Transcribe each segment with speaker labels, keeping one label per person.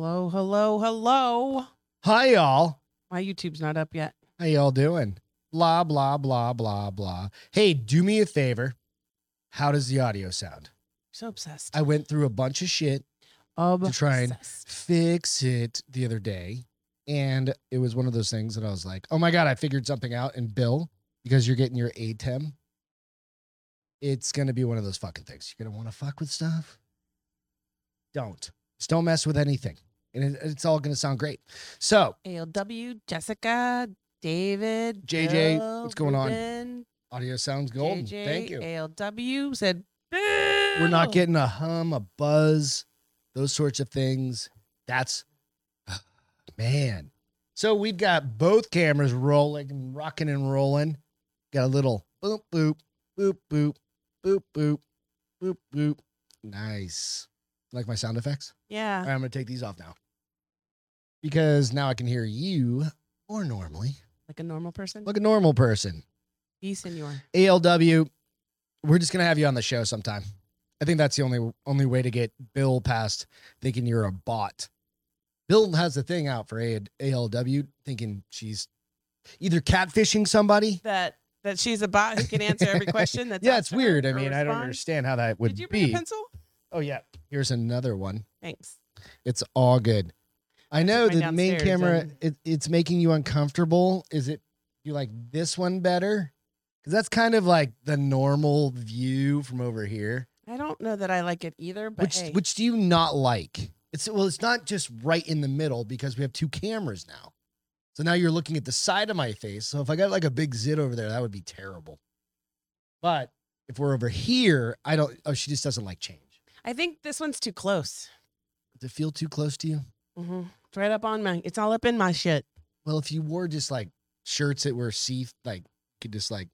Speaker 1: hello, hello.
Speaker 2: Hi, y'all.
Speaker 1: My YouTube's not up yet.
Speaker 2: How y'all doing? Blah, blah, blah, blah, blah. Hey, do me a favor. How does the audio sound?
Speaker 1: so obsessed.
Speaker 2: I went through a bunch of shit,
Speaker 1: obsessed.
Speaker 2: try and- fix it the other day. And it was one of those things that I was like, oh my God, I figured something out. And Bill, because you're getting your ATEM, it's going to be one of those fucking things. You're going to want to fuck with stuff. Don't. Just don't mess with anything. And it, it's all going to sound great. So,
Speaker 1: ALW, Jessica, David,
Speaker 2: JJ,
Speaker 1: Bill,
Speaker 2: what's going on?
Speaker 1: Ruben,
Speaker 2: audio sounds golden.
Speaker 1: JJ,
Speaker 2: Thank you.
Speaker 1: ALW said,
Speaker 2: We're not
Speaker 1: "Boo."
Speaker 2: getting a hum, a buzz, those sorts of things. That's man. So we've got both cameras rolling and rocking and rolling. Got a little boop boop boop boop boop boop boop boop. Nice. Like my sound effects?
Speaker 1: Yeah.
Speaker 2: All right, I'm gonna take these off now. Because now I can hear you or normally.
Speaker 1: Like a normal person?
Speaker 2: Like a normal person.
Speaker 1: Yes, senor.
Speaker 2: ALW, we're just gonna have you on the show sometime. I think that's the only only way to get Bill past thinking you're a bot. Bill has a thing out for A- ALW, thinking she's either catfishing somebody.
Speaker 1: That that she's a bot who can answer every question. That's
Speaker 2: yeah,
Speaker 1: asked
Speaker 2: it's
Speaker 1: her
Speaker 2: weird. I
Speaker 1: or
Speaker 2: mean, I don't
Speaker 1: responds.
Speaker 2: understand how that would
Speaker 1: Did you bring
Speaker 2: be.
Speaker 1: a pencil?
Speaker 2: oh yeah, here's another one.
Speaker 1: Thanks.
Speaker 2: It's all good. I know
Speaker 1: mine
Speaker 2: the main
Speaker 1: downstairs
Speaker 2: camera.
Speaker 1: and-
Speaker 2: It, it's making you uncomfortable. Is it? You like this one better? Because that's kind of like the normal view from over here.
Speaker 1: I don't know that I like it either, but
Speaker 2: which
Speaker 1: hey,
Speaker 2: which do you not like? It's well, it's not just right in the middle because we have two cameras now. So now you're looking at the side of my face. So if I got like a big zit over there, that would be terrible. But if we're over here, I don't. Oh, she just doesn't like change.
Speaker 1: I think this one's too close.
Speaker 2: Does it feel too close to you?
Speaker 1: hmm It's right up on my. It's all up in my shit.
Speaker 2: Well, if you wore just like shirts that were see, like could just like,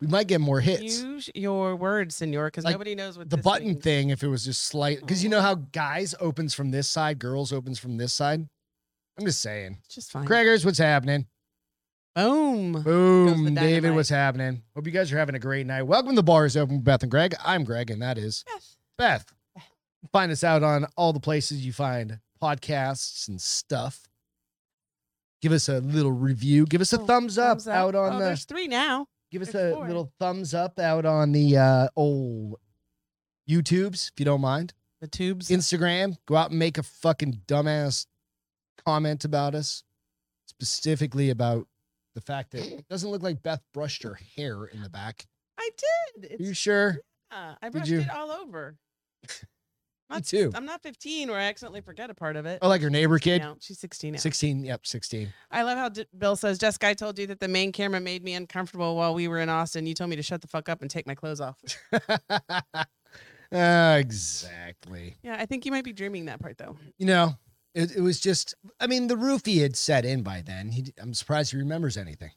Speaker 2: we might get more hits.
Speaker 1: Use your words, senor, because
Speaker 2: Like,
Speaker 1: nobody knows what
Speaker 2: the
Speaker 1: this
Speaker 2: button
Speaker 1: means.
Speaker 2: thing if it was just slight because you know how guys opens from this side girls opens from this side i'm just saying
Speaker 1: It's just fine.
Speaker 2: Craigers, what's happening
Speaker 1: Boom.
Speaker 2: boom david
Speaker 1: dynamite.
Speaker 2: what's happening hope you guys are having a great night welcome to bars open with beth and greg i'm greg and that is
Speaker 1: Yes.
Speaker 2: beth find us out on all the places you find podcasts and stuff give us a little review give us a
Speaker 1: Oh,
Speaker 2: thumbs up,
Speaker 1: Thumbs
Speaker 2: out on
Speaker 1: oh,
Speaker 2: the
Speaker 1: There's three now.
Speaker 2: give us
Speaker 1: There's
Speaker 2: a
Speaker 1: four.
Speaker 2: little thumbs up out on the uh old youtubes if you don't mind
Speaker 1: The tubes.
Speaker 2: Instagram, go out and make a fucking dumbass comment about us, specifically about the fact that it doesn't look like Beth brushed her hair in the back.
Speaker 1: I did.
Speaker 2: Are you
Speaker 1: It's,
Speaker 2: sure?
Speaker 1: yeah, I brushed
Speaker 2: you-
Speaker 1: it all over.
Speaker 2: Me
Speaker 1: Not-
Speaker 2: too.
Speaker 1: I'm not 15 where I accidentally forget a part of it.
Speaker 2: Oh, like your neighbor kid?
Speaker 1: no, she's 16 now.
Speaker 2: 16. Yep, 16.
Speaker 1: I love how D- Bill says, Jessica, I told you that the main camera made me uncomfortable while we were in Austin. You told me to shut the fuck up and take my clothes off.
Speaker 2: Ah, exactly.
Speaker 1: yeah, I think you might be dreaming that part though.
Speaker 2: You know, it, it was just, I mean, the roofie had set in by then. He, I'm surprised he remembers anything.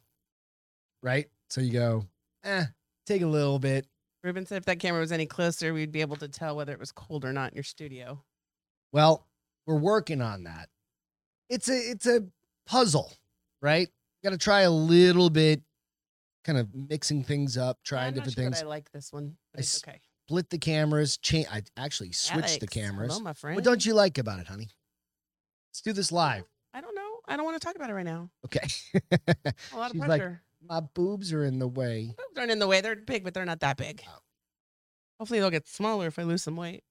Speaker 2: Right? So you go, eh, take a little bit.
Speaker 1: Ruben said if that camera was any closer, we'd be able to tell whether it was cold or not in your studio.
Speaker 2: Well, we're working on that. It's a it's a puzzle, right? Got to try a little bit, kind of mixing things
Speaker 1: Yeah, I'm
Speaker 2: up,
Speaker 1: not
Speaker 2: trying different
Speaker 1: sure that
Speaker 2: things.
Speaker 1: I like this one.
Speaker 2: I
Speaker 1: But it's
Speaker 2: s-
Speaker 1: okay.
Speaker 2: Split the cameras. Change. I actually switched the
Speaker 1: Alex,
Speaker 2: cameras.
Speaker 1: Hello, my friend.
Speaker 2: What don't you like about it, honey? Let's do this live,
Speaker 1: I don't know. I don't want to talk about it right now.
Speaker 2: okay?
Speaker 1: A lot of
Speaker 2: She's like-
Speaker 1: pressure.
Speaker 2: My boobs are in the way.
Speaker 1: Boobs aren't in the way. They're big, but they're not that big.
Speaker 2: Oh.
Speaker 1: Hopefully, they'll get smaller if I lose some weight.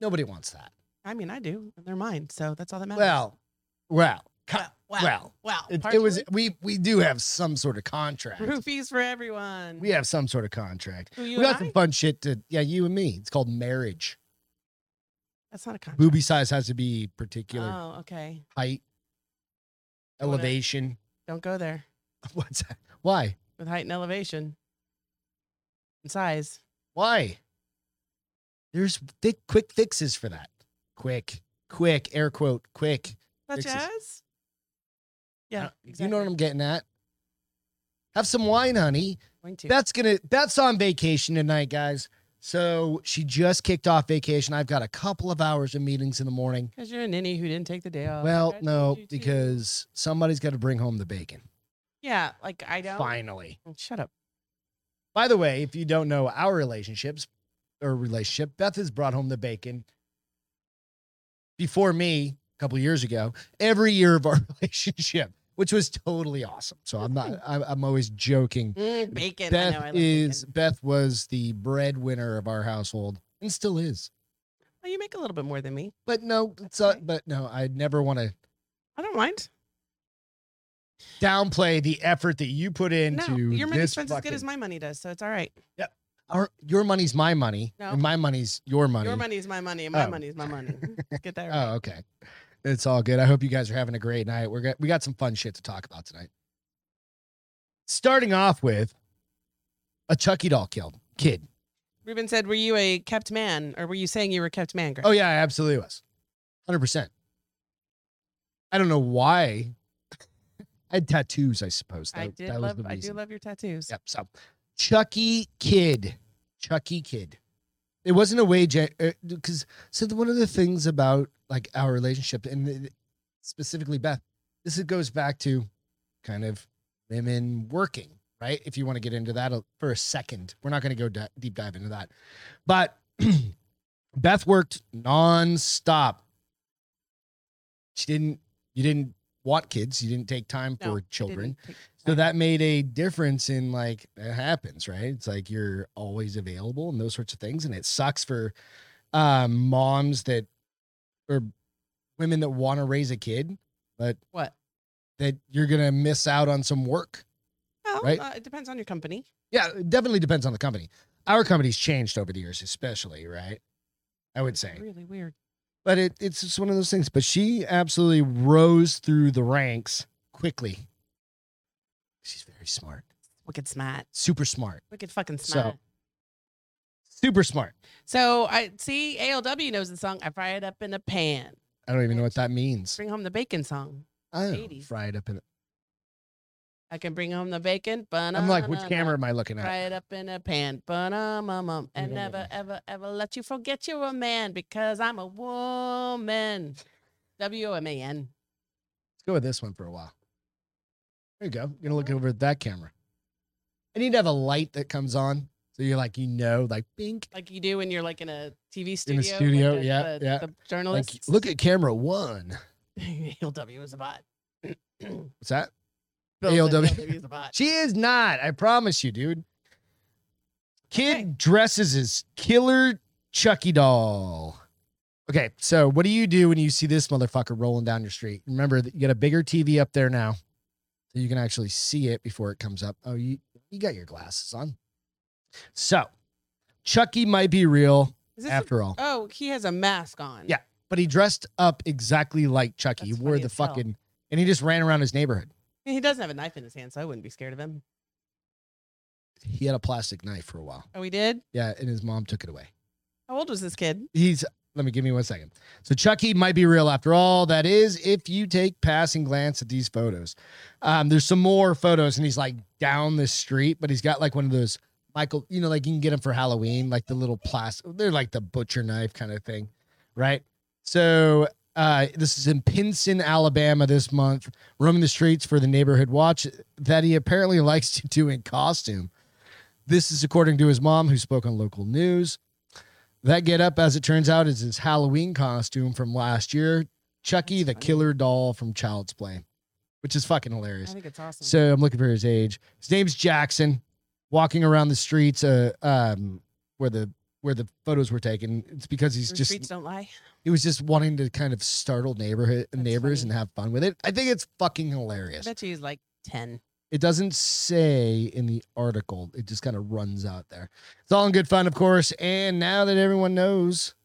Speaker 2: Nobody wants that.
Speaker 1: I mean, I do. and They're mine, so that's all that matters.
Speaker 2: Well, well, co-
Speaker 1: wow, wow,
Speaker 2: well.
Speaker 1: wow.
Speaker 2: It, it
Speaker 1: Partially.
Speaker 2: was. We we do have some sort of contract.
Speaker 1: roofies for everyone.
Speaker 2: We have some sort of contract.
Speaker 1: Who, you and
Speaker 2: We got some
Speaker 1: I?
Speaker 2: fun shit to. Yeah, you and me. It's called marriage.
Speaker 1: That's not a contract.
Speaker 2: booby size has to be particular
Speaker 1: Oh, okay.
Speaker 2: height,
Speaker 1: Don't wanna-
Speaker 2: elevation.
Speaker 1: Don't go there
Speaker 2: What's that? Why?
Speaker 1: with height and elevation and size.
Speaker 2: Why? There's thick, quick fixes for that. Quick, quick, air quote, quick.
Speaker 1: Such
Speaker 2: Fixes.
Speaker 1: as?
Speaker 2: I
Speaker 1: Yeah,
Speaker 2: don't-
Speaker 1: exactly.
Speaker 2: You know what I'm getting at. Have some wine, honey.
Speaker 1: going to.
Speaker 2: That's gonna. That's on vacation tonight, guys. So she just kicked off vacation. I've got a couple of hours of meetings in the morning.
Speaker 1: Because you're a ninny who didn't take the day off.
Speaker 2: well,
Speaker 1: I told
Speaker 2: no,
Speaker 1: Oh, you to.
Speaker 2: because somebody's got to bring home the bacon.
Speaker 1: Yeah, like I don't.
Speaker 2: Finally.
Speaker 1: Shut up.
Speaker 2: By the way, if you don't know our relationships or relationship, Beth has brought home the bacon before me a couple years ago every year of our relationship, which was totally awesome. So I'm not. I'm, I'm always joking.
Speaker 1: Mm, bacon. I know. I
Speaker 2: Beth
Speaker 1: love
Speaker 2: is
Speaker 1: Bacon.
Speaker 2: Beth was the breadwinner of our household and still is.
Speaker 1: Well, you make a little bit more than me.
Speaker 2: But no, it's uh,
Speaker 1: okay.
Speaker 2: but no, I never want to
Speaker 1: I don't mind.
Speaker 2: downplay the effort that you put into
Speaker 1: No, your money
Speaker 2: this
Speaker 1: spends as
Speaker 2: fucking-
Speaker 1: good as my money does, so it's all right.
Speaker 2: Our, your money's my money,
Speaker 1: No.
Speaker 2: and my money's your money.
Speaker 1: Your money is my money, and my
Speaker 2: Oh.
Speaker 1: money is my money. Get that right.
Speaker 2: Oh, okay. It's all good. I hope you guys are having a great night. We're got, we got some fun shit to talk about tonight. Starting off with a Chucky doll killed kid.
Speaker 1: Ruben said, "Were you a kept man, or were you saying you were a kept man?" Greg?
Speaker 2: Oh yeah, I absolutely was, hundred percent. I don't know why. I had tattoos, I suppose.
Speaker 1: I
Speaker 2: That-
Speaker 1: did
Speaker 2: that was
Speaker 1: love.
Speaker 2: the
Speaker 1: I do
Speaker 2: reason.
Speaker 1: love your tattoos.
Speaker 2: Yep. So, Chucky Kid, Chucky Kid. It wasn't a way uh, because so the, one of the things about like our relationship and the- specifically Beth, this is- goes back to kind of women working, right? If you want to get into that a- for a second, we're not going to go di- deep dive into that, but Beth worked nonstop. She didn't. You didn't want kids. You didn't take time
Speaker 1: No,
Speaker 2: for children.
Speaker 1: Didn't take-
Speaker 2: So
Speaker 1: Right.
Speaker 2: that made a difference in like it happens, right? It's like you're always available and those sorts of things. And it sucks for um, moms that or women that want to raise a kid, but
Speaker 1: What?
Speaker 2: that you're gonna miss out on some work.
Speaker 1: Well,
Speaker 2: right?
Speaker 1: uh, it depends on your company.
Speaker 2: Yeah, it definitely depends on the company. Our company's changed over the years, especially, right? I would say.
Speaker 1: Really weird.
Speaker 2: But it, it's just one of those things. But she absolutely rose through the ranks quickly. She's very smart,
Speaker 1: Wicked smart.
Speaker 2: super smart,
Speaker 1: Wicked fucking
Speaker 2: So-
Speaker 1: smart.
Speaker 2: super smart.
Speaker 1: So, I see ALW knows the song. I fry it up in a pan.
Speaker 2: I don't even know what that means.
Speaker 1: Bring home the bacon song.
Speaker 2: Oh,
Speaker 1: 80s.
Speaker 2: fried up in.
Speaker 1: I can bring home the bacon.
Speaker 2: I'm like, which
Speaker 1: Ba-na-na-na.
Speaker 2: camera am I looking
Speaker 1: Fry
Speaker 2: at?
Speaker 1: it up in a pan. Ba-na-ma-mum. And
Speaker 2: don't know
Speaker 1: never,
Speaker 2: that.
Speaker 1: ever, ever let you forget you're a man because I'm a woman. W O M A N.
Speaker 2: Let's go with this one for a while. There you go. You're gonna look over at that camera. I need to have a light that comes on, so you're like, you know, like bink.
Speaker 1: Like you do when you're like in a TV studio.
Speaker 2: In a
Speaker 1: with
Speaker 2: studio,
Speaker 1: the-
Speaker 2: yeah,
Speaker 1: the-
Speaker 2: yeah.
Speaker 1: The
Speaker 2: Like,
Speaker 1: journalists.
Speaker 2: look at camera one.
Speaker 1: ALW is a bot.
Speaker 2: What's that?
Speaker 1: Bill said
Speaker 2: ALW.
Speaker 1: ALW is a bot.
Speaker 2: She is not. I promise you, dude. Kid
Speaker 1: Okay.
Speaker 2: dresses as killer Chucky doll. Okay, so what do you do when you see this motherfucker rolling down your street? Remember that you got a bigger TV up there now, so you can actually see it before it comes up. Oh, you you got your glasses on. So, Chucky might be real
Speaker 1: Is this a
Speaker 2: after all,
Speaker 1: Oh, he has a mask on.
Speaker 2: Yeah. but he dressed up exactly like Chucky.
Speaker 1: That's
Speaker 2: he wore
Speaker 1: funny
Speaker 2: the
Speaker 1: as hell.
Speaker 2: fucking and he just ran around his neighborhood.
Speaker 1: He does have a knife in his hand, so I wouldn't be scared of him.
Speaker 2: He had a plastic knife for a while.
Speaker 1: Oh, he did?
Speaker 2: Yeah, and his mom took it away.
Speaker 1: How old was this kid?
Speaker 2: he's let me give me one second. So Chucky might be real after all. That is, if you take passing glance at these photos. Um, there's some more photos, and he's like down the street, but he's got like one of those Michael, you know, like you can get them for Halloween, like the little plastic. They're like the butcher knife kind of thing, right? So uh, this is in Pinson, Alabama, this month, roaming the streets for the neighborhood watch that he apparently likes to do in costume. This is according to his mom, who spoke on local news. That get up, as it turns out, is his Halloween costume from last year, Chucky
Speaker 1: That's
Speaker 2: the
Speaker 1: funny.
Speaker 2: Killer Doll from Child's Play, which is fucking
Speaker 1: I
Speaker 2: hilarious.
Speaker 1: think it's awesome.
Speaker 2: So I'm looking for his age. His name's Jackson. Walking around the streets, uh, um, where the where the photos were taken, it's because he's
Speaker 1: Your
Speaker 2: just
Speaker 1: streets don't lie.
Speaker 2: he was just wanting to kind of startle neighborhood
Speaker 1: That's
Speaker 2: neighbors
Speaker 1: funny.
Speaker 2: and have fun with it. I think it's fucking
Speaker 1: I
Speaker 2: hilarious.
Speaker 1: bet you he's like 10.
Speaker 2: It doesn't say in the article. It just kind of runs out there. It's all in good fun, of course. And now that everyone knows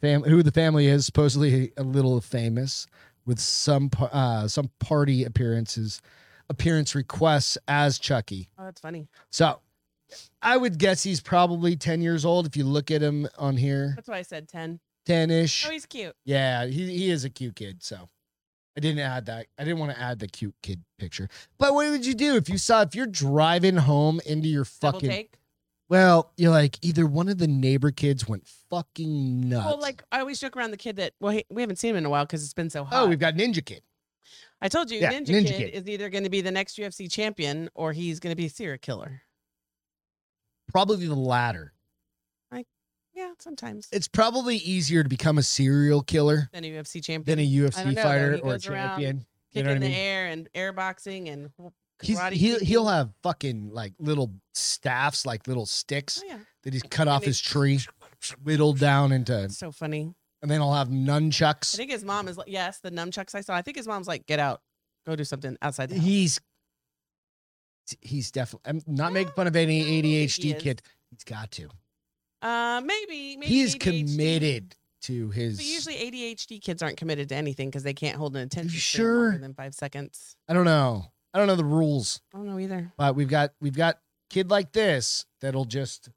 Speaker 2: fam- who the family is, supposedly a little famous, with some pa- uh, some party appearances, appearance requests as Chucky.
Speaker 1: Oh, that's funny.
Speaker 2: So I would guess he's probably ten years old if you look at him on here,
Speaker 1: That's why I said 10.
Speaker 2: ten ish.
Speaker 1: Oh, he's cute.
Speaker 2: Yeah, he he is a cute kid. So I didn't add that. I didn't want to add the cute kid picture. But what would you do if you saw if you're driving home into your
Speaker 1: Double
Speaker 2: fucking?
Speaker 1: take.
Speaker 2: Well, you're like either one of the neighbor kids went fucking nuts.
Speaker 1: Well, like I always joke around the kid that, well, he, we haven't seen him in a while because it's been so hot.
Speaker 2: oh, we've got Ninja Kid.
Speaker 1: I told you,
Speaker 2: yeah,
Speaker 1: Ninja,
Speaker 2: Ninja
Speaker 1: kid,
Speaker 2: Kid.
Speaker 1: is either going to be the next UFC champion or he's going to be a serial killer.
Speaker 2: Probably the latter.
Speaker 1: Yeah. sometimes.
Speaker 2: It's probably easier to become a serial killer
Speaker 1: Then a UFC champion
Speaker 2: than a
Speaker 1: I don't
Speaker 2: UFC
Speaker 1: know, though.
Speaker 2: fighter
Speaker 1: He
Speaker 2: or a
Speaker 1: goes around
Speaker 2: champion.
Speaker 1: kick
Speaker 2: You know what I
Speaker 1: in the
Speaker 2: mean?
Speaker 1: air and air boxing and wh-
Speaker 2: He's,
Speaker 1: karate.
Speaker 2: he'll,
Speaker 1: kicking.
Speaker 2: he'll have fucking like little staffs, like little sticks
Speaker 1: Oh, yeah,
Speaker 2: that he's cut off
Speaker 1: they-
Speaker 2: his tree, whittled down into,
Speaker 1: it's so funny.
Speaker 2: and then I'll have
Speaker 1: I
Speaker 2: nunchucks.
Speaker 1: think his mom is like, yes, the nunchucks I saw. I think his mom's like, get out, go do something outside. The house."
Speaker 2: He's he's definitely. I'm not making fun of any
Speaker 1: He
Speaker 2: ADHD
Speaker 1: is.
Speaker 2: kid. He's got to.
Speaker 1: Uh, maybe, maybe
Speaker 2: He is
Speaker 1: ADHD.
Speaker 2: committed to his.
Speaker 1: But usually ADHD kids aren't committed to anything because they can't hold an attention span
Speaker 2: sure?
Speaker 1: longer than five seconds.
Speaker 2: I don't know. I don't know the rules,
Speaker 1: I don't know either.
Speaker 2: but we've got we've got kid like this that'll just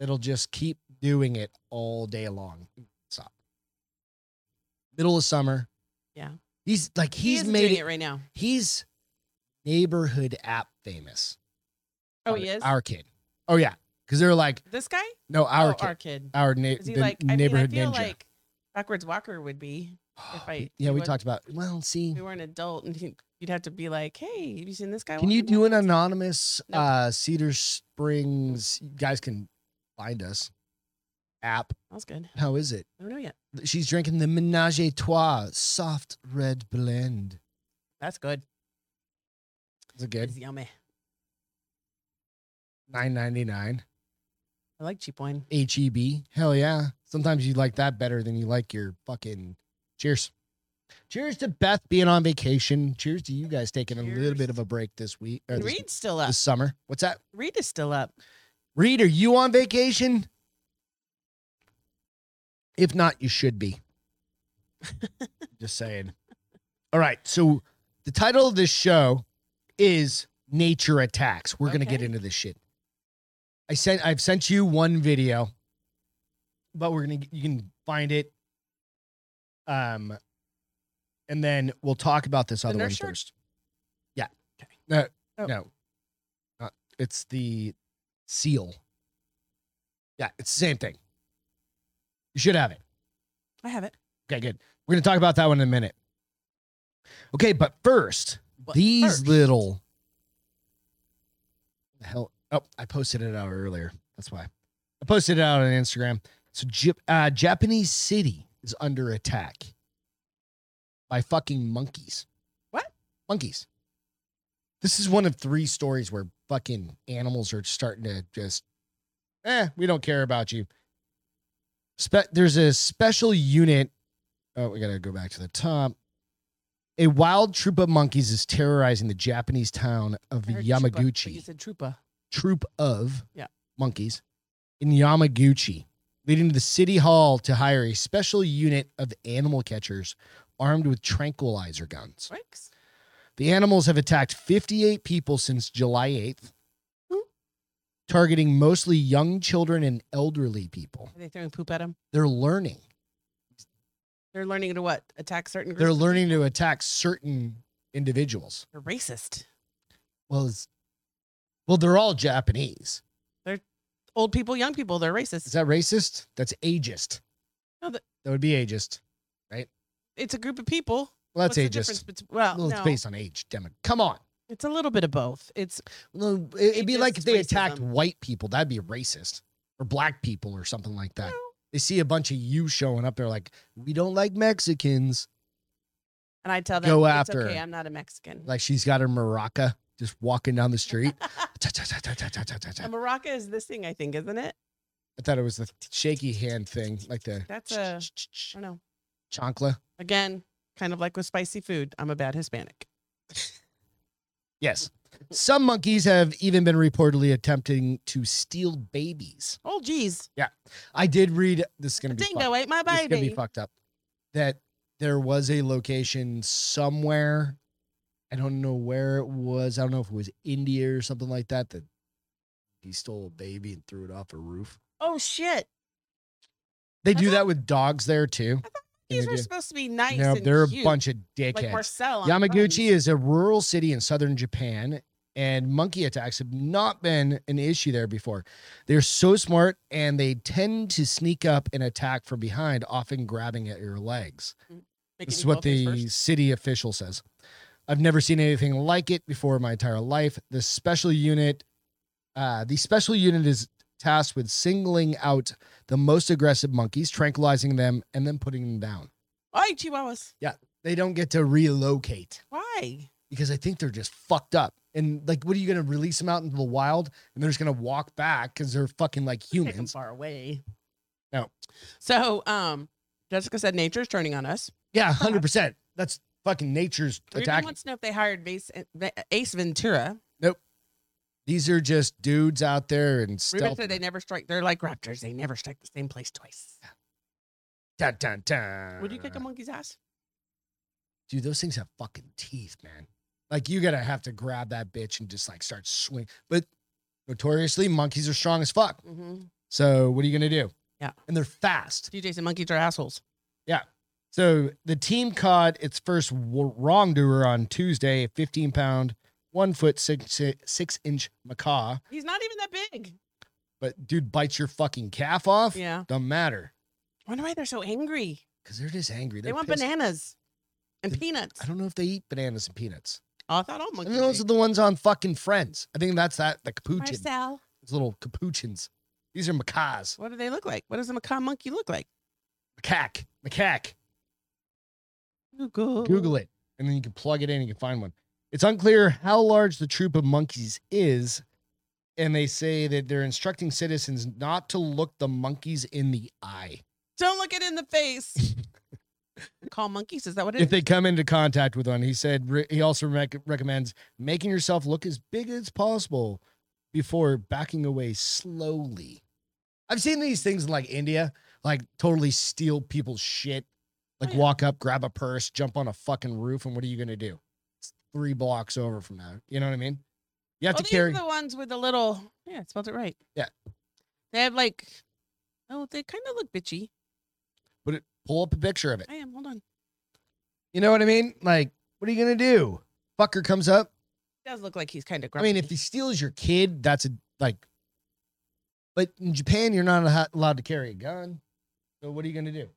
Speaker 2: that'll just keep doing it all day long. Stop. Middle of summer.
Speaker 1: Yeah.
Speaker 2: He's like
Speaker 1: He
Speaker 2: he's
Speaker 1: isn't
Speaker 2: made
Speaker 1: doing
Speaker 2: it,
Speaker 1: it right now.
Speaker 2: He's neighborhood app famous.
Speaker 1: Oh,
Speaker 2: Our-
Speaker 1: he is.
Speaker 2: Our kid. Oh yeah, because they're like
Speaker 1: this guy?
Speaker 2: no our
Speaker 1: oh,
Speaker 2: kid,
Speaker 1: our kid.
Speaker 2: our, na-
Speaker 1: Is he
Speaker 2: the
Speaker 1: like? I mean, I
Speaker 2: neighborhood
Speaker 1: feel
Speaker 2: ninja.
Speaker 1: like backwards walker would be if I-
Speaker 2: yeah,
Speaker 1: he
Speaker 2: we
Speaker 1: was-
Speaker 2: talked about. Well, see,
Speaker 1: if we were an adult, and he- you'd have to be like, "Hey, have you seen this guy?"
Speaker 2: Can you
Speaker 1: walking
Speaker 2: do an
Speaker 1: around?"
Speaker 2: anonymous
Speaker 1: No.
Speaker 2: uh Cedar Springs? You guys can find us. App.
Speaker 1: That was good.
Speaker 2: How is it?
Speaker 1: I don't know yet.
Speaker 2: She's drinking the Menage a Trois soft red blend.
Speaker 1: That's good.
Speaker 2: Is it
Speaker 1: It's
Speaker 2: good?
Speaker 1: yummy.
Speaker 2: Nine ninety nine.
Speaker 1: I like cheap wine.
Speaker 2: H E B. Hell yeah. Sometimes you like that better than you like your fucking cheers. Cheers to Beth being on vacation. Cheers to you guys taking a little bit
Speaker 1: Cheers.
Speaker 2: of a break this week or
Speaker 1: And
Speaker 2: this,
Speaker 1: Reed's still up.
Speaker 2: this summer. What's that?
Speaker 1: Reed is still up.
Speaker 2: Reed, are you on vacation? If not, you should be. Just saying. All right. So the title of this show is Nature Attacks. We're gonna get
Speaker 1: Okay.
Speaker 2: into this shit. I sent I've sent you one video, but we're gonna you can find it. Um and then we'll talk about this other one
Speaker 1: nurse shark?
Speaker 2: first. Yeah.
Speaker 1: Okay.
Speaker 2: No,
Speaker 1: Oh.
Speaker 2: no. Not- it's the seal. Yeah, it's the same thing. You should have it.
Speaker 1: I have it.
Speaker 2: Okay, good. We're going to talk about that one in a minute. Okay, but first,
Speaker 1: But
Speaker 2: these
Speaker 1: first-
Speaker 2: little the hell. Oh, I posted it out earlier. That's why I posted it out on Instagram. So, Jap- uh, Japanese city is under attack by fucking monkeys.
Speaker 1: What?
Speaker 2: Monkeys. This is one of three stories where fucking animals are starting to just, eh, we don't care about you. Spe- there's a special unit. Oh, we got to go back to the top. A wild troop of monkeys is terrorizing the Japanese town of
Speaker 1: I heard Troopa, but You
Speaker 2: Yamaguchi.
Speaker 1: said Troopa.
Speaker 2: Troop of
Speaker 1: Yeah.
Speaker 2: monkeys in Yamaguchi, leading the city hall to hire a special unit of animal catchers armed with tranquilizer guns.
Speaker 1: Thanks.
Speaker 2: The animals have attacked 58 people since July 8th, targeting mostly young children and elderly people.
Speaker 1: Are they throwing poop at him?
Speaker 2: They're learning.
Speaker 1: They're learning to what? Attack certain groups?
Speaker 2: They're learning to attack certain individuals.
Speaker 1: They're racist.
Speaker 2: Well, it's, well, they're all Japanese.
Speaker 1: Old people, young people, they're racist.
Speaker 2: Is that racist? That's ageist.
Speaker 1: No, that-
Speaker 2: that would be ageist.
Speaker 1: It's a group of people.
Speaker 2: Well,
Speaker 1: What's
Speaker 2: that's
Speaker 1: the
Speaker 2: ageist.
Speaker 1: difference between? Well,
Speaker 2: Well, it's
Speaker 1: no.
Speaker 2: based on age. Demo. Come on.
Speaker 1: It's a little bit of both. It's
Speaker 2: No, it- it'd be like
Speaker 1: Ageist
Speaker 2: if they attacked
Speaker 1: racism.
Speaker 2: white people. That'd be racist, or black people, or something like that.
Speaker 1: Well,
Speaker 2: they see a bunch of you showing up. They're like, we don't like Mexicans.
Speaker 1: and I tell them
Speaker 2: Go
Speaker 1: it's
Speaker 2: after
Speaker 1: okay.
Speaker 2: her.
Speaker 1: I'm not a Mexican.
Speaker 2: Like she's got her maraca just walking down the street.
Speaker 1: a maraca is this thing, I think, isn't it?
Speaker 2: I thought it was the shaky hand thing, like the
Speaker 1: That's a. I don't know.
Speaker 2: chancla.
Speaker 1: Again, kind of like with spicy food. I'm a bad Hispanic.
Speaker 2: Yes. Some monkeys have even been reportedly attempting to steal babies.
Speaker 1: Oh, geez.
Speaker 2: I did read this is gonna be fucked.
Speaker 1: Dingo ate my
Speaker 2: This is gonna be
Speaker 1: baby.
Speaker 2: fucked up. That there was a location somewhere. I don't know where it was. I don't know if it was India or something like that. That he stole a baby and threw it off a roof.
Speaker 1: Oh, shit.
Speaker 2: They
Speaker 1: I
Speaker 2: do
Speaker 1: thought-
Speaker 2: that with dogs there too. in
Speaker 1: These were
Speaker 2: India.
Speaker 1: supposed to be nice.
Speaker 2: No,
Speaker 1: and
Speaker 2: they're a
Speaker 1: cute,
Speaker 2: bunch of
Speaker 1: Like
Speaker 2: dickheads.
Speaker 1: Marcel. on Friends.
Speaker 2: Yamaguchi is a rural city in southern Japan, and monkey attacks have not been an issue there before. They're so smart, and they tend to sneak up and attack from behind, often grabbing at your legs.
Speaker 1: Making
Speaker 2: This is
Speaker 1: you
Speaker 2: what
Speaker 1: go face
Speaker 2: the
Speaker 1: first.
Speaker 2: city official says. I've never seen anything like it before in my entire life. The special unit, uh, the special unit is tasked with singling out the most aggressive monkeys, tranquilizing them, and then putting them down.
Speaker 1: Why chihuahuas?
Speaker 2: They don't get to relocate
Speaker 1: Why?
Speaker 2: because I think they're just fucked up. And like, what are you going to release them out into the wild and they're just going to walk back because they're fucking like
Speaker 1: Take 'em
Speaker 2: humans?
Speaker 1: far away.
Speaker 2: No.
Speaker 1: So, um, Jessica said nature's turning on us.
Speaker 2: Yeah, 100%. That's fucking nature's
Speaker 1: Everyone
Speaker 2: attacking.
Speaker 1: wants to know if they hired Ace, Ace Ventura.
Speaker 2: These are just dudes out there and
Speaker 1: Ruben
Speaker 2: stealth.
Speaker 1: said they never strike. They're like raptors. They never strike the same place twice.
Speaker 2: Dun, dun, dun.
Speaker 1: Would you kick a monkey's ass?
Speaker 2: Dude, those things have fucking teeth, man. Like you gotta have to grab that bitch and just like start swing. But notoriously, monkeys are strong as fuck.
Speaker 1: Mm-hmm.
Speaker 2: So what are you gonna do?
Speaker 1: Yeah.
Speaker 2: And they're fast.
Speaker 1: DJs and monkeys are assholes.
Speaker 2: So the team caught its first w- wrongdoer on Tuesday, a 15 pound, one foot six, six inch macaw.
Speaker 1: He's not even that big.
Speaker 2: But dude bites your fucking calf off.
Speaker 1: Yeah.
Speaker 2: Don't matter.
Speaker 1: Wonder why they're so angry.
Speaker 2: Cause they're just angry.
Speaker 1: They
Speaker 2: They're
Speaker 1: want
Speaker 2: pissed.
Speaker 1: bananas and
Speaker 2: Did-
Speaker 1: peanuts.
Speaker 2: I don't know if they eat bananas and peanuts.
Speaker 1: Oh, I thought all
Speaker 2: I
Speaker 1: monkeys.
Speaker 2: think those are the ones on fucking Friends. I think that's that the
Speaker 1: ate.
Speaker 2: capuchin.
Speaker 1: Marcel,
Speaker 2: These little capuchins. These are macaws.
Speaker 1: what do they look like? What does a macaw monkey look like?
Speaker 2: Macaque. Macaque.
Speaker 1: Google.
Speaker 2: Google it. And then you can plug it in and you can find one. It's unclear how large the troop of monkeys is. And they say that they're instructing citizens not to look the monkeys in the eye.
Speaker 1: Don't look it in the face. Call monkeys. Is that what it is?
Speaker 2: If they come into contact with one, he said re- he also rec- recommends making yourself look as big as possible before backing away slowly. I've seen these things in like India, like totally steal people's shit, like
Speaker 1: Oh, yeah.
Speaker 2: walk up, grab a purse, jump on a fucking roof, and what are you gonna do? It's three blocks over from now. You know what I mean? You have
Speaker 1: oh,
Speaker 2: to
Speaker 1: these
Speaker 2: carry.
Speaker 1: are the ones with the little. Yeah, I spelled it right.
Speaker 2: Yeah.
Speaker 1: They have like. Oh, they kind of look bitchy.
Speaker 2: Put it. Pull up a picture of it.
Speaker 1: I am. Hold on.
Speaker 2: You know what I mean? Like, what are you gonna do? Fucker comes up,
Speaker 1: Does look like he's kind of
Speaker 2: I
Speaker 1: grumpy.
Speaker 2: mean, if he steals your kid, that's a like. But in Japan, you're not a- allowed to carry a gun. So what are you gonna do?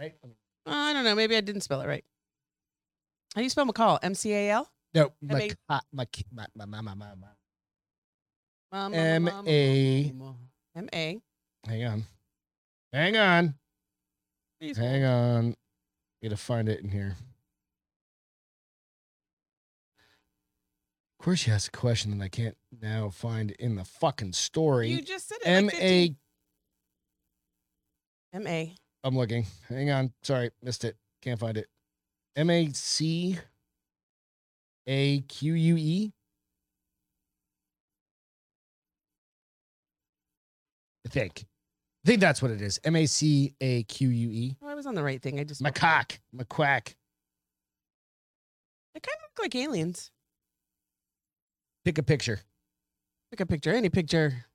Speaker 2: Right?
Speaker 1: Uh, I don't know. Maybe I didn't spell it right. How do you spell McCall? M C A L?
Speaker 2: No,
Speaker 1: mean-
Speaker 2: maca- maca- ma- ma- ma- ma- ma- ma-
Speaker 1: Um,
Speaker 2: M
Speaker 1: um, um,
Speaker 2: A.
Speaker 1: um, M A.
Speaker 2: Hang on, hang on,
Speaker 1: Please.
Speaker 2: hang on. Gotta find it in here. Of course, she asked a question that I can't now find in the fucking
Speaker 1: You
Speaker 2: story.
Speaker 1: just said it.
Speaker 2: M A
Speaker 1: M A.
Speaker 2: I'm looking. Hang on. Sorry, missed it. Can't find it. M A C A Q U E. I think. I think that's what it is. M A C A Q U E.
Speaker 1: Oh, I was on the right thing. I just spelled it wrong.
Speaker 2: Macaque. Maquack.
Speaker 1: They kind of look like aliens.
Speaker 2: Pick a picture.
Speaker 1: Pick a picture. Any picture.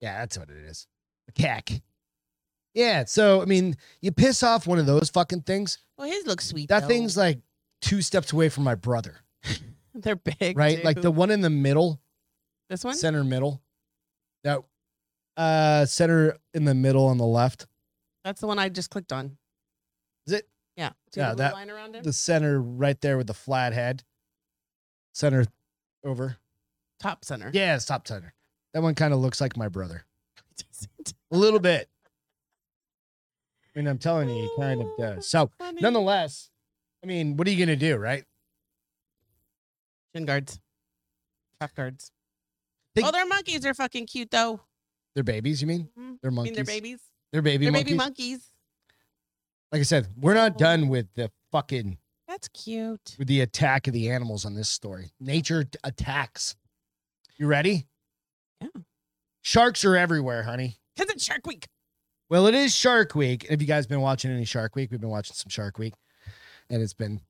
Speaker 2: Yeah, that's what it is. Macaque. Yeah. So, I mean, you piss off one of those fucking things.
Speaker 1: Well, his looks sweet.
Speaker 2: That
Speaker 1: though.
Speaker 2: thing's like two steps away from my brother,
Speaker 1: they're big,
Speaker 2: right? Like
Speaker 1: too.
Speaker 2: the one in the middle.
Speaker 1: this one.
Speaker 2: center middle. No, uh, center in the middle on the left.
Speaker 1: That's the one I just clicked on.
Speaker 2: Is it?
Speaker 1: Yeah. See
Speaker 2: Yeah,
Speaker 1: the little
Speaker 2: that-
Speaker 1: line around him.
Speaker 2: The center right there with the flat head. Center over.
Speaker 1: top center.
Speaker 2: Yeah, it's top center. That one kind of looks like my brother
Speaker 1: Doesn't-
Speaker 2: a little bit. I mean, I'm telling you, it kind of does. So,
Speaker 1: Funny.
Speaker 2: nonetheless, I mean, what are you gonna do, right?
Speaker 1: Shin guards. Half guards.
Speaker 2: Think-
Speaker 1: oh, they're monkeys. They're fucking cute though.
Speaker 2: They're babies, Mm-hmm. you mean?
Speaker 1: Mhm.
Speaker 2: They're
Speaker 1: I
Speaker 2: monkeys.
Speaker 1: mean, they're babies.
Speaker 2: They're baby Oh.
Speaker 1: They're
Speaker 2: monkeys.
Speaker 1: baby monkeys.
Speaker 2: like I said, we're not done with the fucking
Speaker 1: That's cute.
Speaker 2: with the attack of the animals on this story. Nature t- attacks. You ready?
Speaker 1: Yeah.
Speaker 2: Sharks are everywhere, honey.
Speaker 1: Cause it's Shark Week.
Speaker 2: Well, it is Shark Week. Have you guys been watching any Shark Week? We've been watching some Shark Week, and it's been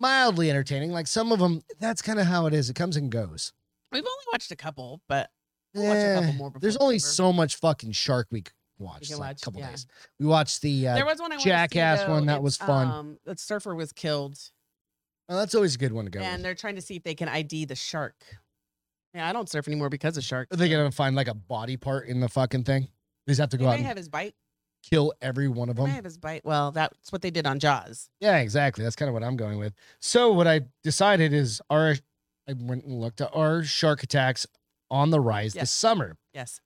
Speaker 2: mildly entertaining. Like some of them, that's kind of how it is. It comes and goes.
Speaker 1: We've only watched a couple, but We'll watch a couple
Speaker 2: Eh,
Speaker 1: more before
Speaker 2: There's
Speaker 1: it's
Speaker 2: only
Speaker 1: over.
Speaker 2: so much fucking Shark Week watched.
Speaker 1: can
Speaker 2: like
Speaker 1: watch,
Speaker 2: a couple
Speaker 1: yeah.
Speaker 2: days. We watched the. Uh,
Speaker 1: there was one I wanted to see,
Speaker 2: Jackass one,
Speaker 1: though.
Speaker 2: that
Speaker 1: It's,
Speaker 2: was fun.
Speaker 1: Um, the surfer was killed,
Speaker 2: oh, that's always a good one to go.
Speaker 1: and
Speaker 2: with.
Speaker 1: they're trying to see if they can ID the shark. Yeah, I don't surf anymore because of sharks.
Speaker 2: Are they gonna find like a body part in the fucking thing? They just have to
Speaker 1: They
Speaker 2: go out
Speaker 1: may
Speaker 2: and
Speaker 1: have his bite.
Speaker 2: kill every one of
Speaker 1: They
Speaker 2: them.
Speaker 1: may have his bite. Well, that's what they did on Jaws.
Speaker 2: Yeah, exactly. That's kind of what I'm going with. So what I decided is our I went and looked at our shark attacks on the rise
Speaker 1: Yes.
Speaker 2: this summer.
Speaker 1: Yes.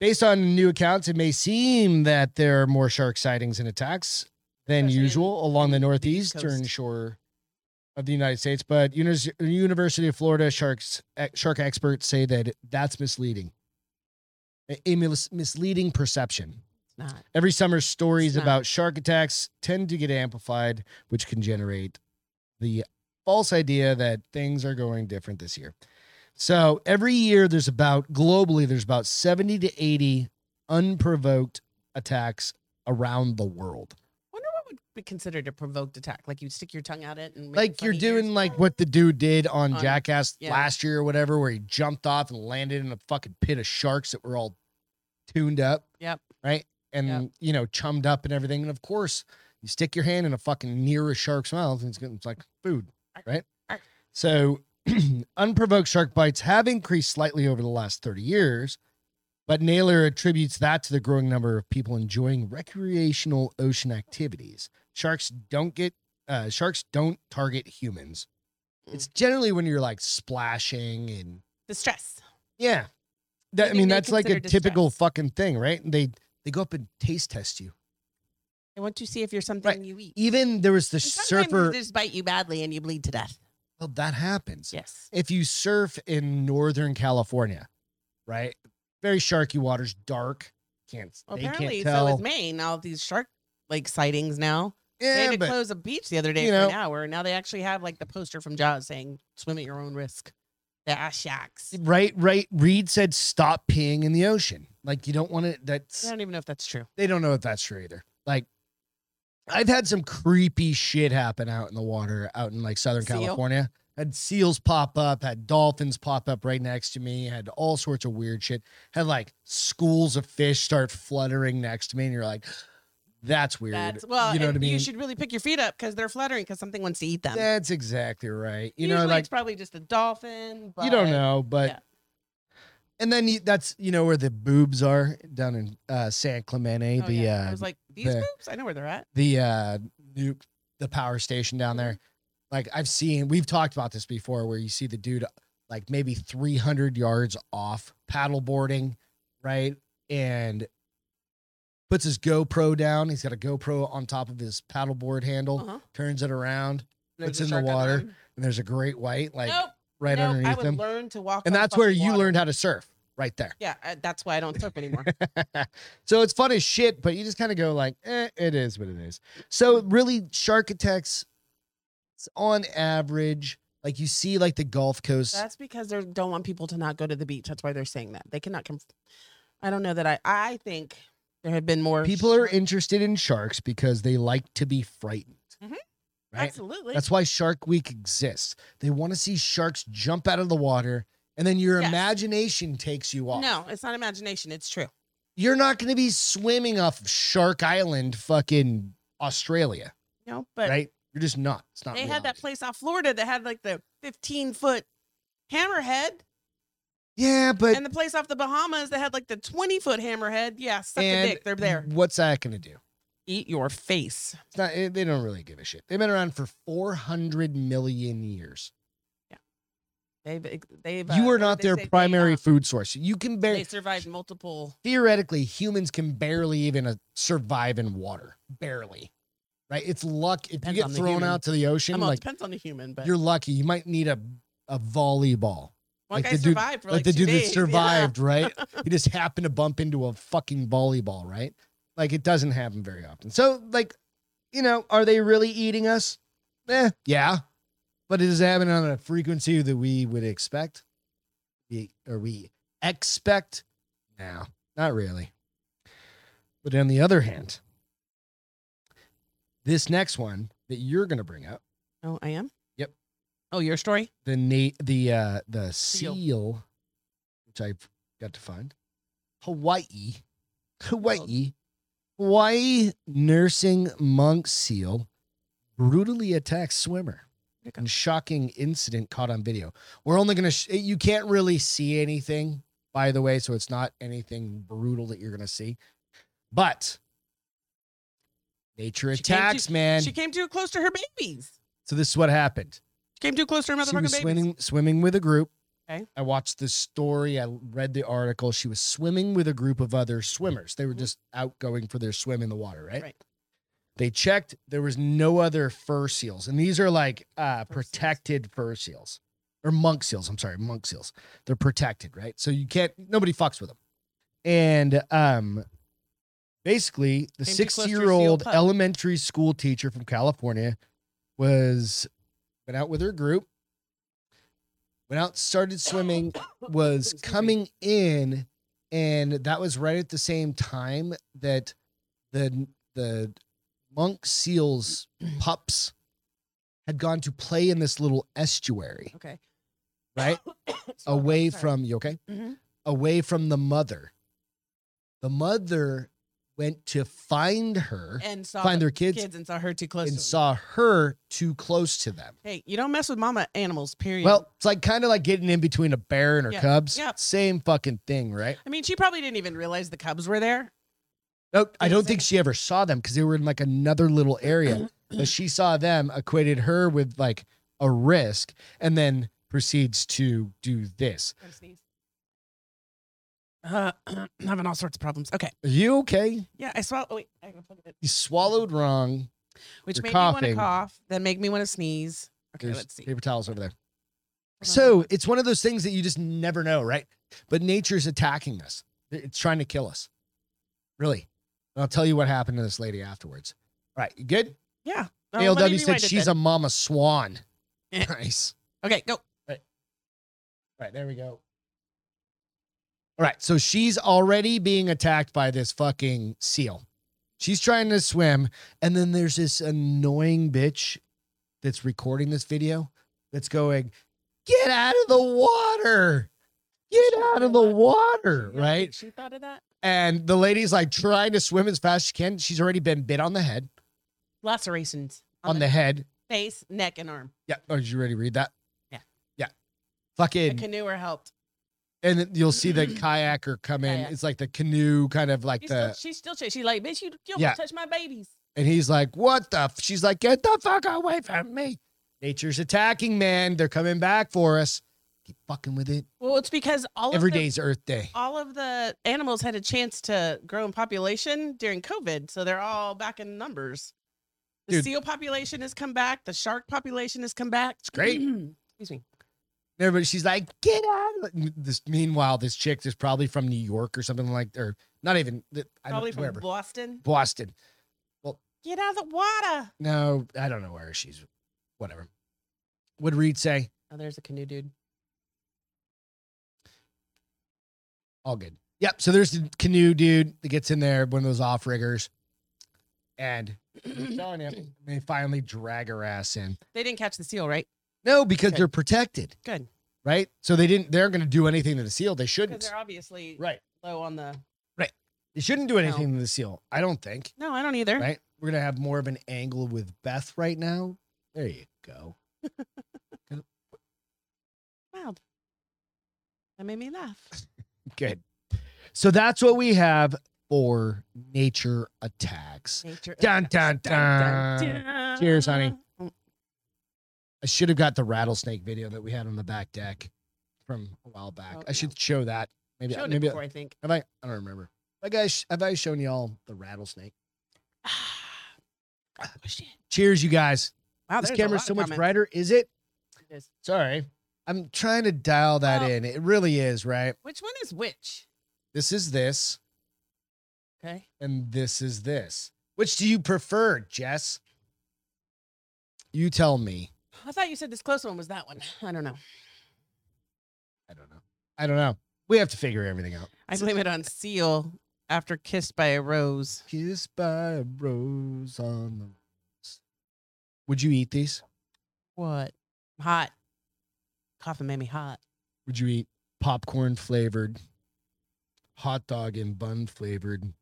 Speaker 2: Based on new accounts, it may seem that there are more shark sightings and attacks than
Speaker 1: Especially in-
Speaker 2: usual along the
Speaker 1: in the
Speaker 2: northeastern
Speaker 1: coast.
Speaker 2: shore of the United States, but Unis- University of Florida sharks eh, shark experts say that that's misleading. A- A mis- misleading perception.
Speaker 1: It's not.
Speaker 2: Every summer,
Speaker 1: It's
Speaker 2: stories
Speaker 1: not.
Speaker 2: about shark attacks tend to get amplified, which can generate the false idea that things are going different this year. So every year, there's about globally, there's about 70 to 80 unprovoked attacks around the world.
Speaker 1: Wonder what would be considered a provoked attack. Like you stick your tongue out it and make
Speaker 2: Like you're
Speaker 1: funny
Speaker 2: doing
Speaker 1: ears?
Speaker 2: like what the dude did on,
Speaker 1: On-
Speaker 2: Jackass
Speaker 1: yeah.
Speaker 2: last year or whatever, where he jumped off and landed in a fucking pit of sharks that were all tuned up.
Speaker 1: Yep.
Speaker 2: Right. And you know, chummed up and everything. And of course, you stick your hand in a fucking near a shark's mouth and it's, gonna- it's like food. Right.
Speaker 1: Arr.
Speaker 2: So unprovoked shark bites have increased slightly over the last 30 years. But Naylor attributes that to the growing number of people enjoying recreational ocean activities. Sharks don't get uh, sharks don't target humans. It's generally when you're like splashing and
Speaker 1: the stress.
Speaker 2: yeah. That, I
Speaker 1: think
Speaker 2: mean,
Speaker 1: they
Speaker 2: that's like a
Speaker 1: consider
Speaker 2: typical
Speaker 1: distress.
Speaker 2: fucking thing, right? And they they go up and taste test you.
Speaker 1: They want to see if you're something you eat.
Speaker 2: Even there was the
Speaker 1: And sometimes
Speaker 2: surfer.
Speaker 1: they just bite you badly and you bleed to death.
Speaker 2: Well, that happens.
Speaker 1: Yes.
Speaker 2: If you surf in Northern California, right? Very sharky waters, dark. Can't
Speaker 1: Well,
Speaker 2: they
Speaker 1: apparently,
Speaker 2: can't
Speaker 1: so
Speaker 2: tell?
Speaker 1: is Maine. All these shark like sightings now. they
Speaker 2: yeah,
Speaker 1: had to
Speaker 2: but
Speaker 1: close a beach the other day
Speaker 2: you
Speaker 1: for
Speaker 2: know-
Speaker 1: an hour. Now they actually have like the poster from Jaws saying "Swim at your own risk." There are sharks.
Speaker 2: right, right. Reed said, "Stop peeing in the ocean." Like you don't want to. That's
Speaker 1: I don't even know if that's true.
Speaker 2: they don't know if that's true either. Like, I've had some creepy shit happen out in the water, out in like Southern
Speaker 1: Seal?
Speaker 2: California. Had seals pop up, had dolphins pop up right next to me, had all sorts of weird shit. Had like schools of fish start fluttering next to me, and you're like, that's weird.
Speaker 1: That's well,
Speaker 2: you know
Speaker 1: and
Speaker 2: what I mean?
Speaker 1: You should really pick your feet up because they're fluttering because something wants to eat them.
Speaker 2: that's exactly right. You
Speaker 1: Usually
Speaker 2: know, like
Speaker 1: it's probably just a dolphin. But
Speaker 2: you don't know, but
Speaker 1: yeah.
Speaker 2: and then you, that's you know where the boobs are down in uh, San Clemente,
Speaker 1: Oh,
Speaker 2: the
Speaker 1: yeah. I
Speaker 2: uh,
Speaker 1: was like, these
Speaker 2: the-
Speaker 1: boobs. I know where they're at.
Speaker 2: the uh nuke the power station down there like i've seen we've talked about this before where you see the dude like maybe 300 yards off paddleboarding right and puts his gopro down he's got a gopro on top of his paddleboard handle
Speaker 1: Uh-huh.
Speaker 2: turns it around
Speaker 1: There's
Speaker 2: It's
Speaker 1: a
Speaker 2: in the
Speaker 1: shark on
Speaker 2: water,
Speaker 1: land.
Speaker 2: and there's a great white like
Speaker 1: nope,
Speaker 2: right
Speaker 1: nope, I
Speaker 2: underneath
Speaker 1: would
Speaker 2: him
Speaker 1: learn to walk.
Speaker 2: and
Speaker 1: on
Speaker 2: that's where
Speaker 1: fucking
Speaker 2: you
Speaker 1: water.
Speaker 2: learned how to surf right there
Speaker 1: Yeah, uh, that's why I don't surf anymore.
Speaker 2: so it's fun as shit, but you just kind of go like, eh, it is what it is. So really, shark attacks, it's on average, like you see, like the Gulf Coast.
Speaker 1: That's because they don't want people to not go to the beach. That's why they're saying that. They cannot come. I don't know that I. I think there have been more.
Speaker 2: People are
Speaker 1: shark-
Speaker 2: interested in sharks because they like to be frightened.
Speaker 1: Mhm.
Speaker 2: Right?
Speaker 1: Absolutely.
Speaker 2: That's why Shark Week exists. They want to see sharks jump out of the water, and then your
Speaker 1: Yes.
Speaker 2: imagination takes you off.
Speaker 1: no, it's not imagination. It's true.
Speaker 2: You're not going to be swimming off of Shark Island, fucking Australia,
Speaker 1: No, but
Speaker 2: right? You're just not. It's not.
Speaker 1: they had
Speaker 2: reality.
Speaker 1: that place off Florida that had like the 15 foot hammerhead,
Speaker 2: Yeah, but
Speaker 1: and the place off the Bahamas that had like the 20 foot hammerhead. Yeah, suck a
Speaker 2: And
Speaker 1: dick. They're there.
Speaker 2: What's that going to do?
Speaker 1: Eat your face.
Speaker 2: It's not. It, they don't really give a shit. They've been around for four hundred million years.
Speaker 1: They've they've.
Speaker 2: you
Speaker 1: uh,
Speaker 2: are
Speaker 1: what
Speaker 2: not
Speaker 1: did they
Speaker 2: their
Speaker 1: say? They,
Speaker 2: primary
Speaker 1: um,
Speaker 2: food source. You can
Speaker 1: They
Speaker 2: barely,
Speaker 1: survived multiple.
Speaker 2: theoretically, humans can barely even uh, survive in water. Barely, right? It's luck. If
Speaker 1: Depends
Speaker 2: you
Speaker 1: on
Speaker 2: get
Speaker 1: the
Speaker 2: thrown
Speaker 1: human.
Speaker 2: out to the
Speaker 1: I
Speaker 2: ocean,
Speaker 1: mean, it
Speaker 2: like
Speaker 1: depends on the human, but
Speaker 2: you're lucky. You might need a a volleyball.
Speaker 1: one
Speaker 2: like
Speaker 1: guy
Speaker 2: the dude-
Speaker 1: survived for
Speaker 2: Like,
Speaker 1: like,
Speaker 2: the
Speaker 1: two
Speaker 2: dude
Speaker 1: days.
Speaker 2: that
Speaker 1: Yeah.
Speaker 2: survived, right? He just happened to bump into a fucking volleyball, right? Like it doesn't happen very often. So, like, you know, are they really eating us? Eh, yeah. But it is happening on a frequency that we would expect. We, or we expect? No, not really. But on the other hand, this next one that you're going to bring up,
Speaker 1: Oh, I am.
Speaker 2: Yep.
Speaker 1: Oh, your story.
Speaker 2: the na- the uh the seal,
Speaker 1: Seal.
Speaker 2: which I got to find. Hawaii. Hawaii. Hawaii nursing monk seal brutally attacks swimmer.
Speaker 1: Where'd it go?
Speaker 2: And shocking incident caught on video. We're only going to sh- you can't really see anything by the way, so it's not anything brutal that you're going to see. But nature
Speaker 1: She came too-
Speaker 2: attacks, man.
Speaker 1: She came too close to her babies.
Speaker 2: so this is what happened.
Speaker 1: She came too close to her
Speaker 2: She was
Speaker 1: motherfucking babies.
Speaker 2: swimming swimming with a group
Speaker 1: Okay.
Speaker 2: I watched this story. I read the article. She was swimming with a group of other swimmers. They were
Speaker 1: Mhm.
Speaker 2: just out going for their swim in the water, right?
Speaker 1: Right.
Speaker 2: They checked. There was no other fur seals, and these are like uh,
Speaker 1: Fur seals.
Speaker 2: protected fur seals or monk seals. I'm sorry, monk seals. They're protected, right? So you can't. Nobody fucks with them. And um, basically, the
Speaker 1: Came too close to a seal
Speaker 2: six-year-old
Speaker 1: pup.
Speaker 2: elementary school teacher from California was went out with her group. Went out, started swimming,
Speaker 1: Excuse
Speaker 2: was
Speaker 1: me.
Speaker 2: coming in, and that was right at the same time that the the monk seals pups had gone to play in this little estuary,
Speaker 1: Okay.
Speaker 2: right? away from you okay?
Speaker 1: hmm
Speaker 2: Away from the mother. The mother went to find her,
Speaker 1: and saw
Speaker 2: find their kids,
Speaker 1: kids, and saw her too close.
Speaker 2: and
Speaker 1: to them.
Speaker 2: saw her too close to them.
Speaker 1: hey, you don't mess with mama animals. Period.
Speaker 2: Well, it's like kind of like getting in between a bear and her
Speaker 1: Yeah.
Speaker 2: cubs.
Speaker 1: Yep.
Speaker 2: Same fucking thing, right?
Speaker 1: I mean, she probably didn't even realize the cubs were there.
Speaker 2: Nope. I
Speaker 1: Yeah,
Speaker 2: don't
Speaker 1: same.
Speaker 2: think she ever saw them because they were in like another little area. but she saw them, equated her with like a risk, and then proceeds to do this.
Speaker 1: Gotta sneeze. Uh, I'm having all sorts of problems. Okay.
Speaker 2: Are you okay?
Speaker 1: Yeah, I swallowed. Oh, wait, I gotta plug it in.
Speaker 2: You swallowed wrong.
Speaker 1: Which
Speaker 2: You're
Speaker 1: made me
Speaker 2: coughing.
Speaker 1: want to cough, then make me want to sneeze. Okay,
Speaker 2: There's
Speaker 1: let's see.
Speaker 2: Paper towels over there.
Speaker 1: Hold on, hold
Speaker 2: So
Speaker 1: on.
Speaker 2: it's one of those things that you just never know, right? But nature's attacking us. It's trying to kill us. Really. And I'll tell you what happened to this lady afterwards. All right, you good?
Speaker 1: yeah, Oh, let me
Speaker 2: ALW said
Speaker 1: rewind it
Speaker 2: she's
Speaker 1: then.
Speaker 2: a mama swan.
Speaker 1: Eh.
Speaker 2: nice.
Speaker 1: okay. Go.
Speaker 2: All right, there we go. All right, so she's already being attacked by this fucking seal. She's trying to swim, and then there's this annoying bitch that's recording this video that's going, Get out of the water! Get out of the water,
Speaker 1: Yeah,
Speaker 2: right?
Speaker 1: She thought of that.
Speaker 2: And the lady's like trying to swim as fast as she can. She's already been bit on the head,
Speaker 1: Lacerations on,
Speaker 2: on
Speaker 1: the,
Speaker 2: the head.
Speaker 1: face, neck, and arm.
Speaker 2: Yeah. Oh, did you already read that?
Speaker 1: Yeah.
Speaker 2: Yeah.
Speaker 1: The
Speaker 2: Fucking
Speaker 1: canoe were helped.
Speaker 2: and then you'll see the kayaker come in.
Speaker 1: Kayak.
Speaker 2: It's like the canoe, kind of like
Speaker 1: She's
Speaker 2: the,
Speaker 1: still, she still ch- she like bitch. You, you don't
Speaker 2: Yeah.
Speaker 1: touch my babies.
Speaker 2: and he's like, "What the?" F-? She's like, "Get the fuck away from me!" Nature's attacking, man. They're coming back for us. Keep fucking with it.
Speaker 1: Well, it's because all
Speaker 2: Every
Speaker 1: of the,
Speaker 2: day's Earth Day.
Speaker 1: all of the animals had a chance to grow in population during COVID, so they're all back in numbers. The
Speaker 2: Dude.
Speaker 1: seal population has come back. The shark population has come back. It's
Speaker 2: great.
Speaker 1: Excuse me.
Speaker 2: And Everybody, she's like, "Get out!" of it." This. Meanwhile, this chick is probably from New York or something like, or not even. th- I
Speaker 1: Probably
Speaker 2: don't,
Speaker 1: from
Speaker 2: wherever.
Speaker 1: Boston.
Speaker 2: Boston.
Speaker 1: Get out of the water.
Speaker 2: No, I don't know where she's. Whatever. Would Reed say?
Speaker 1: Oh, there's a canoe dude.
Speaker 2: All good. Yep. So there's the canoe dude that gets in there, one of those off riggers, and I'm telling you, they finally drag her ass in.
Speaker 1: They didn't catch the seal, right?
Speaker 2: No, because
Speaker 1: Good.
Speaker 2: they're protected,
Speaker 1: Good.
Speaker 2: right? So they didn't. They're going to do anything to the seal. They
Speaker 1: Because
Speaker 2: shouldn't.
Speaker 1: they're obviously
Speaker 2: Right.
Speaker 1: low on the.
Speaker 2: They shouldn't do anything to the seal. I don't think.
Speaker 1: No, I don't either.
Speaker 2: Right. We're going to have more of an angle with Beth right now. There you go.
Speaker 1: Wild. That made me laugh.
Speaker 2: Good. So that's what we have for nature attacks.
Speaker 1: Nature.
Speaker 2: Dun dun
Speaker 1: Dun, dun, Mm,
Speaker 2: dun. Cheers, honey.
Speaker 1: dun.
Speaker 2: I should have got the rattlesnake video that we had on the back deck from a while back.
Speaker 1: Oh,
Speaker 2: I should show that. Maybe.
Speaker 1: Showed it
Speaker 2: maybe.
Speaker 1: before, I think.
Speaker 2: Have I? I don't remember. Have I, have I shown y'all the rattlesnake?
Speaker 1: Ah, oh, shit.
Speaker 2: Cheers, you guys.
Speaker 1: Wow, Oh,
Speaker 2: this
Speaker 1: there's a
Speaker 2: camera's
Speaker 1: lot
Speaker 2: so
Speaker 1: of
Speaker 2: much
Speaker 1: comments.
Speaker 2: brighter. Is it?
Speaker 1: It is.
Speaker 2: Sorry. I'm trying to dial that
Speaker 1: Well-
Speaker 2: in. It really is, right?
Speaker 1: Which one is which?
Speaker 2: This is this,
Speaker 1: Okay.
Speaker 2: and this is this. Which do you prefer, Jess? You tell me.
Speaker 1: I thought you said this close one was that one. I don't know.
Speaker 2: I don't know. I don't know. We have to figure everything out.
Speaker 1: I blame it on Seal after kissed by a rose.
Speaker 2: Kissed by a rose on the rose. Would you eat these?
Speaker 1: What? Hot. Coffin made me hot.
Speaker 2: Would you eat popcorn flavored, hot dog and bun flavored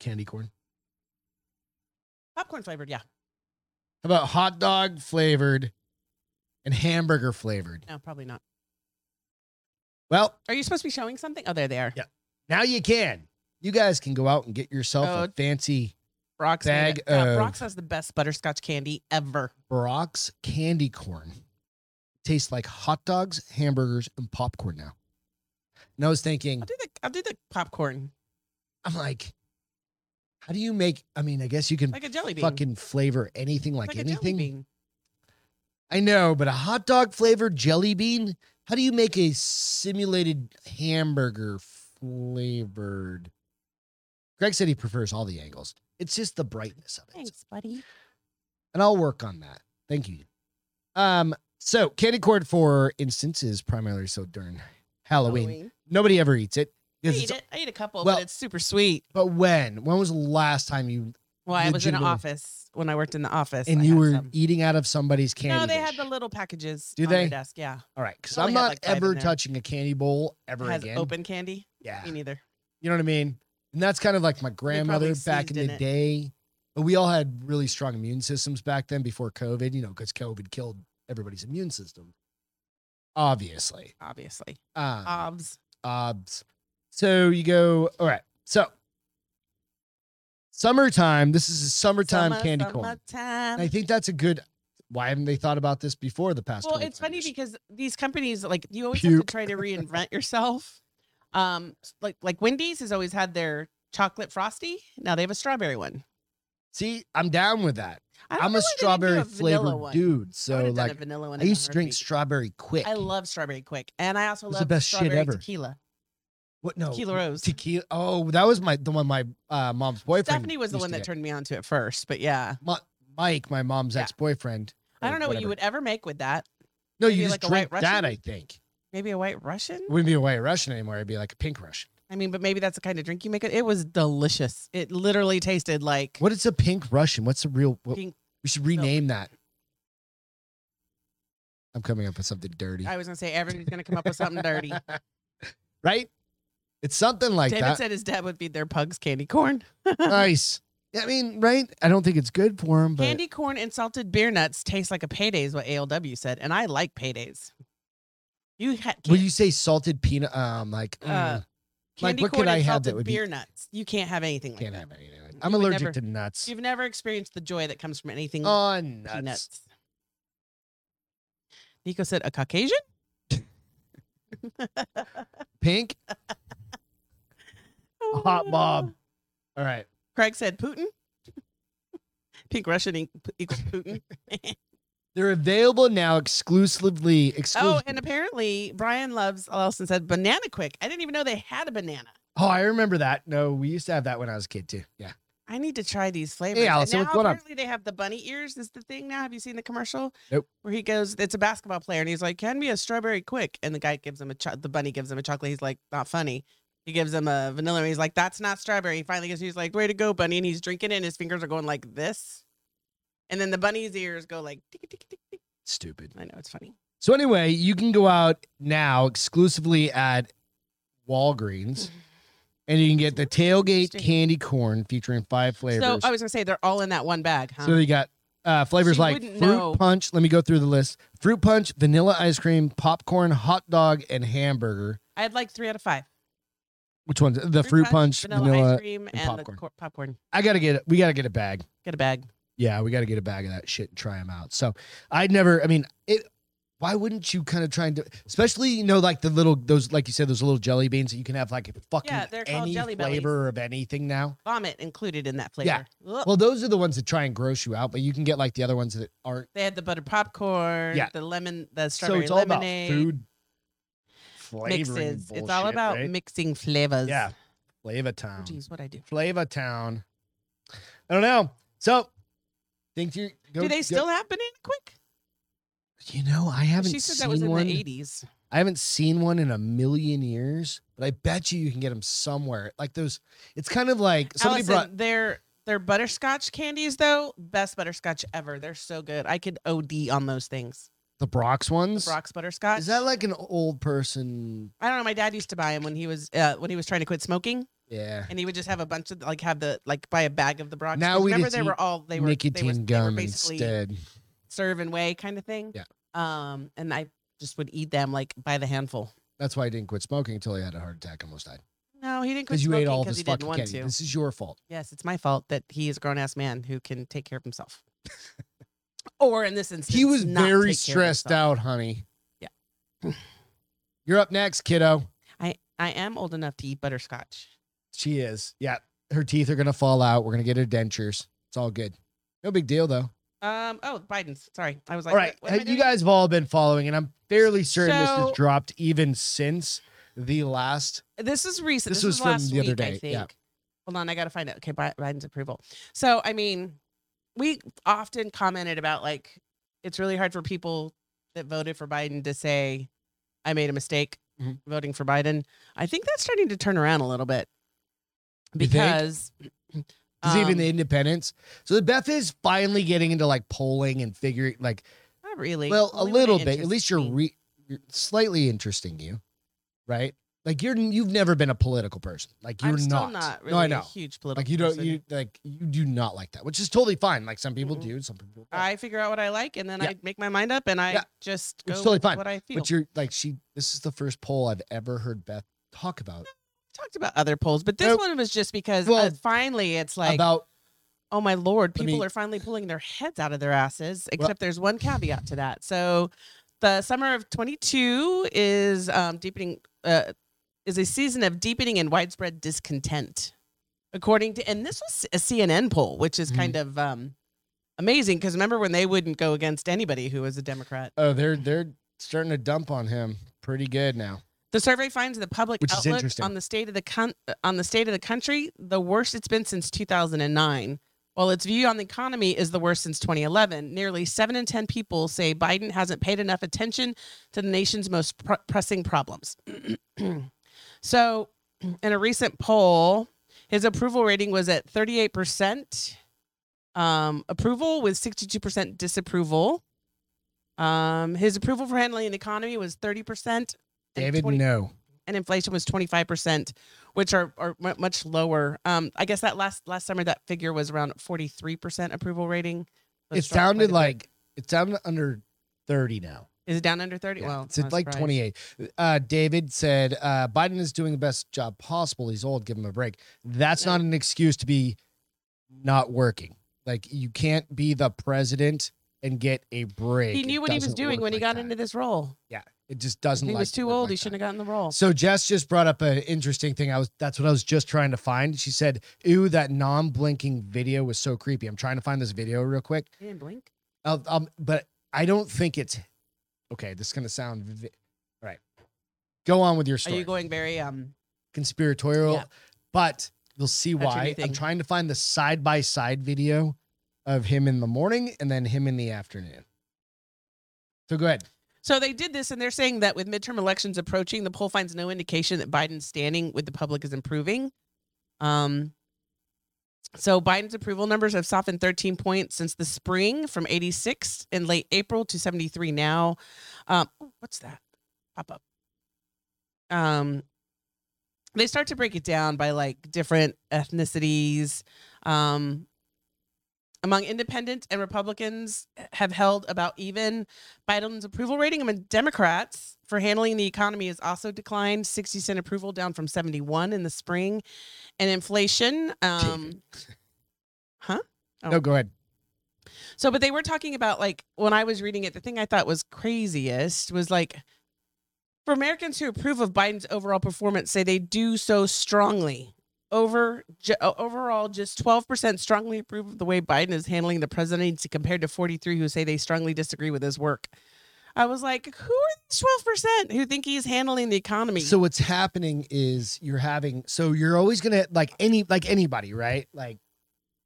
Speaker 2: candy corn?
Speaker 1: Popcorn flavored, yeah.
Speaker 2: How about hot dog flavored and hamburger flavored?
Speaker 1: No, probably not.
Speaker 2: Well,
Speaker 1: Are you supposed to be showing something? Oh, there they are.
Speaker 2: Yeah. now you can. You guys can go out and get yourself
Speaker 1: Oh.
Speaker 2: a fancy
Speaker 1: Brock's made
Speaker 2: Bag
Speaker 1: it. Yeah,
Speaker 2: of-
Speaker 1: Brock's has the best butterscotch candy ever.
Speaker 2: Brock's candy corn. taste like hot dogs, hamburgers, and popcorn now. And I was thinking,
Speaker 1: I'll do the I'll do the popcorn
Speaker 2: I'm like, how do you make? I mean, I guess you can
Speaker 1: like a jelly bean.
Speaker 2: fucking flavor anything like,
Speaker 1: like a jelly
Speaker 2: anything.
Speaker 1: bean.
Speaker 2: I know, but a hot dog flavored jelly bean. How do you make a simulated hamburger flavored? Greg said he prefers all the angles. It's just the brightness of it.
Speaker 1: Thanks, buddy.
Speaker 2: and I'll work on that. Thank you. Um, so candy corn, for instance, is primarily so during Halloween. Nobody ever eats it.
Speaker 1: I
Speaker 2: 'cause
Speaker 1: eat
Speaker 2: it's-
Speaker 1: it. I eat a couple,
Speaker 2: Well-
Speaker 1: but it's super sweet.
Speaker 2: But when? When was the last time you
Speaker 1: Well, I was in an
Speaker 2: legitimately-
Speaker 1: office when I worked in the office,
Speaker 2: and
Speaker 1: I
Speaker 2: you
Speaker 1: had
Speaker 2: were
Speaker 1: some.
Speaker 2: eating out of somebody's candy?
Speaker 1: No, they
Speaker 2: dish?
Speaker 1: had the little packages.
Speaker 2: Do
Speaker 1: on their
Speaker 2: they?
Speaker 1: desk, yeah.
Speaker 2: All right, because
Speaker 1: Well,
Speaker 2: I'm
Speaker 1: they had,
Speaker 2: not
Speaker 1: like, five in
Speaker 2: ever
Speaker 1: there.
Speaker 2: touching a candy bowl ever
Speaker 1: Has
Speaker 2: again. Ah.
Speaker 1: open candy.
Speaker 2: Yeah,
Speaker 1: Me neither.
Speaker 2: you know what I mean. And that's kind of like my grandmother back in
Speaker 1: seized
Speaker 2: the
Speaker 1: in it.
Speaker 2: day. But we all had really strong immune systems back then before COVID. You know, because COVID killed everybody's immune system. Obviously,
Speaker 1: Obviously,
Speaker 2: um,
Speaker 1: obs.
Speaker 2: obs. So you go. All right, so summertime. This is a summertime
Speaker 1: Summer,
Speaker 2: candy corn.
Speaker 1: summertime.
Speaker 2: And I think that's a good. Why haven't they thought about this before the past?
Speaker 1: Well,
Speaker 2: 25
Speaker 1: it's funny
Speaker 2: years?
Speaker 1: because these companies like you always have
Speaker 2: Puke.
Speaker 1: to try to reinvent yourself. Um, s- like like Wendy's has always had their chocolate frosty. Now they have a strawberry one.
Speaker 2: see, I'm down with that.
Speaker 1: I don't
Speaker 2: I'm
Speaker 1: know why they
Speaker 2: a
Speaker 1: didn't do
Speaker 2: strawberry
Speaker 1: vanilla
Speaker 2: flavored
Speaker 1: one.
Speaker 2: dude.
Speaker 1: I
Speaker 2: So
Speaker 1: would've done a
Speaker 2: like
Speaker 1: vanilla one.
Speaker 2: I
Speaker 1: in a
Speaker 2: used to drink
Speaker 1: heartbeat.
Speaker 2: strawberry quick.
Speaker 1: I love strawberry quick, and I also
Speaker 2: It's the
Speaker 1: love
Speaker 2: best shit
Speaker 1: strawberry
Speaker 2: ever.
Speaker 1: tequila.
Speaker 2: what no
Speaker 1: Tequila Rose.
Speaker 2: Tequila. Oh, that was my the one my uh, mom's boyfriend.
Speaker 1: Stephanie was the
Speaker 2: used
Speaker 1: one
Speaker 2: to
Speaker 1: that
Speaker 2: get.
Speaker 1: turned me on to it first, but yeah,
Speaker 2: Mi- Mike, my mom's
Speaker 1: Yeah.
Speaker 2: ex boyfriend.
Speaker 1: I don't know what you would ever make with that.
Speaker 2: No,
Speaker 1: maybe
Speaker 2: you just
Speaker 1: like a
Speaker 2: drink
Speaker 1: White Russian?
Speaker 2: that. I think
Speaker 1: Maybe a White Russian.
Speaker 2: it wouldn't be a white Russian anymore. It'd be like a pink Russian.
Speaker 1: I mean, but maybe that's the kind of drink you make it. It was delicious. It literally tasted like
Speaker 2: What is a pink Russian? What's the real? What,
Speaker 1: Pink
Speaker 2: we should rename that. I'm coming up with something dirty,
Speaker 1: I was gonna say. Everybody's gonna come up with something dirty.
Speaker 2: right? It's something like
Speaker 1: David
Speaker 2: that.
Speaker 1: said his dad would be their pugs candy corn.
Speaker 2: nice. I mean, right? I don't think it's good for him, but
Speaker 1: Candy corn and salted beer nuts taste like a payday is what ALW said, and I like paydays. You ha-
Speaker 2: Will
Speaker 1: can't,
Speaker 2: you say salted peanut? Um, like
Speaker 1: Uh,
Speaker 2: mm, like,
Speaker 1: candy
Speaker 2: what could
Speaker 1: corn
Speaker 2: I
Speaker 1: and
Speaker 2: have that
Speaker 1: salted
Speaker 2: would be-
Speaker 1: beer nuts. You can't have anything like
Speaker 2: can't
Speaker 1: that.
Speaker 2: have anything. like- I'm
Speaker 1: would
Speaker 2: allergic
Speaker 1: never-
Speaker 2: to nuts.
Speaker 1: You've never experienced the joy that comes from anything
Speaker 2: Oh, nuts!
Speaker 1: peanuts. Nico said a Caucasian.
Speaker 2: Pink, a hot bob. All right,
Speaker 1: Oh. Craig said Putin. Pink Russian e- equals Putin.
Speaker 2: they're available now exclusively.
Speaker 1: oh,
Speaker 2: Exclusively.
Speaker 1: and apparently Brian loves Allison said banana quick. I didn't even know they had a banana.
Speaker 2: Oh, I remember that. No, we used to have that when I was a kid too. Yeah,
Speaker 1: I need to try these flavors. And
Speaker 2: Allison, what's
Speaker 1: now
Speaker 2: going on?
Speaker 1: apparently they have the bunny ears. Is the thing now? Have you seen the commercial?
Speaker 2: Nope.
Speaker 1: Where he goes, it's a basketball player, and he's like, "Can be a strawberry quick," and the guy gives him a cho- the bunny gives him a chocolate. He's like, "Not funny." He gives him a vanilla, and he's like, "That's not strawberry." He finally gets, he's like, "Way to go, bunny!" And he's drinking it, and his fingers are going like this, and then the bunny's ears go like, tick, tick, tick, tick.
Speaker 2: stupid.
Speaker 1: I know it's funny.
Speaker 2: So anyway, you can go out now exclusively at Walgreens, and you can get the tailgate
Speaker 1: Interesting.
Speaker 2: candy corn featuring five flavors.
Speaker 1: So I was gonna say they're all in that one bag, huh?
Speaker 2: So they got uh, flavors
Speaker 1: So you
Speaker 2: like fruit
Speaker 1: wouldn't know.
Speaker 2: punch. Let me go through the list: fruit punch, vanilla ice cream, popcorn, hot dog, and hamburger.
Speaker 1: I had like three out of five.
Speaker 2: Which ones? The fruit, punch, vanilla.
Speaker 1: ice cream, and,
Speaker 2: popcorn.
Speaker 1: the cor- popcorn.
Speaker 2: I gotta get. We gotta get a bag.
Speaker 1: Get a bag.
Speaker 2: Yeah, we gotta get a bag of that shit and try them out. So I'd never. I mean, it. Why wouldn't you kind of try and do? Especially you know like the little those like you said those little jelly beans that you can have like fucking
Speaker 1: Yeah, they're called
Speaker 2: any
Speaker 1: jelly bellies.
Speaker 2: flavor of anything now.
Speaker 1: Vomit included in that flavor.
Speaker 2: Yeah.
Speaker 1: Ugh.
Speaker 2: Well, those are the ones that try and gross you out, but you can get like the other ones that aren't.
Speaker 1: They had the buttered popcorn,
Speaker 2: Yeah.
Speaker 1: the lemon, the
Speaker 2: So
Speaker 1: strawberry
Speaker 2: it's all about
Speaker 1: lemonade
Speaker 2: food. Flavoring
Speaker 1: mixes.
Speaker 2: bullshit,
Speaker 1: it's all about
Speaker 2: right?
Speaker 1: mixing flavors.
Speaker 2: Yeah. Flavor
Speaker 1: Oh,
Speaker 2: Town.
Speaker 1: Jeez, what I do?
Speaker 2: Flavor Town. I don't know. So, think you go,
Speaker 1: do they
Speaker 2: go-
Speaker 1: still have banana quick?
Speaker 2: You know, I haven't
Speaker 1: She said
Speaker 2: seen
Speaker 1: that was in
Speaker 2: one.
Speaker 1: the eighties.
Speaker 2: I haven't seen one in a million years, but I bet you you can get them somewhere. Like those. It's kind of like somebody
Speaker 1: Allison,
Speaker 2: brought.
Speaker 1: their their butterscotch candies though, best butterscotch ever. They're so good. I could OD on those things.
Speaker 2: The Brock's
Speaker 1: The
Speaker 2: ones.
Speaker 1: Brock's butterscotch.
Speaker 2: Is that like an old person?
Speaker 1: I don't know. My dad used to buy them when he was uh, when he was trying to quit smoking,
Speaker 2: Yeah.
Speaker 1: and he would just have a bunch of like have the like buy a bag of the Brock's.
Speaker 2: Now
Speaker 1: 'cause
Speaker 2: we
Speaker 1: remember
Speaker 2: just
Speaker 1: they
Speaker 2: eat
Speaker 1: were all they were they
Speaker 2: Nicotine
Speaker 1: were, they were
Speaker 2: gum
Speaker 1: basically
Speaker 2: instead.
Speaker 1: serve and weigh kind of thing.
Speaker 2: Yeah.
Speaker 1: Um, and I just would eat them like by the handful.
Speaker 2: That's why I didn't quit smoking until I had a heart attack and almost died.
Speaker 1: No, he didn't quit
Speaker 2: Because you
Speaker 1: smoking
Speaker 2: ate all
Speaker 1: 'cause
Speaker 2: this
Speaker 1: he didn't
Speaker 2: fucking
Speaker 1: want
Speaker 2: candy.
Speaker 1: to.
Speaker 2: This is your fault.
Speaker 1: Yes, it's my fault that he is a grown ass man who can take care of himself. or in this instance,
Speaker 2: He was
Speaker 1: not
Speaker 2: very
Speaker 1: take care of
Speaker 2: stressed
Speaker 1: himself.
Speaker 2: out, honey. You're up next, kiddo.
Speaker 1: I am old enough to eat butterscotch.
Speaker 2: She is. Yeah. Her teeth are gonna fall out. We're gonna get her dentures. It's all good. No big deal though.
Speaker 1: Um. Oh, Biden's. Sorry, I was like,
Speaker 2: all right.
Speaker 1: what- what am I
Speaker 2: you
Speaker 1: doing?
Speaker 2: guys have all been following, and I'm fairly certain this has
Speaker 1: So-
Speaker 2: dropped even since the last
Speaker 1: This is recent.
Speaker 2: This
Speaker 1: This,
Speaker 2: was
Speaker 1: was,
Speaker 2: from
Speaker 1: last
Speaker 2: the other
Speaker 1: week,
Speaker 2: day,
Speaker 1: I think.
Speaker 2: yeah.
Speaker 1: Hold on, I gotta find out. Okay, Bi- Biden's approval. So, I mean, we often commented about like it's really hard for people that voted for Biden to say, "I made a mistake
Speaker 2: Mhm.
Speaker 1: voting for Biden." I think that's starting to turn around a little bit
Speaker 2: You think?
Speaker 1: because
Speaker 2: It's even
Speaker 1: um,
Speaker 2: the independents. So Beth is finally getting into like polling and figuring like
Speaker 1: not really.
Speaker 2: well a
Speaker 1: Only when
Speaker 2: little
Speaker 1: it
Speaker 2: bit. At
Speaker 1: interests
Speaker 2: least you're,
Speaker 1: me.
Speaker 2: re- you're slightly interesting you, right? Like you're you've never been a political person. Like you're
Speaker 1: I'm still not. really
Speaker 2: no, I
Speaker 1: a
Speaker 2: know.
Speaker 1: huge political.
Speaker 2: Like you don't
Speaker 1: person.
Speaker 2: you like you do not like that, which is totally fine. Like some people
Speaker 1: Mhm.
Speaker 2: do, some people. Don't.
Speaker 1: I figure out what I like, and then
Speaker 2: Yeah.
Speaker 1: I make my mind up, and I
Speaker 2: Yeah.
Speaker 1: just go
Speaker 2: It's totally
Speaker 1: with
Speaker 2: fine.
Speaker 1: what I feel.
Speaker 2: But you're like she. This is the first poll I've ever heard Beth talk about
Speaker 1: talked about other polls, but this
Speaker 2: Nope.
Speaker 1: one was just because
Speaker 2: Well,
Speaker 1: uh, finally it's like,
Speaker 2: about
Speaker 1: oh my lord,
Speaker 2: Let
Speaker 1: people
Speaker 2: me-
Speaker 1: are finally pulling their heads out of their asses. Except there's one caveat to that. So, the summer of 22 is um, deepening. Uh, is a season of deepening and widespread discontent, according to. And this was a CNN poll, which is
Speaker 2: Mhm.
Speaker 1: kind of um, amazing because remember when they wouldn't go against anybody who was a Democrat.
Speaker 2: oh they're they're starting to dump on him pretty good now.
Speaker 1: The survey finds the public
Speaker 2: Which is
Speaker 1: outlook
Speaker 2: interesting.
Speaker 1: on the state of the con- on the state of the country the worst it's been since 2009. While its view on the economy is the worst since 2011, nearly seven in ten people say Biden hasn't paid enough attention to the nation's most pr- pressing problems. so, in a recent poll, his approval rating was at 38 percent um, approval with 62 percent disapproval. Um, his approval for handling the economy was 30 percent.
Speaker 2: David, no.
Speaker 1: and inflation was 25%, which are, are mu- much lower. Um, I guess that last last summer that figure was around 43% approval rating. So
Speaker 2: It
Speaker 1: it's dropped quite a
Speaker 2: sounded
Speaker 1: bit.
Speaker 2: like it's down under thirty now.
Speaker 1: is it down under 30?
Speaker 2: Yeah,
Speaker 1: well,
Speaker 2: it's at
Speaker 1: not
Speaker 2: like
Speaker 1: surprised.
Speaker 2: 28. Uh, David said, uh, Biden is doing the best job possible. He's old. Give him a break. That's
Speaker 1: No.
Speaker 2: not an excuse to be not working. Like, you can't be the president and get a break.
Speaker 1: He knew
Speaker 2: It
Speaker 1: what he was
Speaker 2: doesn't
Speaker 1: doing
Speaker 2: work
Speaker 1: when he
Speaker 2: like
Speaker 1: got
Speaker 2: that.
Speaker 1: into this role.
Speaker 2: it, just doesn't
Speaker 1: He
Speaker 2: like
Speaker 1: was too
Speaker 2: work
Speaker 1: old.
Speaker 2: like
Speaker 1: he
Speaker 2: that.
Speaker 1: shouldn't have gotten the role.
Speaker 2: So Jess just brought up an interesting thing. I was that's what I was just trying to find. She said, "Ooh, that non-blinking video was so creepy." I'm trying to find this video real quick.
Speaker 1: he didn't blink.
Speaker 2: I'll, um, but I don't think it's okay. This is gonna sound vi- all right. Go on with your story.
Speaker 1: Are you going very um
Speaker 2: Conspiratorial,
Speaker 1: Yeah.
Speaker 2: but you'll see
Speaker 1: That's your new
Speaker 2: why. I'm
Speaker 1: thing.
Speaker 2: trying to find the side by side video of him in the morning and then him in the afternoon. So go ahead.
Speaker 1: So they did this, and they're saying that with midterm elections approaching, the poll finds no indication that Biden's standing with the public is improving. Um, so Biden's approval numbers have softened 13 points since the spring, from 86 in late April to 73 now. Um, oh, what's that pop up? Um, they start to break it down by like different ethnicities. Um, among independents and Republicans have held about even. Biden's approval rating among Democrats for handling the economy has also declined 60 cent approval down from 71 in the spring. And inflation, um, Oh.
Speaker 2: No, go ahead.
Speaker 1: so, but they were talking about like when I was reading it, the thing I thought was craziest was like for Americans who approve of Biden's overall performance say they do so strongly. Over ju- uh, overall, just 12% strongly approve of the way Biden is handling the presidency, compared to 43 who say they strongly disagree with his work. I was like, who are these 12% who think he's handling the economy?
Speaker 2: So what's happening is you're having so you're always gonna like any like anybody, right? Like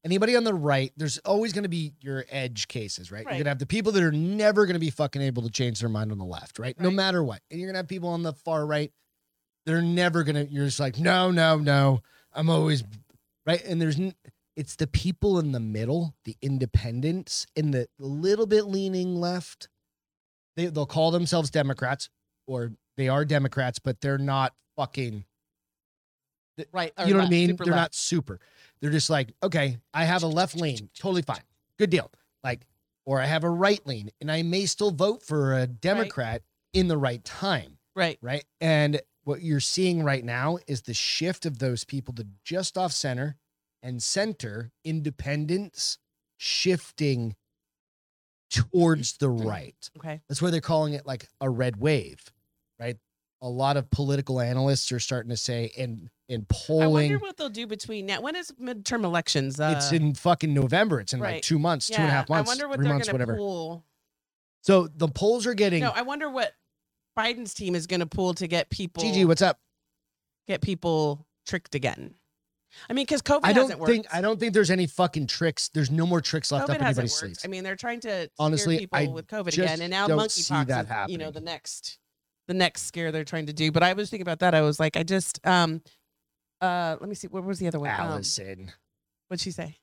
Speaker 2: anybody on the right, there's always gonna be your edge cases, right? You're
Speaker 1: Right.
Speaker 2: gonna have the people that are never gonna be fucking able to change their mind on the left, right? No
Speaker 1: Right.
Speaker 2: matter what. And you're gonna have people on the far right, they're never gonna you're just like, no, no, no. I'm always right. And there's n- it's the people in the middle, the independents, and the little bit leaning left. They they'll call themselves Democrats, or they are Democrats, but they're not fucking.
Speaker 1: right.
Speaker 2: You know what I mean? They're not super. They're just like, okay, I have a left lean, totally fine, good deal. Like, or I have a right lean, and I may still vote for a Democrat in the right time
Speaker 1: Right.
Speaker 2: right? And what you're seeing right now is the shift of those people to just off center and center independence shifting towards the right.
Speaker 1: Okay.
Speaker 2: That's why they're calling it like a red wave a lot of political analysts are starting to say and and
Speaker 1: I
Speaker 2: polling.
Speaker 1: wonder what they'll do between now. When is midterm elections? Uh,
Speaker 2: it's in fucking November. It's in like
Speaker 1: right.
Speaker 2: two months, two and a half
Speaker 1: yeah,
Speaker 2: months,
Speaker 1: I wonder what
Speaker 2: three
Speaker 1: they're
Speaker 2: months,
Speaker 1: gonna
Speaker 2: whatever.
Speaker 1: pull.
Speaker 2: So the polls are getting.
Speaker 1: No, I wonder what Biden's team is going to pull to get people
Speaker 2: Gigi, what's up?
Speaker 1: get people tricked again. I mean, because COVID
Speaker 2: I
Speaker 1: hasn't
Speaker 2: don't
Speaker 1: worked.
Speaker 2: think I don't think there's any fucking tricks. There's no more tricks left
Speaker 1: COVID
Speaker 2: up
Speaker 1: hasn't
Speaker 2: anybody's
Speaker 1: worked.
Speaker 2: sleeves.
Speaker 1: I mean, they're trying to
Speaker 2: Honestly,
Speaker 1: scare people
Speaker 2: I
Speaker 1: with COVID
Speaker 2: just
Speaker 1: again, and now
Speaker 2: don't see
Speaker 1: monkeypox
Speaker 2: that
Speaker 1: is you know
Speaker 2: happening.
Speaker 1: the next the next scare they're trying to do. But I was thinking about that. I was like, I just um uh let me see what was the other one? Um,
Speaker 2: Allison
Speaker 1: what'd she say?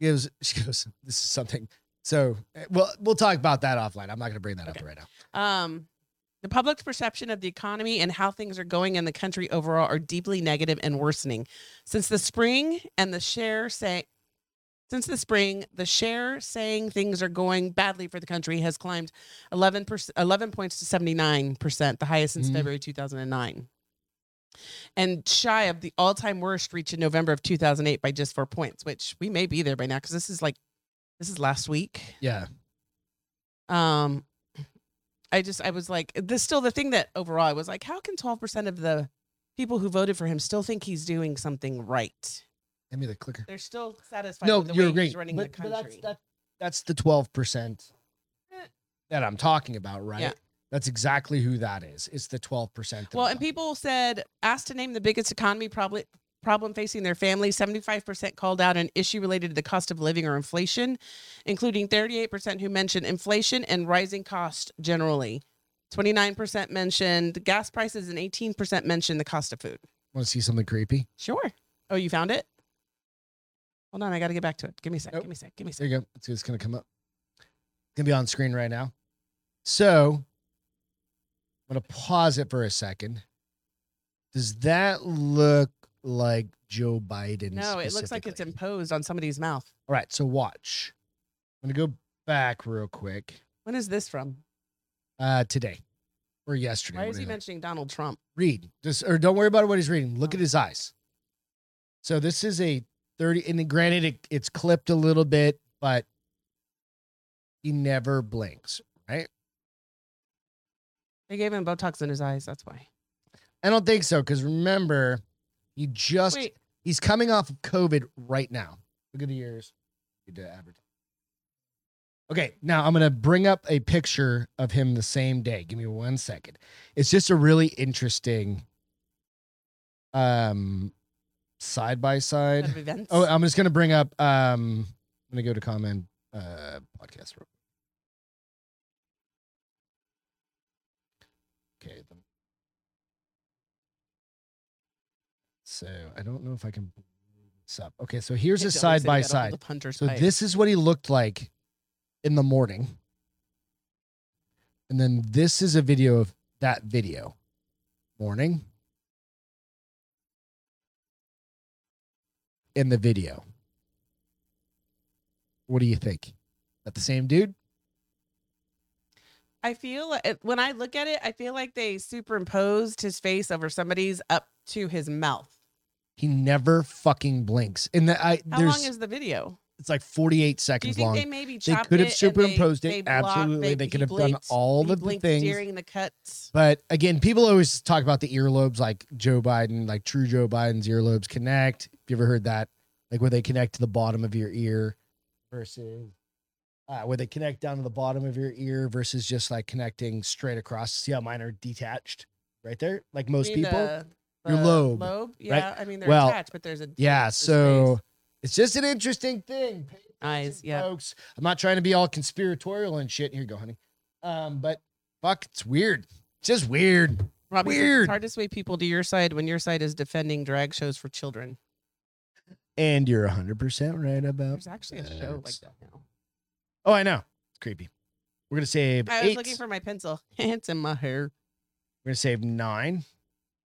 Speaker 2: gives. She goes. This is something. So eh, well, we'll talk about that offline. I'm not going to bring that
Speaker 1: Okay.
Speaker 2: up right now.
Speaker 1: Um, the public's perception of the economy and how things are going in the country overall are deeply negative and worsening. Since the spring and the share say since the spring, the share saying things are going badly for the country has climbed 11 11 points to 79%, the highest since
Speaker 2: Mhm.
Speaker 1: February 2009. And shy of the all-time worst reached in November of 2008 by just 4 points, which we may be there by now cuz this is like this is last week
Speaker 2: Yeah,
Speaker 1: um i just i was like this still the thing that overall i was like how can 12% of the people who voted for him still think he's doing something right
Speaker 2: hand me the clicker.
Speaker 1: they're still satisfied
Speaker 2: No,
Speaker 1: with the
Speaker 2: you're
Speaker 1: way
Speaker 2: right.
Speaker 1: he's running
Speaker 2: but,
Speaker 1: the
Speaker 2: but
Speaker 1: country
Speaker 2: that's, that, that's the twelve percent
Speaker 1: Eh.
Speaker 2: that I'm talking about, right?
Speaker 1: Yeah.
Speaker 2: That's exactly who that is. It's the twelve percent.
Speaker 1: well and people said asked to name the biggest economy problem problem facing their family 75% called out an issue related to the cost of living or inflation including 38% who mentioned inflation and rising cost generally 29% mentioned gas prices and 18% mentioned the cost of food
Speaker 2: want to see something creepy.
Speaker 1: Sure. Oh, you found it? Hold on, I got to get back to it. Give me a sec.
Speaker 2: Nope.
Speaker 1: Give me a sec. Give me a
Speaker 2: There
Speaker 1: sec.
Speaker 2: you go. It's, it's gonna come up. It's gonna be on screen right now. So I'm gonna pause it for a second. Does that look like Joe Biden?
Speaker 1: No, it looks like it's
Speaker 2: specifically?
Speaker 1: imposed on somebody's mouth.
Speaker 2: All right, so watch. I'm gonna go back real quick.
Speaker 1: When is this from?
Speaker 2: Uh today or yesterday.
Speaker 1: Why is he
Speaker 2: whatever.
Speaker 1: mentioning Donald Trump?
Speaker 2: read just or don't worry about what he's reading look
Speaker 1: Oh.
Speaker 2: at his eyes so this is a 30 and granted it, it's clipped a little bit but he never blinks
Speaker 1: They gave him Botox in his eyes. That's why.
Speaker 2: i don't think so because remember he just
Speaker 1: Wait,
Speaker 2: he's coming off of covid right now look at the years He did average. okay now i'm gonna bring up a picture of him the same day give me one second it's just a really interesting um side by side
Speaker 1: out of events.
Speaker 2: Oh, I'm just gonna bring up. Um, I'm gonna go to comment uh, podcast. real- Okay. The, so I don't know if I can bring this up. Okay, so here's
Speaker 1: Hillary
Speaker 2: a
Speaker 1: said he
Speaker 2: side
Speaker 1: got a
Speaker 2: by
Speaker 1: hold
Speaker 2: side.
Speaker 1: of Hunter's
Speaker 2: So
Speaker 1: pipe.
Speaker 2: this is what he looked like in the morning, and then this is a video of that video morning. in the video. What do you think? Is that the same dude?
Speaker 1: I feel like- when I look at it, I feel like they superimposed his face over somebody's up to his mouth.
Speaker 2: He never fucking blinks. And the, I
Speaker 1: How
Speaker 2: there's
Speaker 1: long is the video?
Speaker 2: it's like 48
Speaker 1: Do you
Speaker 2: seconds
Speaker 1: think
Speaker 2: long.
Speaker 1: they maybe
Speaker 2: They
Speaker 1: chopped
Speaker 2: could have
Speaker 1: it and
Speaker 2: superimposed
Speaker 1: they,
Speaker 2: it.
Speaker 1: They blocked-
Speaker 2: Absolutely, they
Speaker 1: he
Speaker 2: could have done
Speaker 1: blinked.
Speaker 2: all
Speaker 1: He
Speaker 2: of the
Speaker 1: blinked
Speaker 2: things.
Speaker 1: during the cuts.
Speaker 2: but again, people always talk about the earlobes, like Joe Biden, like true Joe Biden's earlobes connect. If you ever heard that, like where they connect to the bottom of your ear versus uh, where they connect down to the bottom of your ear versus just like connecting straight across. See how mine are detached right there, like most
Speaker 1: mean,
Speaker 2: people.
Speaker 1: the-
Speaker 2: Your
Speaker 1: the
Speaker 2: lobe,
Speaker 1: Yeah, I mean they're
Speaker 2: Well,
Speaker 1: attached, but there's a
Speaker 2: Yeah,
Speaker 1: there's a
Speaker 2: so
Speaker 1: space.
Speaker 2: it's just an interesting thing, Pay
Speaker 1: eyes.
Speaker 2: attention,
Speaker 1: Yeah,
Speaker 2: folks. I'm not trying to be all conspiratorial and shit. Here you go, honey. Um, but fuck, it's weird. It's just weird.
Speaker 1: Robbie, says
Speaker 2: Weird.
Speaker 1: It's hard to sway people to your side when your side is defending drag shows for children.
Speaker 2: And you're 100% right about.
Speaker 1: There's actually a show like
Speaker 2: Yes.
Speaker 1: that now.
Speaker 2: Oh, I know. It's creepy. We're gonna save
Speaker 1: I was
Speaker 2: eight.
Speaker 1: looking for my pencil. it's in my hair.
Speaker 2: We're gonna save nine.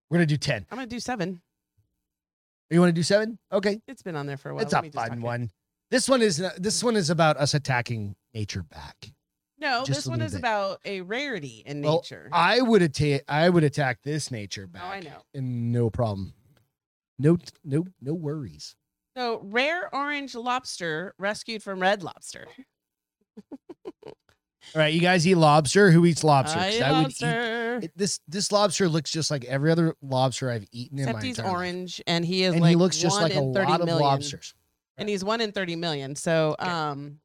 Speaker 2: We're gonna do ten. Oh,
Speaker 1: I'm gonna do seven.
Speaker 2: You want to do seven? Okay,
Speaker 1: It's been on there for a while.
Speaker 2: it's
Speaker 1: Let
Speaker 2: a
Speaker 1: me just talk
Speaker 2: fun
Speaker 1: to-
Speaker 2: one. This one is this one is about us attacking nature back.
Speaker 1: No,
Speaker 2: Just
Speaker 1: this
Speaker 2: a
Speaker 1: one
Speaker 2: little
Speaker 1: is
Speaker 2: bit.
Speaker 1: about a rarity in
Speaker 2: Well,
Speaker 1: nature.
Speaker 2: I would attack. I would attack this nature back.
Speaker 1: Oh, I know.
Speaker 2: And no problem. No, t- no, no worries.
Speaker 1: so rare orange lobster rescued from red lobster.
Speaker 2: All right, you guys eat lobster. Who eats lobster? 'Cause
Speaker 1: I
Speaker 2: I would eat-
Speaker 1: lobster.
Speaker 2: it- this this lobster looks just like every other lobster I've eaten in
Speaker 1: Except
Speaker 2: my
Speaker 1: he's
Speaker 2: entire life.
Speaker 1: orange and he is
Speaker 2: and
Speaker 1: like
Speaker 2: he looks just
Speaker 1: one
Speaker 2: like a
Speaker 1: in 30
Speaker 2: lot of
Speaker 1: million.
Speaker 2: lobsters.
Speaker 1: and he's one in 30 million so um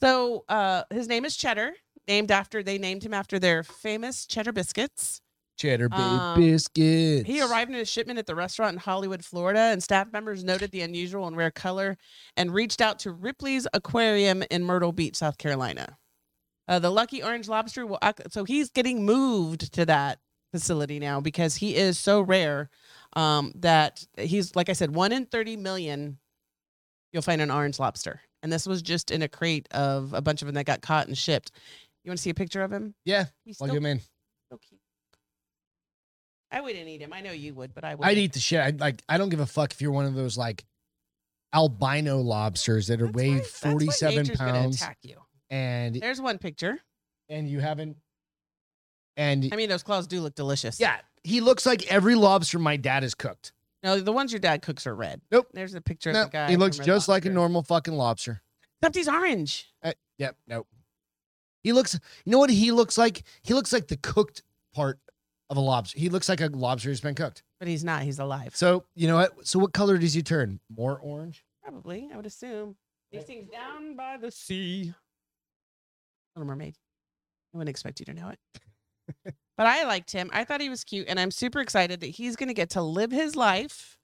Speaker 1: so uh his name is cheddar named after they named him after their famous cheddar biscuits
Speaker 2: Cheddar Bay
Speaker 1: Um,
Speaker 2: biscuits.
Speaker 1: he arrived in his shipment at the restaurant in hollywood florida and staff members noted the unusual and rare color and reached out to ripley's aquarium in myrtle beach south carolina uh, the lucky orange lobster will ac- so he's getting moved to that facility now because he is so rare um, that he's like i said one in 30 million you'll find an orange lobster. And this was just in a crate of a bunch of them that got caught and shipped. You want to see a picture of him?
Speaker 2: Yeah,
Speaker 1: He's
Speaker 2: Plug
Speaker 1: still,
Speaker 2: him in.
Speaker 1: still cute. I wouldn't eat him. I know you would, but I would.
Speaker 2: I'd eat the shit. I like. I don't give a fuck if you're one of those like albino lobsters that are weigh forty-seven pounds
Speaker 1: Attack you.
Speaker 2: and
Speaker 1: There's one picture.
Speaker 2: and you haven't. And
Speaker 1: I mean, those claws do look delicious.
Speaker 2: yeah, he looks like every lobster my dad has cooked.
Speaker 1: No, the ones your dad cooks are red.
Speaker 2: Nope.
Speaker 1: There's a picture
Speaker 2: No,
Speaker 1: of the guy.
Speaker 2: he looks
Speaker 1: from
Speaker 2: just
Speaker 1: Red
Speaker 2: like a
Speaker 1: Lobster.
Speaker 2: normal fucking lobster.
Speaker 1: Except he's orange.
Speaker 2: Yep. Nope. He looks. You know what he looks like? He looks like the cooked part of a lobster. He looks like a lobster who's been cooked.
Speaker 1: But he's not. He's alive.
Speaker 2: So you know what? So what color does he turn? More orange.
Speaker 1: Probably, I would assume. These things down by the sea. Little Mermaid. I wouldn't expect you to know it. but I liked him. I thought he was cute, and I'm super excited that he's going to get to live his life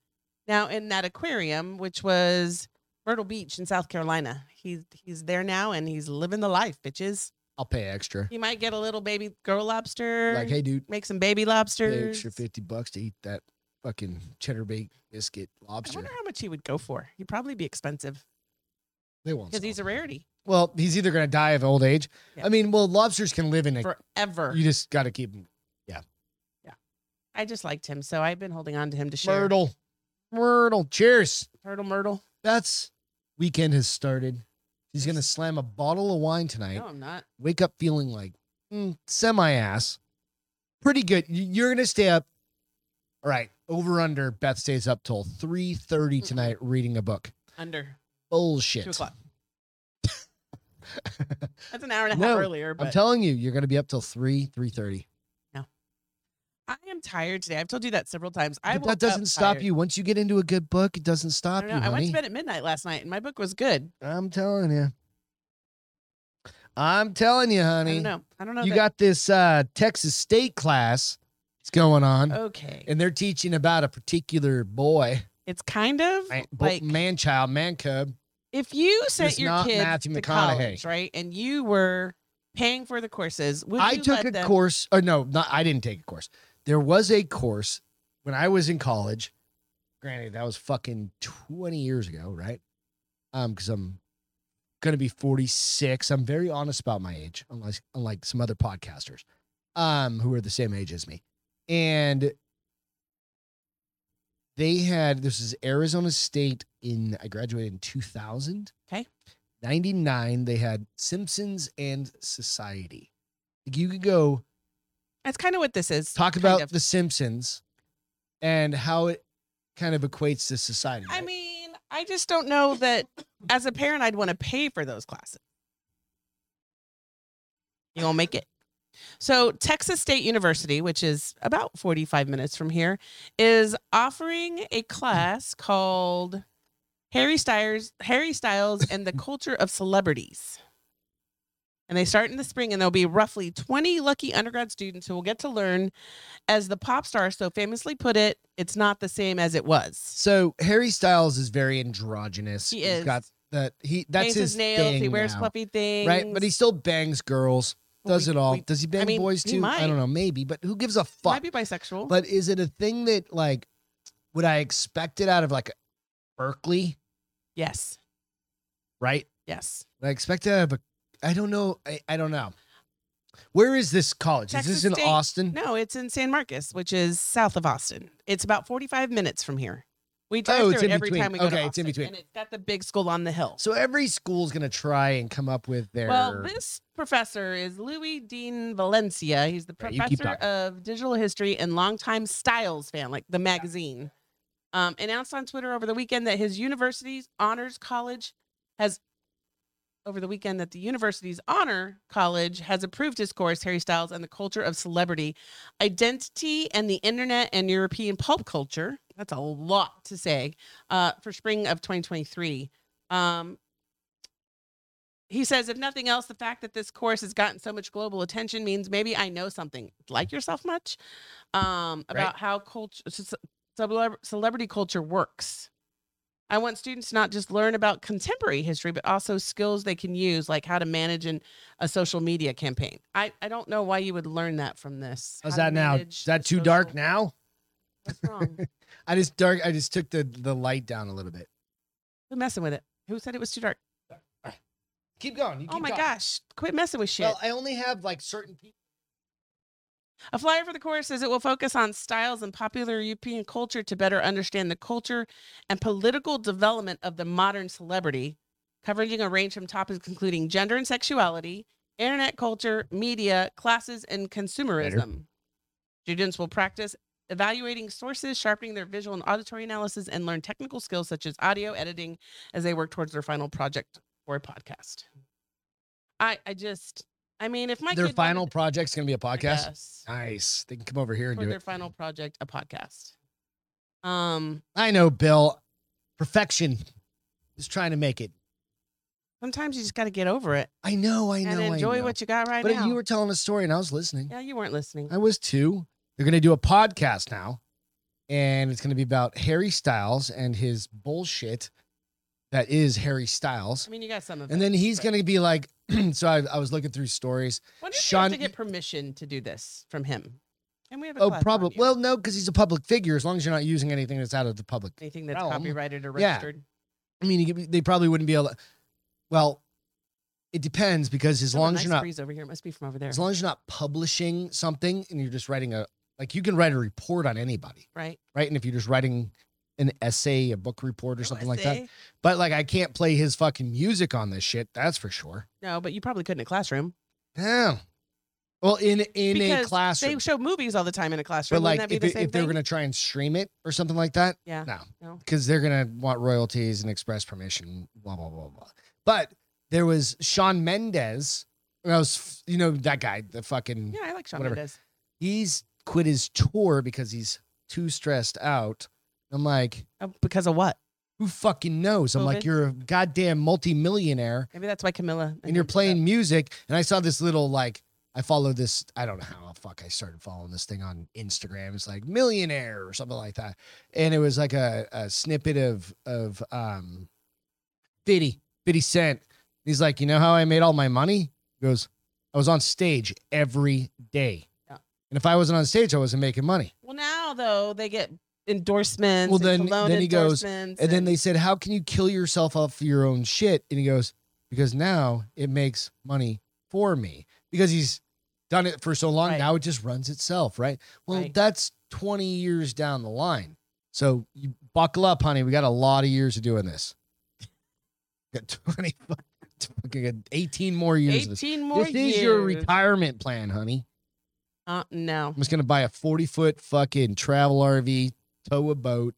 Speaker 1: now in that aquarium, which was Myrtle Beach in South Carolina. He's he's there now, and he's living the life, bitches.
Speaker 2: I'll pay extra.
Speaker 1: He might get a little baby girl lobster,
Speaker 2: Like, hey, dude,
Speaker 1: make some baby
Speaker 2: pay
Speaker 1: lobsters.
Speaker 2: extra fifty bucks to eat that fucking cheddar baked biscuit
Speaker 1: I
Speaker 2: lobster.
Speaker 1: wonder how much he would go for. He'd probably be expensive
Speaker 2: They won't.
Speaker 1: because
Speaker 2: sell
Speaker 1: he's
Speaker 2: it.
Speaker 1: a rarity
Speaker 2: well, he's either gonna die of old age.
Speaker 1: Yeah.
Speaker 2: I mean, well, lobsters can live in it.
Speaker 1: forever.
Speaker 2: You just gotta keep them.
Speaker 1: I just liked him, so I've been holding on to him to share.
Speaker 2: Myrtle, Myrtle, cheers.
Speaker 1: Turtle Myrtle.
Speaker 2: That's weekend has started. He's gonna slam a bottle of wine tonight.
Speaker 1: No, I'm not.
Speaker 2: Wake up feeling like mm, semi ass. Pretty good. You- You're gonna stay up. All right, over under. Beth stays up till three thirty
Speaker 1: Mm-mm.
Speaker 2: tonight reading a book.
Speaker 1: Under
Speaker 2: Bullshit.
Speaker 1: two o'clock. That's an hour and a half
Speaker 2: No,
Speaker 1: earlier,
Speaker 2: I'm
Speaker 1: but
Speaker 2: telling you, you're gonna be up till three, three thirty.
Speaker 1: I am tired today. I've told you that several times. I
Speaker 2: But
Speaker 1: woke up
Speaker 2: that doesn't stop
Speaker 1: tired.
Speaker 2: you. Once you get into a good book, it doesn't
Speaker 1: I,
Speaker 2: stop
Speaker 1: don't
Speaker 2: you,
Speaker 1: know. I went
Speaker 2: honey.
Speaker 1: to bed at midnight last night, and my book was good.
Speaker 2: I'm telling you. I'm telling you,
Speaker 1: I
Speaker 2: honey.
Speaker 1: don't know. I don't know.
Speaker 2: You
Speaker 1: that-
Speaker 2: got this uh, Texas State class. It's going on,
Speaker 1: Oh. okay.
Speaker 2: and they're teaching about a particular boy,
Speaker 1: It's kind of
Speaker 2: man,
Speaker 1: like
Speaker 2: man child, man cub.
Speaker 1: if you sent
Speaker 2: It's
Speaker 1: your
Speaker 2: not
Speaker 1: kids
Speaker 2: Matthew
Speaker 1: to
Speaker 2: McConaughey.
Speaker 1: college, right, and you were paying for the courses, would
Speaker 2: I
Speaker 1: you
Speaker 2: took
Speaker 1: let
Speaker 2: a
Speaker 1: them-
Speaker 2: course. Or no, not I didn't take a course. There was a course when I was in college. Granted, that was fucking 20 years ago, right? Um, because I'm gonna be 46. I'm very honest about my age, unless unlike some other podcasters, um, who are the same age as me. And they had this is Arizona State in I graduated in 2000.
Speaker 1: Okay.
Speaker 2: 99, they had Simpsons and Society. Like, you could go
Speaker 1: That's kind of what this is.
Speaker 2: talk
Speaker 1: kind
Speaker 2: about
Speaker 1: of.
Speaker 2: the Simpsons and how it kind of equates to society.
Speaker 1: I
Speaker 2: right?
Speaker 1: mean, I just don't know that as a parent I'd want to pay for those classes. You won't make it. So, Texas State University, which is about 45 minutes from here, is offering a class called Harry Styles, Harry Styles and the Culture of Celebrities. And they start in the spring, and there'll be roughly 20 lucky undergrad students who will get to learn, as the pop star so famously put it, it's not the same as it was.
Speaker 2: so Harry Styles is very androgynous.
Speaker 1: He
Speaker 2: He's
Speaker 1: is.
Speaker 2: got that he that's
Speaker 1: paints
Speaker 2: his,
Speaker 1: his, nails.
Speaker 2: thing
Speaker 1: He wears
Speaker 2: now,
Speaker 1: fluffy things.
Speaker 2: right? But he still bangs girls.
Speaker 1: Well,
Speaker 2: Does
Speaker 1: we-
Speaker 2: it all?
Speaker 1: we-
Speaker 2: does he bang
Speaker 1: mean,
Speaker 2: boys
Speaker 1: he
Speaker 2: too? I
Speaker 1: might.
Speaker 2: don't know. Maybe, but who gives a
Speaker 1: He
Speaker 2: fuck?
Speaker 1: might be bisexual.
Speaker 2: But is it a thing that like would I expect it out of like Berkeley,
Speaker 1: yes,
Speaker 2: right?
Speaker 1: yes.
Speaker 2: Would I expect it out of a I don't know. I, I don't know. Where is this college? is
Speaker 1: Texas
Speaker 2: this in
Speaker 1: State.
Speaker 2: Austin?
Speaker 1: No, it's in San Marcos, which is south of Austin. It's about forty-five minutes from here. We drive
Speaker 2: Oh,
Speaker 1: through
Speaker 2: it's
Speaker 1: it
Speaker 2: in
Speaker 1: every
Speaker 2: between.
Speaker 1: time we go to
Speaker 2: Okay, it's in
Speaker 1: Austin,
Speaker 2: between.
Speaker 1: and it's got the big school on the hill.
Speaker 2: So every school's gonna try and come up with their.
Speaker 1: Well, this professor is Louis Dean Valencia. He's the
Speaker 2: Right, you keep
Speaker 1: professor
Speaker 2: talking.
Speaker 1: of digital history and longtime Styles fan, like the magazine. Um, announced on Twitter over the weekend that his university's honors college has over the weekend that the university's honor college has approved his course, Harry Styles and the Culture of Celebrity, Identity and the Internet and European Pulp Culture. That's a lot to say uh, for spring of 2023. Um, he says, if nothing else, the fact that this course has gotten so much global attention means maybe I know something like yourself much um, about how culture, celebrity culture works. I want students to not just learn about contemporary history, but also skills they can use, like how to manage an, a social media campaign. I, I don't know why you would learn that from this.
Speaker 2: How's
Speaker 1: How to
Speaker 2: that now?
Speaker 1: manage
Speaker 2: Is that
Speaker 1: a
Speaker 2: too dark
Speaker 1: social-
Speaker 2: now?
Speaker 1: What's wrong?
Speaker 2: I just dark. I just took the the light down a little bit.
Speaker 1: Who messing with it? Who said it was too dark?
Speaker 2: Keep going. You
Speaker 1: Oh
Speaker 2: keep
Speaker 1: my
Speaker 2: going.
Speaker 1: gosh! Quit messing with shit.
Speaker 2: Well, I only have like certain people.
Speaker 1: A flyer for the course says it will focus on styles and popular European culture to better understand the culture and political development of the modern celebrity, covering a range from topics including gender and sexuality, internet culture, media, classes, and consumerism. Students will practice evaluating sources, sharpening their visual and auditory analysis, and learn technical skills such as audio editing as they work towards their final project for a podcast. I, I just, I mean, if my
Speaker 2: Their
Speaker 1: kid wanted
Speaker 2: final project's gonna be a
Speaker 1: to- I
Speaker 2: podcast.
Speaker 1: guess
Speaker 2: Nice. They can come over here and
Speaker 1: for
Speaker 2: do
Speaker 1: their
Speaker 2: it.
Speaker 1: final project, a podcast. Um,
Speaker 2: I know, Bill. Perfection is trying to make it.
Speaker 1: sometimes you just got to get over it
Speaker 2: I know. I know.
Speaker 1: and
Speaker 2: I
Speaker 1: enjoy
Speaker 2: know.
Speaker 1: what you got right
Speaker 2: But
Speaker 1: now.
Speaker 2: you were telling a story, and I was listening.
Speaker 1: yeah, you weren't listening.
Speaker 2: I was too. They're gonna do a podcast now, and it's gonna be about Harry Styles and his bullshit that is Harry Styles.
Speaker 1: I mean, you got some of
Speaker 2: And
Speaker 1: it.
Speaker 2: then he's
Speaker 1: Right.
Speaker 2: gonna be like, so I, I was looking through stories.
Speaker 1: Wonder if you have
Speaker 2: Sean-
Speaker 1: to get permission to do this from him. And we have a
Speaker 2: Oh,
Speaker 1: class on
Speaker 2: probably.
Speaker 1: you.
Speaker 2: Well, no, because he's a public figure. As long as you're not using anything that's out of the public.
Speaker 1: anything that's
Speaker 2: realm.
Speaker 1: copyrighted or
Speaker 2: Yeah.
Speaker 1: registered.
Speaker 2: I mean, you could be- they probably wouldn't be able. to. Well, it depends because as
Speaker 1: Oh, a
Speaker 2: long
Speaker 1: nice
Speaker 2: as you're not
Speaker 1: breeze over here. It must be from over there,
Speaker 2: as long as you're not publishing something and you're just writing a like you can write a report on anybody,
Speaker 1: right?
Speaker 2: right? And if you're just writing an essay, a book report, or
Speaker 1: No
Speaker 2: something like that.
Speaker 1: essay.
Speaker 2: But like, I can't play his fucking music on this shit. That's for sure.
Speaker 1: No, but you probably couldn't in a classroom.
Speaker 2: Yeah. Well, in in
Speaker 1: Because
Speaker 2: a classroom.
Speaker 1: They show movies all the time in a classroom.
Speaker 2: But
Speaker 1: Wouldn't that
Speaker 2: like,
Speaker 1: be
Speaker 2: if,
Speaker 1: the
Speaker 2: it-
Speaker 1: same
Speaker 2: if they're
Speaker 1: thing?
Speaker 2: gonna try and stream it or something like that,
Speaker 1: Yeah.
Speaker 2: no,
Speaker 1: no.
Speaker 2: because they're gonna want royalties and express permission, blah blah blah blah. But there was Sean Mendez. and I was, f- you know, that guy, the fucking,
Speaker 1: yeah, I like Sean
Speaker 2: whatever.
Speaker 1: Mendes.
Speaker 2: he's quit his tour because he's too stressed out. I'm like,
Speaker 1: Oh, because of what?
Speaker 2: who fucking knows? I'm like,
Speaker 1: COVID.
Speaker 2: you're a goddamn multimillionaire
Speaker 1: Maybe that's why Camilla.
Speaker 2: and you're
Speaker 1: Mendes-
Speaker 2: playing music. And I saw this little like I follow this. I don't know how the fuck I started following this thing on Instagram. It's like millionaire or something like that. And it was like a, a snippet of of um Biddy Biddy Cent. He's like, you know how I made all my money? He goes, I was on stage every day.
Speaker 1: Yeah.
Speaker 2: And if I wasn't on stage, I wasn't making money.
Speaker 1: Well, now though they get endorsements.
Speaker 2: Well,
Speaker 1: and
Speaker 2: then-
Speaker 1: cologne
Speaker 2: then he goes,
Speaker 1: endorsements
Speaker 2: And then they said, How can you kill yourself off your own shit? And he goes, Because now it makes money for me. Because he's done it for so long.
Speaker 1: Right.
Speaker 2: Now it just runs itself, right? Well,
Speaker 1: Right.
Speaker 2: that's 20 years down the line. So you buckle up, honey. We got a lot of years of doing this. Got 20, fucking got 18 more years of this.
Speaker 1: eighteen more
Speaker 2: this
Speaker 1: years.
Speaker 2: is your retirement plan, honey.
Speaker 1: uh, no,
Speaker 2: I'm just going to buy a 40 foot fucking travel RV, tow a boat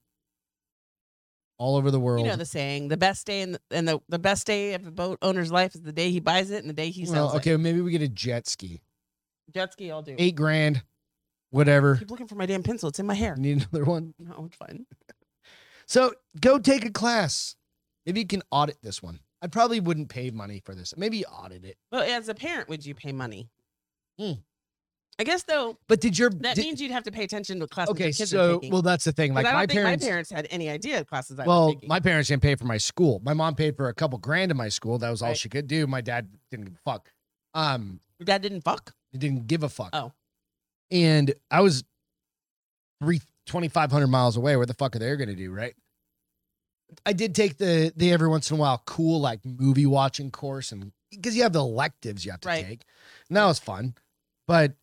Speaker 2: all over the world.
Speaker 1: you know the saying: the best day in the, and the the best day of the boat owner's life is the day he buys it and the day he sells
Speaker 2: Well, okay, maybe we get a jet ski.
Speaker 1: it. Jet ski, I'll do.
Speaker 2: Eight grand, whatever.
Speaker 1: Keep looking for my damn pencil; it's in my hair.
Speaker 2: Need another one.
Speaker 1: No, it's fine.
Speaker 2: So go take a class. Maybe you can audit this one. I probably wouldn't pay money for this. Maybe audit it.
Speaker 1: Well, as a parent, would you pay money?
Speaker 2: Hmm.
Speaker 1: I guess though
Speaker 2: But did your
Speaker 1: that
Speaker 2: did-
Speaker 1: means you'd have to pay attention to classes.
Speaker 2: okay?
Speaker 1: your kids are
Speaker 2: So
Speaker 1: taking.
Speaker 2: well, that's the thing.
Speaker 1: 'Cause
Speaker 2: Like
Speaker 1: I don't
Speaker 2: my
Speaker 1: think
Speaker 2: parents.
Speaker 1: my parents had any idea of classes. I was
Speaker 2: well,
Speaker 1: taking.
Speaker 2: my parents didn't pay for my school. My mom paid for a couple grand in my school. That was all
Speaker 1: Right.
Speaker 2: she could do. My dad didn't give a fuck. Um,
Speaker 1: Your dad didn't fuck.
Speaker 2: he didn't give a fuck.
Speaker 1: Oh.
Speaker 2: And I was three twenty five hundred miles away. What the fuck are they going to do, right? I did take the the every once in a while cool like movie watching course and because you have the electives you have to
Speaker 1: Right.
Speaker 2: take. And that was fun. But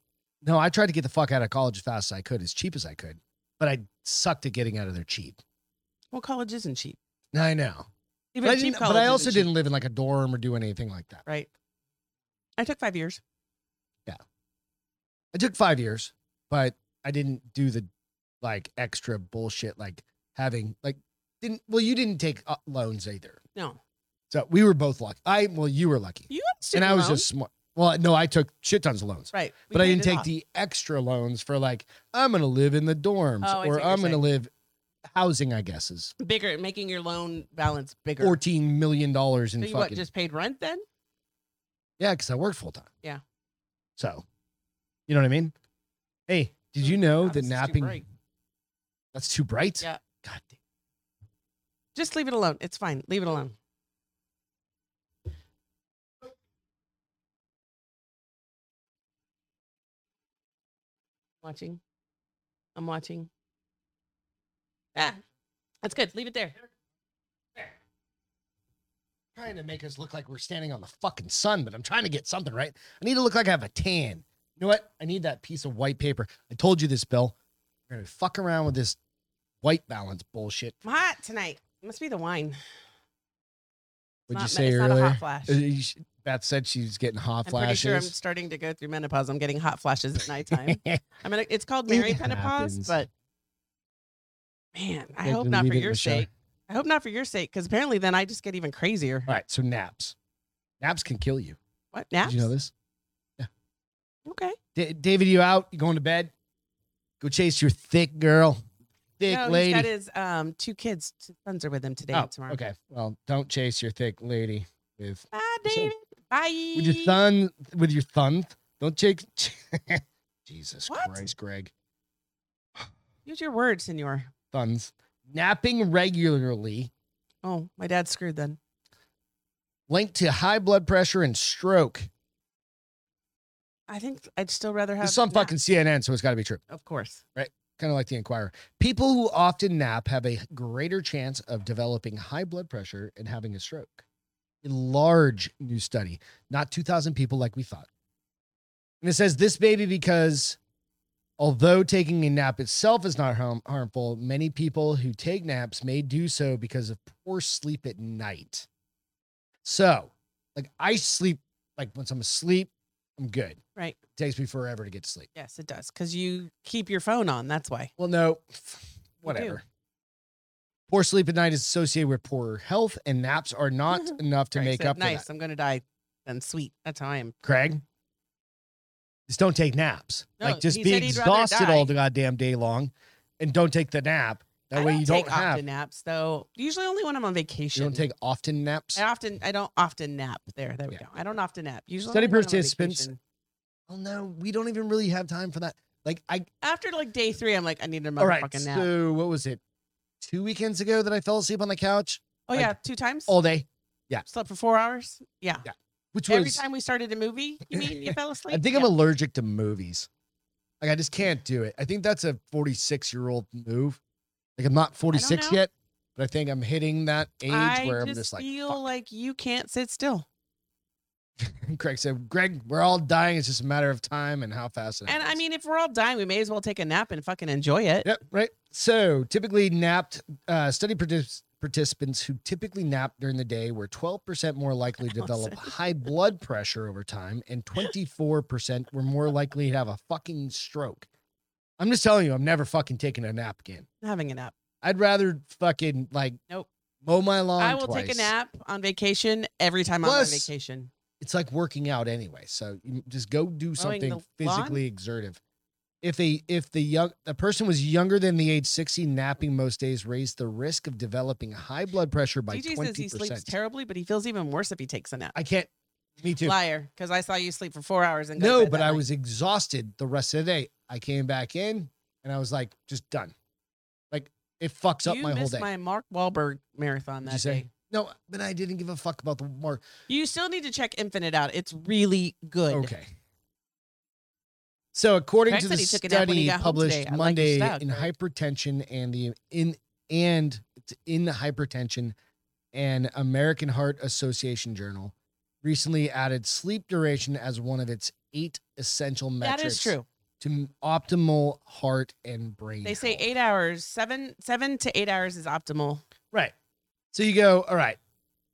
Speaker 2: no, I tried to get the fuck out of college as fast as I could, as cheap as I could. But I sucked at getting out of there cheap.
Speaker 1: Well, college isn't cheap.
Speaker 2: Now I know.
Speaker 1: Even
Speaker 2: But I,
Speaker 1: cheap
Speaker 2: didn't,
Speaker 1: college
Speaker 2: but I
Speaker 1: isn't
Speaker 2: also
Speaker 1: cheap.
Speaker 2: didn't live in like a dorm or do anything like that.
Speaker 1: Right. I took five years.
Speaker 2: I took five years, but I didn't do the like extra bullshit like having like didn't well you didn't take uh, loans either.
Speaker 1: No.
Speaker 2: So we were both lucky. I well, you were lucky,
Speaker 1: You had student
Speaker 2: and I was
Speaker 1: loans.
Speaker 2: just smart. Well, no, I took shit tons of loans,
Speaker 1: right. We
Speaker 2: but I
Speaker 1: paid
Speaker 2: didn't
Speaker 1: it
Speaker 2: take
Speaker 1: off.
Speaker 2: the extra loans for like I'm gonna live in the dorms
Speaker 1: Oh, I see
Speaker 2: or
Speaker 1: what you're
Speaker 2: I'm gonna
Speaker 1: saying.
Speaker 2: live housing. I guess is
Speaker 1: bigger, making your loan balance bigger.
Speaker 2: fourteen million dollars in
Speaker 1: so you what?
Speaker 2: fucking
Speaker 1: Just paid rent then?
Speaker 2: yeah, because I worked full time.
Speaker 1: Yeah.
Speaker 2: So, you know what I mean? Hey, did
Speaker 1: Hmm,
Speaker 2: you know
Speaker 1: God,
Speaker 2: that
Speaker 1: this is too
Speaker 2: Oh, napping
Speaker 1: bright.
Speaker 2: that's too bright?
Speaker 1: Yeah.
Speaker 2: God damn.
Speaker 1: Just leave it alone. It's fine. Leave it alone. Watching. I'm watching. Ah, that's good. Leave it there.
Speaker 2: trying to make us look like we're standing on the fucking sun, but I'm trying to get something right. I need to look like I have a tan. You know what? I need that piece of white paper. I told you this, Bill. You're gonna fuck around with this white balance bullshit.
Speaker 1: I'm hot tonight. must be the wine.
Speaker 2: Would you
Speaker 1: Not-
Speaker 2: say
Speaker 1: it's not a
Speaker 2: earlier?
Speaker 1: hot flash.
Speaker 2: Uh, you sh- Beth said she's getting hot
Speaker 1: I'm pretty
Speaker 2: flashes.
Speaker 1: sure I'm starting to go through menopause. I'm getting hot flashes at nighttime. I mean, it's called
Speaker 2: It
Speaker 1: Mary Menopause,
Speaker 2: happens.
Speaker 1: but man, I
Speaker 2: Like,
Speaker 1: hope not for
Speaker 2: leave it in
Speaker 1: your
Speaker 2: the shower.
Speaker 1: sake. I hope not for your sake, because apparently then I just get even crazier.
Speaker 2: All right, so naps. Naps can kill you.
Speaker 1: What? Naps?
Speaker 2: Did you know this?
Speaker 1: Okay.
Speaker 2: Da- David, you out? You going to bed? Go chase your thick girl, thick
Speaker 1: no,
Speaker 2: lady.
Speaker 1: he's got his um, two kids. His sons are with him today
Speaker 2: Oh,
Speaker 1: and tomorrow.
Speaker 2: okay. Well, don't chase your thick lady with
Speaker 1: Bye,
Speaker 2: So-
Speaker 1: David. Bye.
Speaker 2: with your thumb with your thumb don't shake jesus
Speaker 1: What?
Speaker 2: christ greg
Speaker 1: Use your words, senor.
Speaker 2: thumbs napping regularly
Speaker 1: Oh, my dad's screwed then.
Speaker 2: linked to high blood pressure and stroke
Speaker 1: I think I'd still rather have
Speaker 2: this is on
Speaker 1: nap-
Speaker 2: fucking cnn so it's got to be true
Speaker 1: Of course.
Speaker 2: kind of like the inquirer people who often nap have a greater chance of developing high blood pressure and having a stroke a large new study not 2000 people like we thought and it says this baby because although taking a nap itself is not harm- harmful many people who take naps may do so because of poor sleep at night so like i sleep like once i'm asleep i'm good
Speaker 1: Right.
Speaker 2: it takes me forever to get to sleep
Speaker 1: Yes, it does. Because you keep your phone on. That's why.
Speaker 2: well, no,
Speaker 1: You do.
Speaker 2: whatever. Poor sleep at night is associated with poorer health, and naps are not enough
Speaker 1: Mm-hmm.
Speaker 2: to
Speaker 1: Right,
Speaker 2: make
Speaker 1: so
Speaker 2: up
Speaker 1: nice.
Speaker 2: for that.
Speaker 1: I'm gonna die. Then sweet. That's how I am.
Speaker 2: Craig, just don't take naps.
Speaker 1: No,
Speaker 2: like, just
Speaker 1: he
Speaker 2: be
Speaker 1: said he'd rather
Speaker 2: exhausted all
Speaker 1: die.
Speaker 2: the goddamn day long, and don't take the nap. That
Speaker 1: I
Speaker 2: way,
Speaker 1: don't
Speaker 2: you
Speaker 1: take
Speaker 2: don't have.
Speaker 1: often naps though. Usually only when I'm on
Speaker 2: You
Speaker 1: vacation.
Speaker 2: don't take often naps.
Speaker 1: I often I don't often nap. There, there we
Speaker 2: Yeah.
Speaker 1: go. I don't often nap. Usually
Speaker 2: Study
Speaker 1: only when I'm on
Speaker 2: participants-
Speaker 1: vacation.
Speaker 2: Oh no, we don't even really have time for that. Like I,
Speaker 1: After like day three, I'm like, I need a
Speaker 2: all right.
Speaker 1: motherfucking nap.
Speaker 2: So what was it? Two weekends ago that I fell asleep on the couch
Speaker 1: oh
Speaker 2: like,
Speaker 1: yeah, two times.
Speaker 2: all day,
Speaker 1: Slept for four hours. Yeah.
Speaker 2: which
Speaker 1: Every
Speaker 2: was
Speaker 1: time we started a movie, you mean you fell asleep?
Speaker 2: I think I'm
Speaker 1: Yeah.
Speaker 2: allergic to movies. Like I just can't do it. I think that's a 46 year old move. Like I'm not 46
Speaker 1: know.
Speaker 2: yet, but I think I'm hitting that age
Speaker 1: I
Speaker 2: where I'm
Speaker 1: just
Speaker 2: just like.
Speaker 1: feel
Speaker 2: "Fuck."
Speaker 1: like you can't sit still.
Speaker 2: Craig said, "Greg, we're all dying. It's just a matter of time and how fast." It
Speaker 1: And I
Speaker 2: happens."
Speaker 1: mean, if we're all dying, we may as well take a nap and fucking enjoy it.
Speaker 2: Yep, right. So typically napped uh, study partic- participants who typically nap during the day were 12% more likely to develop high blood pressure over time, and 24% were more likely to have a fucking stroke. I'm just telling you, I'm never fucking taking a nap again.
Speaker 1: Having a nap.
Speaker 2: I'd rather fucking like
Speaker 1: Nope.
Speaker 2: mow my lawn.
Speaker 1: I will take
Speaker 2: twice.
Speaker 1: a nap on vacation every time
Speaker 2: Plus,
Speaker 1: I'm on vacation.
Speaker 2: It's like working out anyway. So you just go do something
Speaker 1: the lawn?
Speaker 2: physically exertive. If a if the young the person was younger than the age 60, napping most days raised the risk of developing high blood pressure by
Speaker 1: DJ says
Speaker 2: twenty
Speaker 1: he sleeps
Speaker 2: percent.
Speaker 1: terribly, but he feels even worse if he takes a nap.
Speaker 2: I can't. Me too.
Speaker 1: Liar, because I saw you sleep for four hours and go to
Speaker 2: No,
Speaker 1: bed
Speaker 2: but
Speaker 1: that
Speaker 2: I
Speaker 1: night.
Speaker 2: was exhausted the rest of the day. I came back in and I was like, just done. Like it fucks up
Speaker 1: you
Speaker 2: my whole
Speaker 1: missed
Speaker 2: day.
Speaker 1: my Mark Wahlberg marathon
Speaker 2: Did you
Speaker 1: that
Speaker 2: say?
Speaker 1: day.
Speaker 2: No, but I didn't give a fuck about the more.
Speaker 1: You still need to check Infinite out. It's really good.
Speaker 2: Okay. So, according
Speaker 1: Craig
Speaker 2: to
Speaker 1: said
Speaker 2: the
Speaker 1: he took a nap when he
Speaker 2: study
Speaker 1: got home
Speaker 2: published
Speaker 1: today. I like your
Speaker 2: Monday
Speaker 1: style,
Speaker 2: in
Speaker 1: Craig.
Speaker 2: hypertension and the in and it's in the hypertension and American Heart Association Journal, recently added sleep duration as one of its eight essential metrics.
Speaker 1: That is true.
Speaker 2: to m- optimal heart and brain.
Speaker 1: They say
Speaker 2: health.
Speaker 1: eight hours, seven, seven to eight hours is optimal.
Speaker 2: right. So you go all right.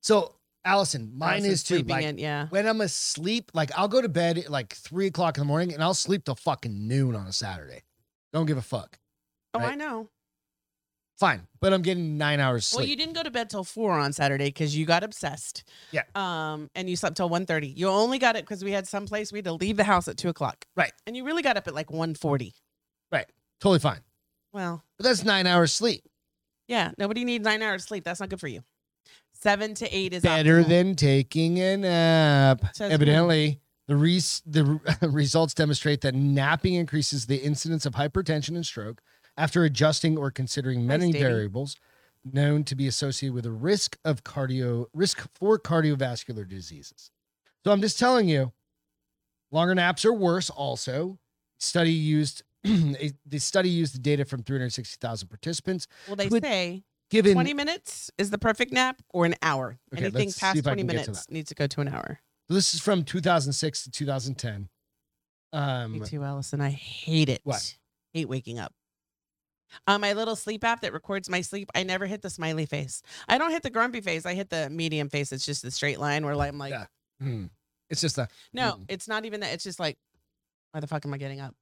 Speaker 2: So Allison, mine
Speaker 1: Allison
Speaker 2: is too.
Speaker 1: sleeping
Speaker 2: Like
Speaker 1: in, yeah.
Speaker 2: when I'm asleep, like I'll go to bed at like three o'clock in the morning and I'll sleep till fucking noon on a Saturday. Don't give a fuck.
Speaker 1: Oh,
Speaker 2: right?
Speaker 1: I know.
Speaker 2: Fine, but I'm getting nine hours
Speaker 1: Well,
Speaker 2: sleep.
Speaker 1: you didn't go to bed till four on Saturday because you got obsessed.
Speaker 2: Yeah.
Speaker 1: Um, and you slept till 1.30. You only got it because we had someplace we had to leave the house at two o'clock.
Speaker 2: Right.
Speaker 1: And you really got up at like 1.40.
Speaker 2: totally fine.
Speaker 1: Well,
Speaker 2: But that's nine hours sleep.
Speaker 1: yeah, nobody needs nine hours sleep. That's not good for you. Seven to eight is
Speaker 2: Better
Speaker 1: optimal.
Speaker 2: than taking a nap.
Speaker 1: Says who?
Speaker 2: Evidently, the res- the results demonstrate that napping increases the incidence of hypertension and stroke after adjusting or considering
Speaker 1: Nice,
Speaker 2: many
Speaker 1: Davey.
Speaker 2: variables known to be associated with a risk of cardio risk for cardiovascular diseases. So I'm just telling you, longer naps are worse. Also, study used a- the study used the data from 360,000 participants
Speaker 1: Well, they
Speaker 2: Would-
Speaker 1: say
Speaker 2: given
Speaker 1: 20 minutes is the perfect nap or an hour.
Speaker 2: Okay,
Speaker 1: Anything
Speaker 2: let's see
Speaker 1: past
Speaker 2: if I
Speaker 1: 20
Speaker 2: can get to
Speaker 1: minutes needs to go to an hour.
Speaker 2: This is from 2006 to 2010. Um,
Speaker 1: Me too, Allison. I hate it.
Speaker 2: What?
Speaker 1: Hate waking up. On my little sleep app that records my sleep, I never hit the smiley face. I don't hit the grumpy face. I hit the medium face. It's just the straight line where like, I'm like,
Speaker 2: Yeah. hmm. It's just that
Speaker 1: no,
Speaker 2: Mm.
Speaker 1: it's not even that. It's just like, why the fuck am I getting up?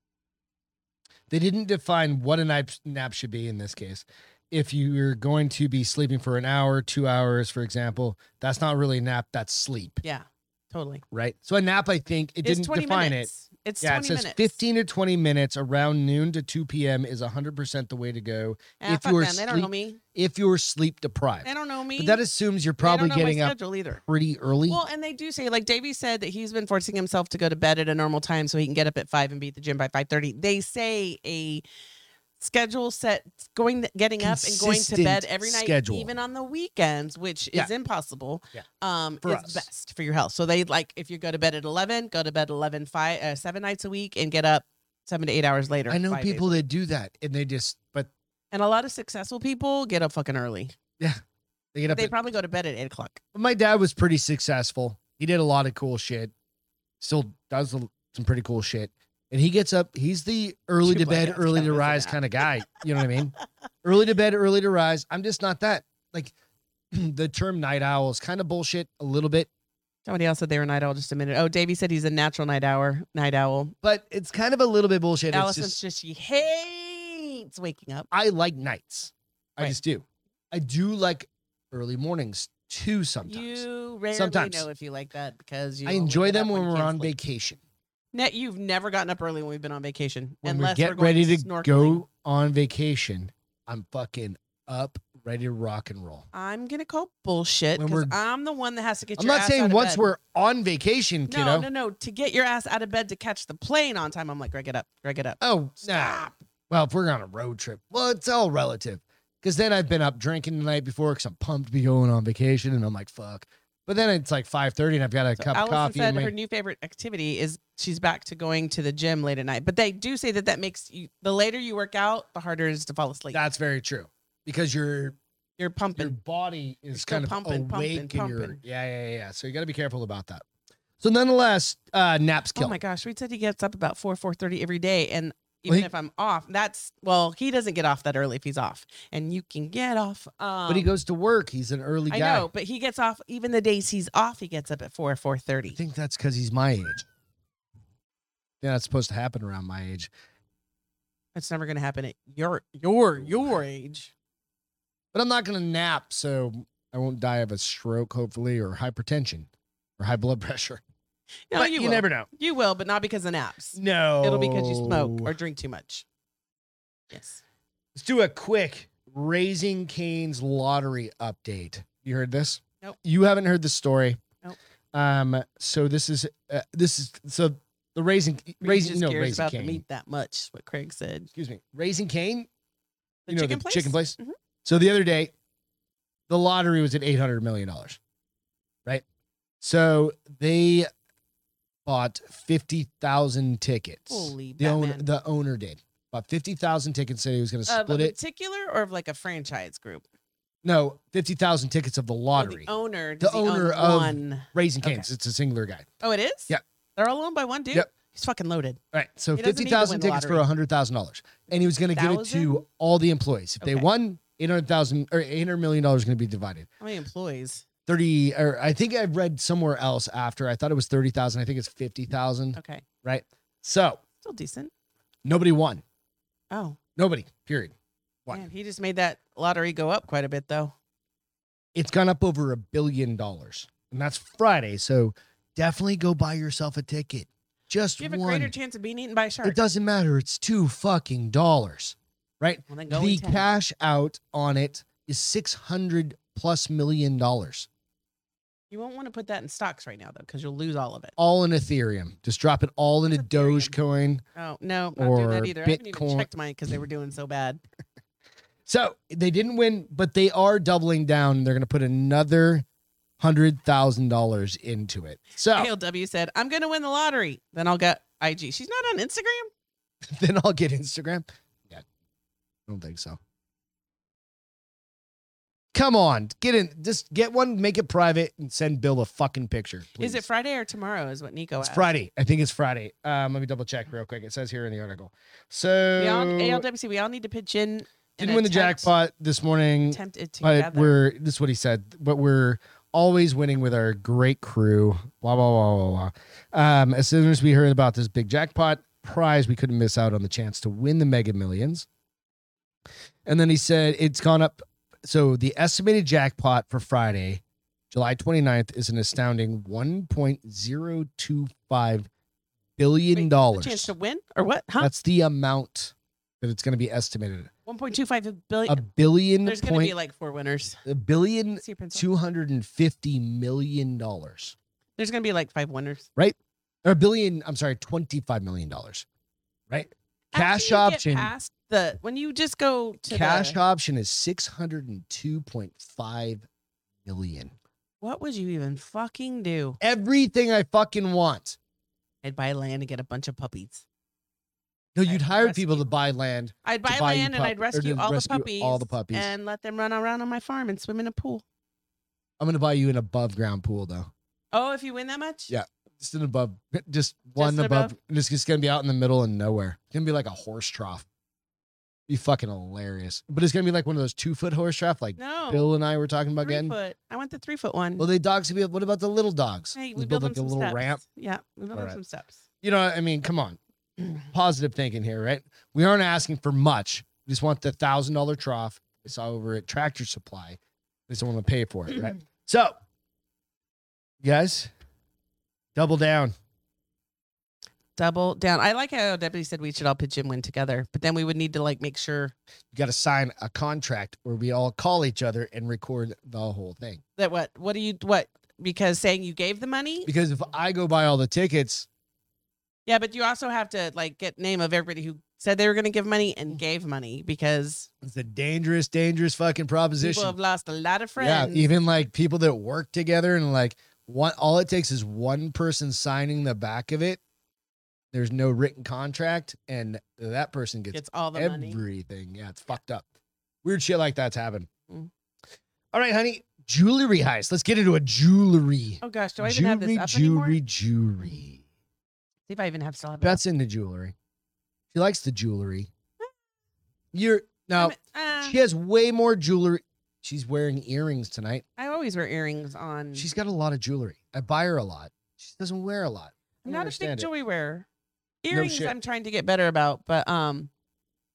Speaker 2: they didn't define what a nap, nap should be in this case. If you're going to be sleeping for an hour, two hours, for example, that's not really a nap. That's sleep,
Speaker 1: Yeah, totally.
Speaker 2: right? So a nap, I think it
Speaker 1: it's
Speaker 2: didn't
Speaker 1: 20
Speaker 2: define it.
Speaker 1: minutes. It's
Speaker 2: yeah,
Speaker 1: 20
Speaker 2: it says
Speaker 1: minutes.
Speaker 2: 15 to 20 minutes around noon to 2 p.m. is 100% the way to go
Speaker 1: Ah,
Speaker 2: if
Speaker 1: fuck
Speaker 2: you're
Speaker 1: them. They don't know
Speaker 2: sleep-
Speaker 1: me.
Speaker 2: if you're sleep deprived.
Speaker 1: They don't know me.
Speaker 2: But that assumes you're
Speaker 1: They don't
Speaker 2: probably
Speaker 1: know
Speaker 2: getting
Speaker 1: my
Speaker 2: up
Speaker 1: schedule either.
Speaker 2: pretty early.
Speaker 1: Well, and they do say like Davey said that he's been forcing himself to go to bed at a normal time so he can get up at five and be at the gym by five thirty. They say a schedule set going getting up and going to bed
Speaker 2: Consistent
Speaker 1: every night,
Speaker 2: schedule.
Speaker 1: even on the weekends, which
Speaker 2: Yeah.
Speaker 1: is impossible.
Speaker 2: Yeah.
Speaker 1: Um,
Speaker 2: For
Speaker 1: is
Speaker 2: us.
Speaker 1: best for your health. So they like if you go to bed at eleven, go to bed 11, five, uh, seven nights a week, and get up seven to eight hours later.
Speaker 2: I know
Speaker 1: five days.
Speaker 2: people that do that and they just, but
Speaker 1: and a lot of successful people get up fucking early.
Speaker 2: they get up
Speaker 1: They
Speaker 2: at
Speaker 1: probably go to bed at eight o'clock.
Speaker 2: my dad was pretty successful. He did a lot of cool shit. Still does l- some pretty cool shit. And he gets up. He's the early
Speaker 1: Too
Speaker 2: to
Speaker 1: bad
Speaker 2: bed,
Speaker 1: that's
Speaker 2: early to
Speaker 1: kinda
Speaker 2: rise
Speaker 1: messing
Speaker 2: kind of guy. You know what I mean? early to bed, early to rise. I'm just not that. Like the term night owl is kind of bullshit a little bit,
Speaker 1: Somebody else said they were night owl just a minute. Oh, Davey said he's a natural night owl. Night owl.
Speaker 2: but it's kind of a little bit bullshit. It's
Speaker 1: Allison's
Speaker 2: just
Speaker 1: just she hates waking up.
Speaker 2: I like nights. I
Speaker 1: Right.
Speaker 2: just do. I do like early mornings too sometimes.
Speaker 1: You rarely
Speaker 2: Sometimes.
Speaker 1: know if you like that because you.
Speaker 2: I
Speaker 1: only
Speaker 2: enjoy
Speaker 1: get
Speaker 2: them
Speaker 1: up
Speaker 2: when
Speaker 1: you
Speaker 2: we're
Speaker 1: can't
Speaker 2: on
Speaker 1: sleep.
Speaker 2: vacation.
Speaker 1: Net, you've never gotten up early when we've been on vacation.
Speaker 2: when we
Speaker 1: unless
Speaker 2: get
Speaker 1: we're going
Speaker 2: ready to
Speaker 1: snorkeling.
Speaker 2: go on vacation, I'm fucking up, ready to rock and roll.
Speaker 1: I'm gonna call bullshit
Speaker 2: When
Speaker 1: because
Speaker 2: we're-
Speaker 1: I'm the one that has to get.
Speaker 2: I'm
Speaker 1: your
Speaker 2: not
Speaker 1: ass
Speaker 2: saying
Speaker 1: out of
Speaker 2: once
Speaker 1: bed.
Speaker 2: we're on vacation,
Speaker 1: No,
Speaker 2: kiddo.
Speaker 1: no, no. To get your ass out of bed to catch the plane on time, I'm like, Greg, get up, Greg, get up.
Speaker 2: Oh, nah.
Speaker 1: Stop.
Speaker 2: Well, if we're on a road trip, well, it's all relative. Because then I've been up drinking the night before because I'm pumped to be going on vacation, and I'm like, fuck. But then it's like 5:30, and I've got a
Speaker 1: So
Speaker 2: cup of
Speaker 1: Allison
Speaker 2: coffee.
Speaker 1: said
Speaker 2: and my-
Speaker 1: her new favorite activity is she's back to going to the gym late at night. But they do say that that makes you the later you work out, the harder it is to fall asleep.
Speaker 2: That's very true because your
Speaker 1: You're
Speaker 2: your
Speaker 1: pumping.
Speaker 2: body is
Speaker 1: still
Speaker 2: kind of
Speaker 1: pumping, pumping,
Speaker 2: awake, and you're
Speaker 1: pumping.
Speaker 2: yeah, yeah, yeah, yeah. So you got to be careful about that. So nonetheless, uh, naps kill.
Speaker 1: Oh my gosh, we said he gets up about four four thirty every day, and
Speaker 2: Well,
Speaker 1: even
Speaker 2: he-
Speaker 1: if I'm off, that's well, he doesn't get off that early if he's off, and you can get off. Um,
Speaker 2: but he goes to work. He's an early
Speaker 1: I
Speaker 2: guy.
Speaker 1: know, but he gets off even the days he's off. He gets up at four four
Speaker 2: I
Speaker 1: thirty.
Speaker 2: think that's because he's my age. Yeah, that's supposed to happen around my age.
Speaker 1: That's never gonna happen at your your your age.
Speaker 2: But I'm not going to nap, so I won't die of a stroke, hopefully, or hypertension or high blood pressure.
Speaker 1: No,
Speaker 2: but
Speaker 1: you,
Speaker 2: you,
Speaker 1: will.
Speaker 2: never know.
Speaker 1: You will, but not because of naps.
Speaker 2: No.
Speaker 1: It'll be because you smoke
Speaker 2: Oh.
Speaker 1: or drink too much. Yes.
Speaker 2: Let's do a quick Raising Cane's lottery update. You heard this?
Speaker 1: Nope.
Speaker 2: You haven't heard the story.
Speaker 1: Nope.
Speaker 2: Um. So this is uh, this is so the Raising
Speaker 1: He
Speaker 2: Raising
Speaker 1: just
Speaker 2: no
Speaker 1: cares
Speaker 2: Raising
Speaker 1: about
Speaker 2: Cane.
Speaker 1: the meat that much. What Craig said.
Speaker 2: Excuse me. Raising Cane
Speaker 1: The
Speaker 2: you know
Speaker 1: chicken
Speaker 2: the
Speaker 1: place.
Speaker 2: chicken place.
Speaker 1: Mhm.
Speaker 2: So the other day, the lottery was at eight hundred million dollars, right? So they bought fifty thousand tickets.
Speaker 1: Holy
Speaker 2: the owner,
Speaker 1: Batman.
Speaker 2: the owner did bought fifty thousand tickets. Said he was going to
Speaker 1: Of a
Speaker 2: split it.
Speaker 1: Uh, particular or of like a franchise group.
Speaker 2: No, fifty thousand tickets of the
Speaker 1: Or
Speaker 2: lottery.
Speaker 1: Oh, The owner.
Speaker 2: The
Speaker 1: does he own
Speaker 2: owner of-
Speaker 1: one.
Speaker 2: Raising
Speaker 1: Okay.
Speaker 2: Cane's. It's a singular guy.
Speaker 1: Oh, it is.
Speaker 2: Yep.
Speaker 1: They're all owned by one dude.
Speaker 2: Yep.
Speaker 1: He's fucking loaded.
Speaker 2: All right, so
Speaker 1: He doesn't
Speaker 2: fifty
Speaker 1: need to
Speaker 2: thousand
Speaker 1: win the
Speaker 2: tickets for
Speaker 1: lottery.
Speaker 2: hundred thousand dollars, and he was going to give it
Speaker 1: Thousand?
Speaker 2: to all the employees. If they
Speaker 1: Okay.
Speaker 2: won, eight hundred thousand or eight hundred million dollars is going to be divided.
Speaker 1: How many employees?
Speaker 2: 30 or I think I read somewhere else after. I thought it was 30,000. I think it's 50,000,
Speaker 1: Okay.
Speaker 2: right? So,
Speaker 1: Still decent.
Speaker 2: nobody won.
Speaker 1: Oh,
Speaker 2: Nobody. Period. One.
Speaker 1: Man, he just made that lottery go up quite a bit, though.
Speaker 2: It's gone up over a billion dollars, and that's Friday. So definitely go buy yourself a ticket. Just
Speaker 1: You have a
Speaker 2: one.
Speaker 1: greater chance of being eaten by a shark.
Speaker 2: It doesn't matter. It's two fucking dollars.
Speaker 1: Well, then go
Speaker 2: the
Speaker 1: and tell.
Speaker 2: cash out on it is six hundred plus million dollars,
Speaker 1: you won't want to put that in stocks right now, though, because you'll lose all of it.
Speaker 2: all in Ethereum. Just drop it all into
Speaker 1: What's Ethereum?
Speaker 2: Dogecoin.
Speaker 1: Oh no, not doing
Speaker 2: Or
Speaker 1: that either. I haven't
Speaker 2: Bitcoin.
Speaker 1: even checked mine because they were doing so bad.
Speaker 2: So they didn't win, but they are doubling down. They're going to put another hundred thousand dollars into it. So
Speaker 1: ALW said, "I'm going to win the lottery." Then I'll get IG. She's not on Instagram.
Speaker 2: then I'll get Instagram. Yeah, I don't think so. Come on, get in. Just get one, make it private, and send Bill a fucking picture.
Speaker 1: Is it oh,
Speaker 2: please.
Speaker 1: Friday or tomorrow? Is what Nico
Speaker 2: It's
Speaker 1: asked.
Speaker 2: Friday. I think it's Friday. Um, let me double check real quick. It says here in the article. So
Speaker 1: We all, ALWC, we all need to pitch in. and
Speaker 2: didn't win the
Speaker 1: attempt-
Speaker 2: jackpot this morning,
Speaker 1: Attempt it
Speaker 2: but
Speaker 1: together.
Speaker 2: we're this is what he said. But we're always winning with our great crew. Blah blah blah blah blah. Um, as soon as we heard about this big jackpot prize, we couldn't miss out on the chance to win the Mega Millions. And then he said it's gone up. So the estimated jackpot for Friday, July 29th, is an astounding 1.025
Speaker 1: Wait,
Speaker 2: billion
Speaker 1: the
Speaker 2: dollars.
Speaker 1: Chance to win or what? Huh?
Speaker 2: That's the amount that it's going to be estimated.
Speaker 1: One point two five
Speaker 2: A
Speaker 1: billion.
Speaker 2: billion
Speaker 1: There's going to
Speaker 2: point,
Speaker 1: be like four winners.
Speaker 2: a billion
Speaker 1: See your pencil.
Speaker 2: two hundred and fifty million dollars,
Speaker 1: There's going to be like five winners.
Speaker 2: or a billion. I'm sorry, twenty five million dollars. Right? Cash
Speaker 1: After you get
Speaker 2: option.
Speaker 1: past the when you just go to
Speaker 2: Cash
Speaker 1: the,
Speaker 2: option is six hundred and two point five million.
Speaker 1: What would you even fucking do?
Speaker 2: Everything I fucking want.
Speaker 1: I'd buy land and get a bunch of puppies.
Speaker 2: No,
Speaker 1: Right,
Speaker 2: you'd hire
Speaker 1: rescue.
Speaker 2: people to buy land.
Speaker 1: I'd buy,
Speaker 2: buy you
Speaker 1: land and
Speaker 2: pup-
Speaker 1: I'd
Speaker 2: or
Speaker 1: rescue
Speaker 2: to
Speaker 1: all
Speaker 2: rescue
Speaker 1: the puppies.
Speaker 2: all the puppies.
Speaker 1: and let them run around on my farm and swim in a pool.
Speaker 2: I'm gonna buy you an above ground pool though.
Speaker 1: Oh, if you win that much,
Speaker 2: Yeah. Just an above, just one
Speaker 1: an
Speaker 2: above.
Speaker 1: above?
Speaker 2: Just it's gonna be out in the middle of nowhere. It's gonna be like a horse trough. Be fucking hilarious. But it's gonna be like one of those two foot horse trough, like
Speaker 1: no,
Speaker 2: Bill and I were talking about
Speaker 1: three
Speaker 2: getting.
Speaker 1: foot. I want the three foot one.
Speaker 2: Well, the dogs could be. What about the little dogs?
Speaker 1: hey,
Speaker 2: Let's
Speaker 1: we build, them
Speaker 2: a
Speaker 1: some
Speaker 2: little
Speaker 1: steps.
Speaker 2: ramp.
Speaker 1: Yeah, we build them
Speaker 2: Alright.
Speaker 1: some steps.
Speaker 2: You know, I mean, come on. Positive thinking here, right? We aren't asking for much. We just want the thousand dollar trough. I saw over at Tractor Supply. They just want to pay for it, right? So, you guys, double down.
Speaker 1: Double down. I like how Deputy said we should all pitch in win together, but then we would need to like make sure
Speaker 2: You got to sign a contract where we all call each other and record the whole thing.
Speaker 1: that what what do you what because saying you gave the money
Speaker 2: Because if I go buy all the tickets,
Speaker 1: yeah but you also have to like get name of everybody who said they were going to give money
Speaker 2: Mm.
Speaker 1: and gave money because
Speaker 2: it's a dangerous, dangerous fucking
Speaker 1: people
Speaker 2: proposition.
Speaker 1: have lost a lot of friends
Speaker 2: Yeah, even like people that work together and like one all it takes is one person signing the back of it. There's no written contract and that person gets
Speaker 1: gets all the money
Speaker 2: everything. Yeah, it's fucked up. Weird shit like that's happened.
Speaker 1: Mm.
Speaker 2: All right, honey. Jewelry heist. Let's get into a jewelry.
Speaker 1: oh gosh do i even
Speaker 2: jewelry,
Speaker 1: have this up
Speaker 2: jewelry,
Speaker 1: anymore see
Speaker 2: jewelry.
Speaker 1: if i even have still have it up.
Speaker 2: Beth's into jewelry. She likes the jewelry. You're no,
Speaker 1: I'm- uh,
Speaker 2: she has way more jewelry. She's wearing earrings tonight.
Speaker 1: i always wear earrings on
Speaker 2: Mm-hmm. She's got a lot of jewelry. I buy her a lot. She doesn't wear a lot. I
Speaker 1: i'm
Speaker 2: don't
Speaker 1: not a big
Speaker 2: understand it.
Speaker 1: jewelry wearer earrings
Speaker 2: shit.
Speaker 1: i'm trying to get better about but um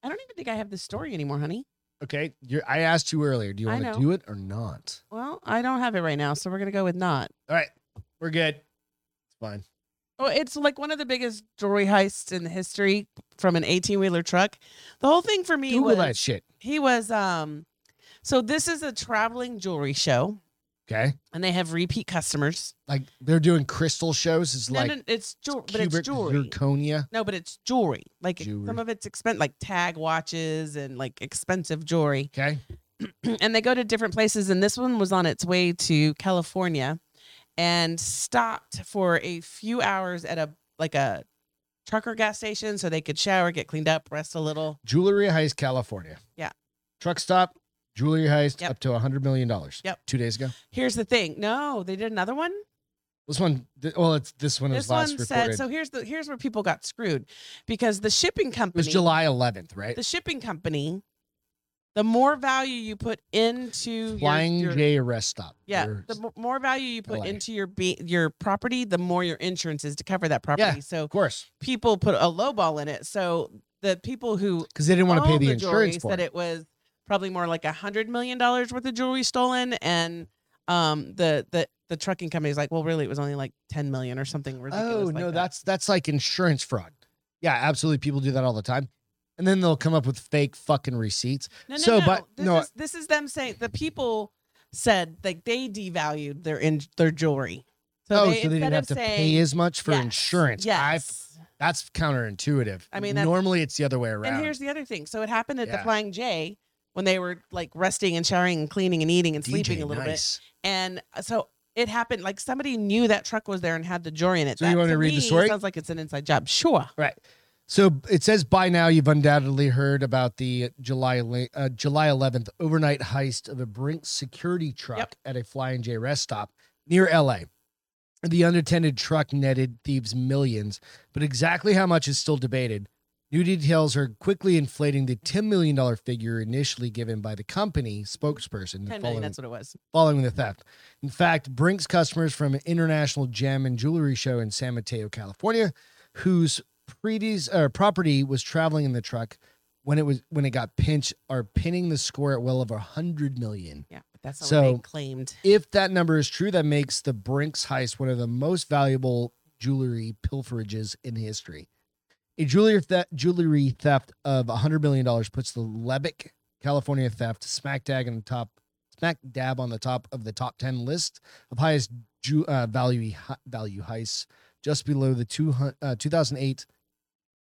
Speaker 1: i don't even think i have this story anymore honey
Speaker 2: Okay, you're, I asked you earlier. Do you
Speaker 1: I
Speaker 2: want to
Speaker 1: know.
Speaker 2: do it or not?
Speaker 1: well i don't have it right now so we're going to go with not
Speaker 2: All right, we're good. It's fine.
Speaker 1: Well, it's like one of the biggest jewelry heists in the history from an 18 wheeler truck. The whole thing for me
Speaker 2: Google
Speaker 1: was
Speaker 2: that shit.
Speaker 1: he was um so this is a traveling jewelry show
Speaker 2: Okay,
Speaker 1: and they have repeat customers.
Speaker 2: like they're doing crystal shows. It's
Speaker 1: No,
Speaker 2: like
Speaker 1: no, it's jewelry, but
Speaker 2: cubic
Speaker 1: it's jewelry.
Speaker 2: zirconia.
Speaker 1: No, but it's jewelry. Like
Speaker 2: Jewelry.
Speaker 1: some of it's expensive, like tag watches and like expensive jewelry.
Speaker 2: Okay,
Speaker 1: and they go to different places. And this one was on its way to California, and stopped for a few hours at a like a trucker gas station so they could shower, get cleaned up, rest a little.
Speaker 2: jewelry heist, California.
Speaker 1: Yeah.
Speaker 2: truck stop, jewelry heist,
Speaker 1: Yep.
Speaker 2: up to a hundred million dollars.
Speaker 1: Yep.
Speaker 2: two days ago.
Speaker 1: Here's the thing. No, they did another one.
Speaker 2: This one, th- well, it's this one was
Speaker 1: This
Speaker 2: last
Speaker 1: one
Speaker 2: recorded.
Speaker 1: said so. Here's the here's where people got screwed because the shipping
Speaker 2: it was
Speaker 1: company,
Speaker 2: July 11th, right?
Speaker 1: the shipping company, the more value you put into your-
Speaker 2: Flying
Speaker 1: your,
Speaker 2: J arrest stop.
Speaker 1: Yeah,
Speaker 2: Or-
Speaker 1: the mo- more value you put
Speaker 2: LA.
Speaker 1: into your be- your property, the more your insurance is to cover that property. So
Speaker 2: of course,
Speaker 1: people put a low ball in it. So the people who
Speaker 2: because they didn't want to pay
Speaker 1: own
Speaker 2: the,
Speaker 1: the,
Speaker 2: insurance
Speaker 1: jewelry
Speaker 2: for
Speaker 1: said
Speaker 2: it.
Speaker 1: it was probably more like a hundred million dollars worth of jewelry stolen, and um, the the the trucking company's like, well, really, it was only like ten million or something ridiculous.
Speaker 2: Oh
Speaker 1: like
Speaker 2: no,
Speaker 1: that.
Speaker 2: that's that's like insurance fraud. Yeah, absolutely. People do that all the time, and then they'll come up with fake fucking receipts.
Speaker 1: No, no,
Speaker 2: So,
Speaker 1: no.
Speaker 2: but-
Speaker 1: this
Speaker 2: no,
Speaker 1: is, this is them saying the people said like they devalued their in their jewelry.
Speaker 2: oh, so they
Speaker 1: instead
Speaker 2: didn't have
Speaker 1: of
Speaker 2: to
Speaker 1: saying-
Speaker 2: pay as much for
Speaker 1: Yes,
Speaker 2: insurance. I,
Speaker 1: Yes.
Speaker 2: that's counterintuitive.
Speaker 1: I mean, that's-
Speaker 2: normally it's the other way around.
Speaker 1: and here's the other thing. So it happened at
Speaker 2: Yeah.
Speaker 1: the Flying J when they were like resting and showering and cleaning and eating and sleeping
Speaker 2: DJ,
Speaker 1: a little bit.
Speaker 2: nice.
Speaker 1: And uh, so it happened like somebody knew that truck was there and had the jewelry in it.
Speaker 2: So you
Speaker 1: That,
Speaker 2: want me to read the
Speaker 1: me,
Speaker 2: story?
Speaker 1: Sounds like it's an inside job. Sure.
Speaker 2: Right. So it says by now you've undoubtedly heard about the July ele- uh, July 11th overnight heist of a Brink security truck
Speaker 1: Yep.
Speaker 2: at a Flying J rest stop near LA. The unattended truck netted thieves millions, but exactly how much is still debated. New details are quickly inflating the $10 million figure initially given by the company spokesperson. the
Speaker 1: Ten million.
Speaker 2: following-
Speaker 1: That's what it was.
Speaker 2: following the theft. In fact, Brink's customers from an international gem and jewelry show in San Mateo, California, whose previous, uh, property was traveling in the truck when it was when it got pinched, are pinning the score at well over a hundred million.
Speaker 1: Yeah, but that's not
Speaker 2: So-
Speaker 1: what they claimed.
Speaker 2: If that number is true, that makes the Brinks heist one of the most valuable jewelry pilferages in history. A jewelry theft, jewelry theft of $100 million puts the Lubbock, California theft smack dab on top, smack dab on the top of the top 10 list of highest ju- uh, value he- value heists, just below the 200, uh, 2008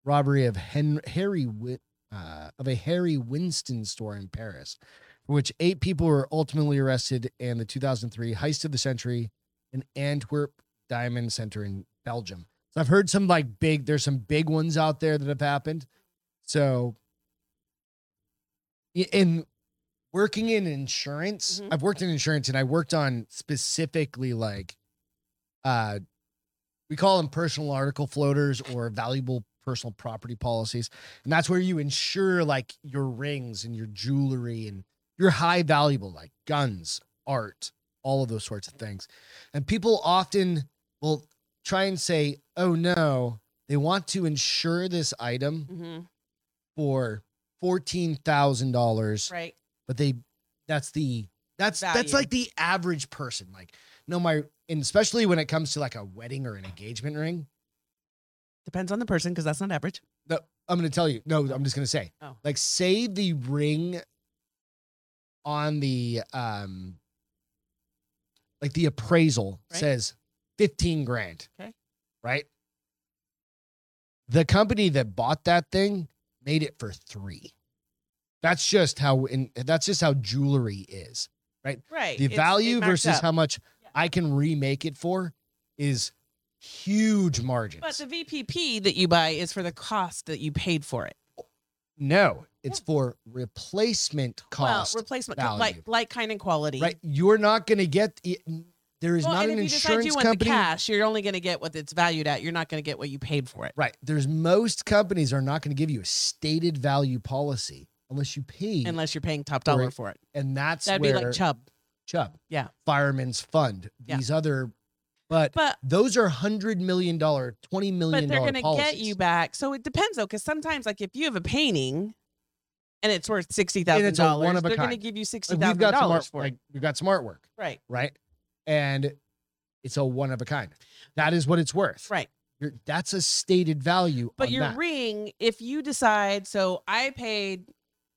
Speaker 2: robbery of Hen- Harry Wi- uh, of a Harry Winston store in Paris, for which eight people were ultimately arrested, and the 2003 heist of the century in Antwerp Diamond Center in Belgium. So I've heard some like big. There's some big ones out there that have happened. So, y- in working in insurance,
Speaker 1: Mhm.
Speaker 2: I've worked in insurance, and I worked on specifically like, uh, we call them personal article floaters or valuable personal property policies. And that's where you insure like your rings and your jewelry and your high valuable like guns, art, all of those sorts of things. And people often will try and say, "Oh no, they want to insure this item
Speaker 1: hmm
Speaker 2: for $14,000."
Speaker 1: Right.
Speaker 2: But they that's the that's that's
Speaker 1: Value.
Speaker 2: like the average person like, "No, my and especially when it comes to like a wedding or an engagement ring,
Speaker 1: Depends on the person because that's not average.
Speaker 2: No, I'm going to tell you. No, I'm just going to say.
Speaker 1: Oh.
Speaker 2: Like, say the ring on the um, like the appraisal
Speaker 1: Right.
Speaker 2: says fifteen grand.
Speaker 1: Okay.
Speaker 2: Right. The company that bought that thing made it for three. That's just how in that's just how jewelry is.
Speaker 1: Right.
Speaker 2: The
Speaker 1: It's- it
Speaker 2: value
Speaker 1: marks
Speaker 2: versus
Speaker 1: up.
Speaker 2: how much
Speaker 1: Yeah.
Speaker 2: I can remake it for is huge margins.
Speaker 1: But the VPP that you buy is for the cost that you paid for it.
Speaker 2: no, it's for replacement cost.
Speaker 1: well, replacement co-
Speaker 2: value.
Speaker 1: like like kind and quality.
Speaker 2: Right. You're not going to get, there is
Speaker 1: Well,
Speaker 2: not
Speaker 1: and
Speaker 2: an
Speaker 1: if you decide
Speaker 2: insurance
Speaker 1: you want
Speaker 2: company.
Speaker 1: the cash, you're only going to get what it's valued at. You're not going to get what you paid for it.
Speaker 2: Right. There's most companies are not going to give you a stated value policy unless you pay.
Speaker 1: unless you're paying top
Speaker 2: Or
Speaker 1: dollar
Speaker 2: it-
Speaker 1: for it.
Speaker 2: and that's
Speaker 1: That'd
Speaker 2: where
Speaker 1: be like Chubb.
Speaker 2: Chubb,
Speaker 1: Yeah.
Speaker 2: Fireman's Fund,
Speaker 1: Yeah.
Speaker 2: these other, but,
Speaker 1: But
Speaker 2: those are $100 million, $20
Speaker 1: but
Speaker 2: million
Speaker 1: they're going to
Speaker 2: policies.
Speaker 1: get you back. So it depends though, because sometimes like if you have a painting and it's worth sixty thousand
Speaker 2: one
Speaker 1: dollars,
Speaker 2: of a
Speaker 1: they're going to
Speaker 2: kind.
Speaker 1: give you sixty
Speaker 2: Like, we've
Speaker 1: thousand
Speaker 2: got some
Speaker 1: dollars
Speaker 2: art,
Speaker 1: for
Speaker 2: like
Speaker 1: it.
Speaker 2: we've got some artwork,
Speaker 1: Right.
Speaker 2: right? And it's a one of a kind. That is what it's worth.
Speaker 1: Right.
Speaker 2: You're, that's a stated value.
Speaker 1: But
Speaker 2: on
Speaker 1: your
Speaker 2: that.
Speaker 1: ring, if you decide, so I paid,